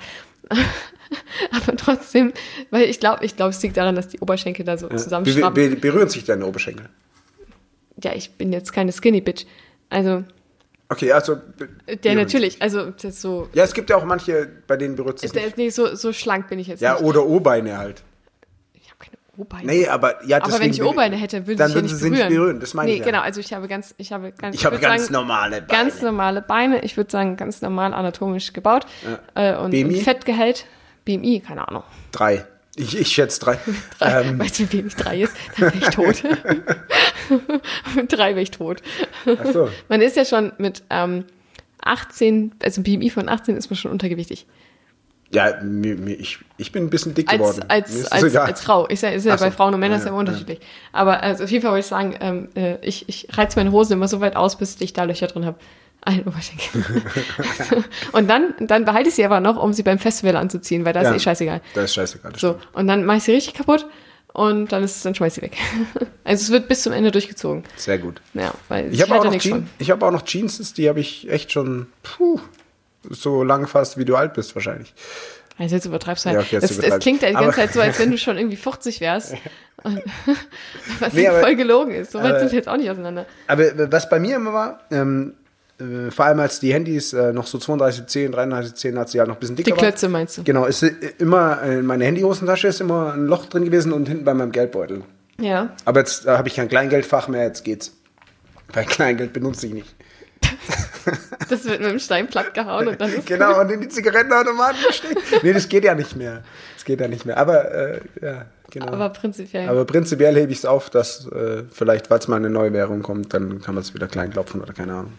[SPEAKER 1] aber trotzdem, weil ich glaube, ich glaube, es liegt daran, dass die Oberschenkel da so
[SPEAKER 2] äh, Be
[SPEAKER 1] zusammenschrappen.
[SPEAKER 2] be berühren sich deine Oberschenkel.
[SPEAKER 1] Ja, ich bin jetzt keine Skinny Bitch. Also,
[SPEAKER 2] Okay, also. be-
[SPEAKER 1] der
[SPEAKER 2] berühren sich.
[SPEAKER 1] natürlich, also das ist so,
[SPEAKER 2] Ja, es gibt ja auch manche, bei denen berührt sich.
[SPEAKER 1] ist der,
[SPEAKER 2] nicht.
[SPEAKER 1] ist nicht so, so schlank bin ich jetzt
[SPEAKER 2] Ja,
[SPEAKER 1] nicht.
[SPEAKER 2] oder O-Beine halt.
[SPEAKER 1] Ich habe keine Oberbeine.
[SPEAKER 2] Nee, aber ja,
[SPEAKER 1] Aber wenn ich
[SPEAKER 2] bin-
[SPEAKER 1] O-Beine hätte, würde
[SPEAKER 2] dann
[SPEAKER 1] ich
[SPEAKER 2] würden
[SPEAKER 1] hier
[SPEAKER 2] sie
[SPEAKER 1] nicht
[SPEAKER 2] nicht
[SPEAKER 1] berühren.
[SPEAKER 2] berühren, das meine
[SPEAKER 1] nee,
[SPEAKER 2] ich ja.
[SPEAKER 1] genau, also ich habe ganz, ich habe ganz,
[SPEAKER 2] Ich habe
[SPEAKER 1] würde
[SPEAKER 2] ganz
[SPEAKER 1] sagen,
[SPEAKER 2] normale Beine.
[SPEAKER 1] ganz normale Beine. Ich würde sagen, ganz normal anatomisch gebaut äh, und,
[SPEAKER 2] BMI?
[SPEAKER 1] und Fettgehalt. BMI, keine Ahnung.
[SPEAKER 2] drei. Ich, ich schätze drei.
[SPEAKER 1] Drei.
[SPEAKER 2] Ähm.
[SPEAKER 1] Weißt du, wie wenig drei ist? Dann wäre ich tot. mit drei wäre ich tot.
[SPEAKER 2] Ach so.
[SPEAKER 1] Man ist ja schon mit ähm, 18, also BMI von 18 ist man schon untergewichtig.
[SPEAKER 2] Ja, mir, mir, ich, ich bin ein bisschen dick
[SPEAKER 1] als,
[SPEAKER 2] geworden. Mir
[SPEAKER 1] als,
[SPEAKER 2] ist es
[SPEAKER 1] als,
[SPEAKER 2] egal.
[SPEAKER 1] als Frau. Ist ja, ist ja
[SPEAKER 2] Ach so.
[SPEAKER 1] bei Frauen und Männern
[SPEAKER 2] Ja,
[SPEAKER 1] ist ja
[SPEAKER 2] ja,
[SPEAKER 1] unterschiedlich. Aber also auf jeden Fall wollte ich sagen, ähm, äh, ich, ich reiz meine Hosen immer so weit aus, bis ich da Löcher drin habe. Ein Oberschenkel. und dann, dann behalte ich sie aber noch, um sie beim Festival anzuziehen, weil da
[SPEAKER 2] Ja.
[SPEAKER 1] ist eh scheißegal.
[SPEAKER 2] Das ist scheißegal. das
[SPEAKER 1] So,
[SPEAKER 2] stimmt.
[SPEAKER 1] und dann mache ich sie richtig kaputt und dann ist dann schmeiß ich sie weg. also es wird bis zum Ende durchgezogen.
[SPEAKER 2] Sehr gut.
[SPEAKER 1] Ja, weil
[SPEAKER 2] Ich habe
[SPEAKER 1] halte
[SPEAKER 2] auch, noch
[SPEAKER 1] nichts
[SPEAKER 2] Jean-
[SPEAKER 1] von.
[SPEAKER 2] ich hab auch noch Jeans, die habe ich echt schon puh, so lang fast, wie du alt bist wahrscheinlich.
[SPEAKER 1] Also jetzt übertreibst du halt.
[SPEAKER 2] Ja, okay, jetzt
[SPEAKER 1] das, das
[SPEAKER 2] übertreibst.
[SPEAKER 1] klingt ja die
[SPEAKER 2] Aber-
[SPEAKER 1] ganze Zeit so, als wenn du schon irgendwie 50 wärst. Und, was
[SPEAKER 2] Nee, aber-
[SPEAKER 1] voll gelogen ist. So weit
[SPEAKER 2] aber-
[SPEAKER 1] sind wir jetzt auch nicht auseinander.
[SPEAKER 2] Aber äh, was bei mir immer war, ähm, äh, vor allem als die Handys äh, noch so 3210, 3310, als sie halt noch ein bisschen dicker
[SPEAKER 1] Die Klötze
[SPEAKER 2] waren.
[SPEAKER 1] meinst du?
[SPEAKER 2] Genau, ist äh, immer, äh, in meiner Handyhosentasche ist immer ein Loch drin gewesen und hinten bei meinem Geldbeutel.
[SPEAKER 1] Ja.
[SPEAKER 2] Aber jetzt äh, habe ich kein Kleingeldfach mehr, jetzt geht's. Weil Kleingeld benutze ich nicht.
[SPEAKER 1] Das wird mit dem Stein platt gehauen und dann ist
[SPEAKER 2] Genau, und in die Zigarettenautomaten gesteckt. Nee, das geht ja nicht mehr. Das geht ja nicht mehr. Aber, äh, ja, genau.
[SPEAKER 1] Aber prinzipiell.
[SPEAKER 2] Aber prinzipiell hebe ich es auf, dass äh, vielleicht, falls mal eine neue Währung kommt, dann kann man es wieder klein klopfen oder keine Ahnung.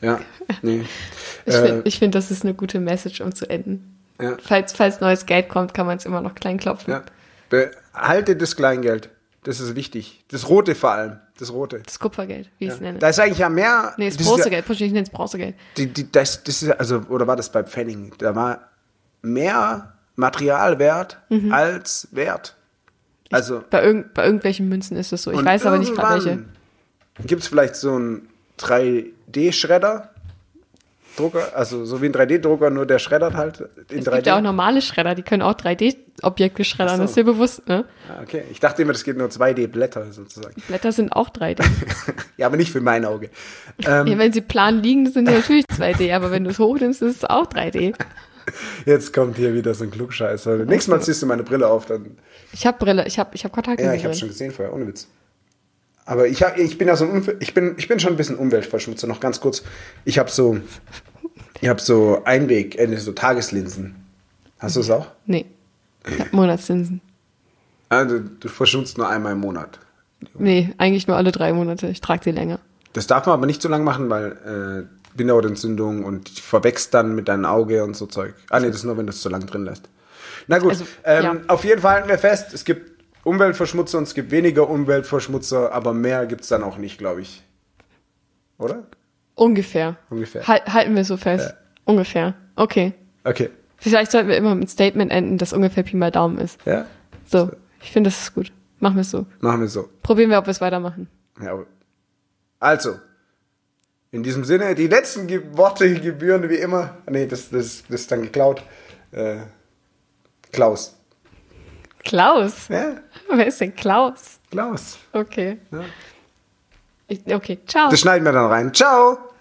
[SPEAKER 2] Ja, nee.
[SPEAKER 1] ich
[SPEAKER 2] äh,
[SPEAKER 1] finde, find, das ist eine gute Message, um zu enden.
[SPEAKER 2] ja,
[SPEAKER 1] Falls, falls neues Geld kommt, kann man es immer noch klein klopfen.
[SPEAKER 2] Äh, ja. Behalte das Kleingeld. Das ist wichtig. Das Rote vor allem. Das Rote.
[SPEAKER 1] Das Kupfergeld, wie ich es nenne.
[SPEAKER 2] Da ist eigentlich ja mehr.
[SPEAKER 1] nee, das
[SPEAKER 2] ist ja-
[SPEAKER 1] Bronzegeld. Push, Ich nenne es Bronzegeld.
[SPEAKER 2] Die, die, das, das ist, ja- also, oder war das bei Pfennig? Da war mehr Materialwert
[SPEAKER 1] Mhm.
[SPEAKER 2] als Wert. Also,
[SPEAKER 1] Bei, irgend, bei irgendwelchen Münzen ist es so. Ich
[SPEAKER 2] und
[SPEAKER 1] weiß aber nicht gerade welche.
[SPEAKER 2] irgendwann Gibt's vielleicht so einen 3D-Shredder? Drucker, also so wie ein 3D-Drucker, nur der schreddert halt in
[SPEAKER 1] Es
[SPEAKER 2] 3D.
[SPEAKER 1] gibt ja auch normale Schredder, die können auch 3D-Objekte schreddern,
[SPEAKER 2] Ach so.
[SPEAKER 1] das ist dir bewusst, ne?
[SPEAKER 2] Ah, okay, ich dachte immer, das geht nur 2D-Blätter sozusagen.
[SPEAKER 1] Blätter sind auch 3D.
[SPEAKER 2] ja, aber nicht für mein Auge. Äh, Ähm.
[SPEAKER 1] ja, wenn sie plan liegen, sind sie natürlich 2D, aber wenn du es hochnimmst, ist es auch 3D.
[SPEAKER 2] Jetzt kommt hier wieder so ein Klugscheiß. Also, nächstes Mal ziehst du meine Brille auf, dann.
[SPEAKER 1] Ich habe Brille, ich habe ich hab Kontaktlinsen
[SPEAKER 2] Ja, ich habe
[SPEAKER 1] drin.
[SPEAKER 2] schon gesehen vorher, ohne Witz. Aber ich, hab, ich bin ja so ein Umwel- ich bin ich bin schon ein bisschen Umweltverschmutzer. Noch ganz kurz, ich habe so ich habe so Einweg, äh, so Tageslinsen. Hast du es auch?
[SPEAKER 1] Nee, ich hab Monatslinsen.
[SPEAKER 2] Also, du verschmutzt nur einmal im Monat.
[SPEAKER 1] Nee, eigentlich nur alle drei Monate. Ich trage sie länger.
[SPEAKER 2] Das darf man aber nicht so lang machen, weil äh, Bindehautentzündung und die verwächst dann mit deinem Auge und so Zeug. Ah nee, das ist nur, wenn du es zu lang drin lässt. Na gut,
[SPEAKER 1] Also,
[SPEAKER 2] ähm,
[SPEAKER 1] ja.
[SPEAKER 2] auf jeden Fall halten wir fest, es gibt Umweltverschmutzer und es gibt weniger Umweltverschmutzer, aber mehr gibt's dann auch nicht, glaube ich. Oder?
[SPEAKER 1] Ungefähr.
[SPEAKER 2] Ungefähr.
[SPEAKER 1] Hal- halten wir so fest.
[SPEAKER 2] Ja.
[SPEAKER 1] Ungefähr. Okay.
[SPEAKER 2] Okay.
[SPEAKER 1] Vielleicht sollten wir immer mit einem Statement enden, das ungefähr Pi mal Daumen ist.
[SPEAKER 2] Ja,
[SPEAKER 1] So, ich finde, das ist gut. Machen wir es so.
[SPEAKER 2] machen wir so.
[SPEAKER 1] Probieren wir, ob wir es weitermachen.
[SPEAKER 2] Ja. Also, in diesem Sinne, die letzten Ge Worte gebühren wie immer. Ah, Nee, das, das, das ist dann geklaut. Äh, Klaus.
[SPEAKER 1] Klaus.
[SPEAKER 2] Ja,
[SPEAKER 1] Wer ist denn Klaus?
[SPEAKER 2] Klaus.
[SPEAKER 1] Okay.
[SPEAKER 2] Ja.
[SPEAKER 1] Ich, okay, ciao.
[SPEAKER 2] Das schneiden wir dann rein. Ciao!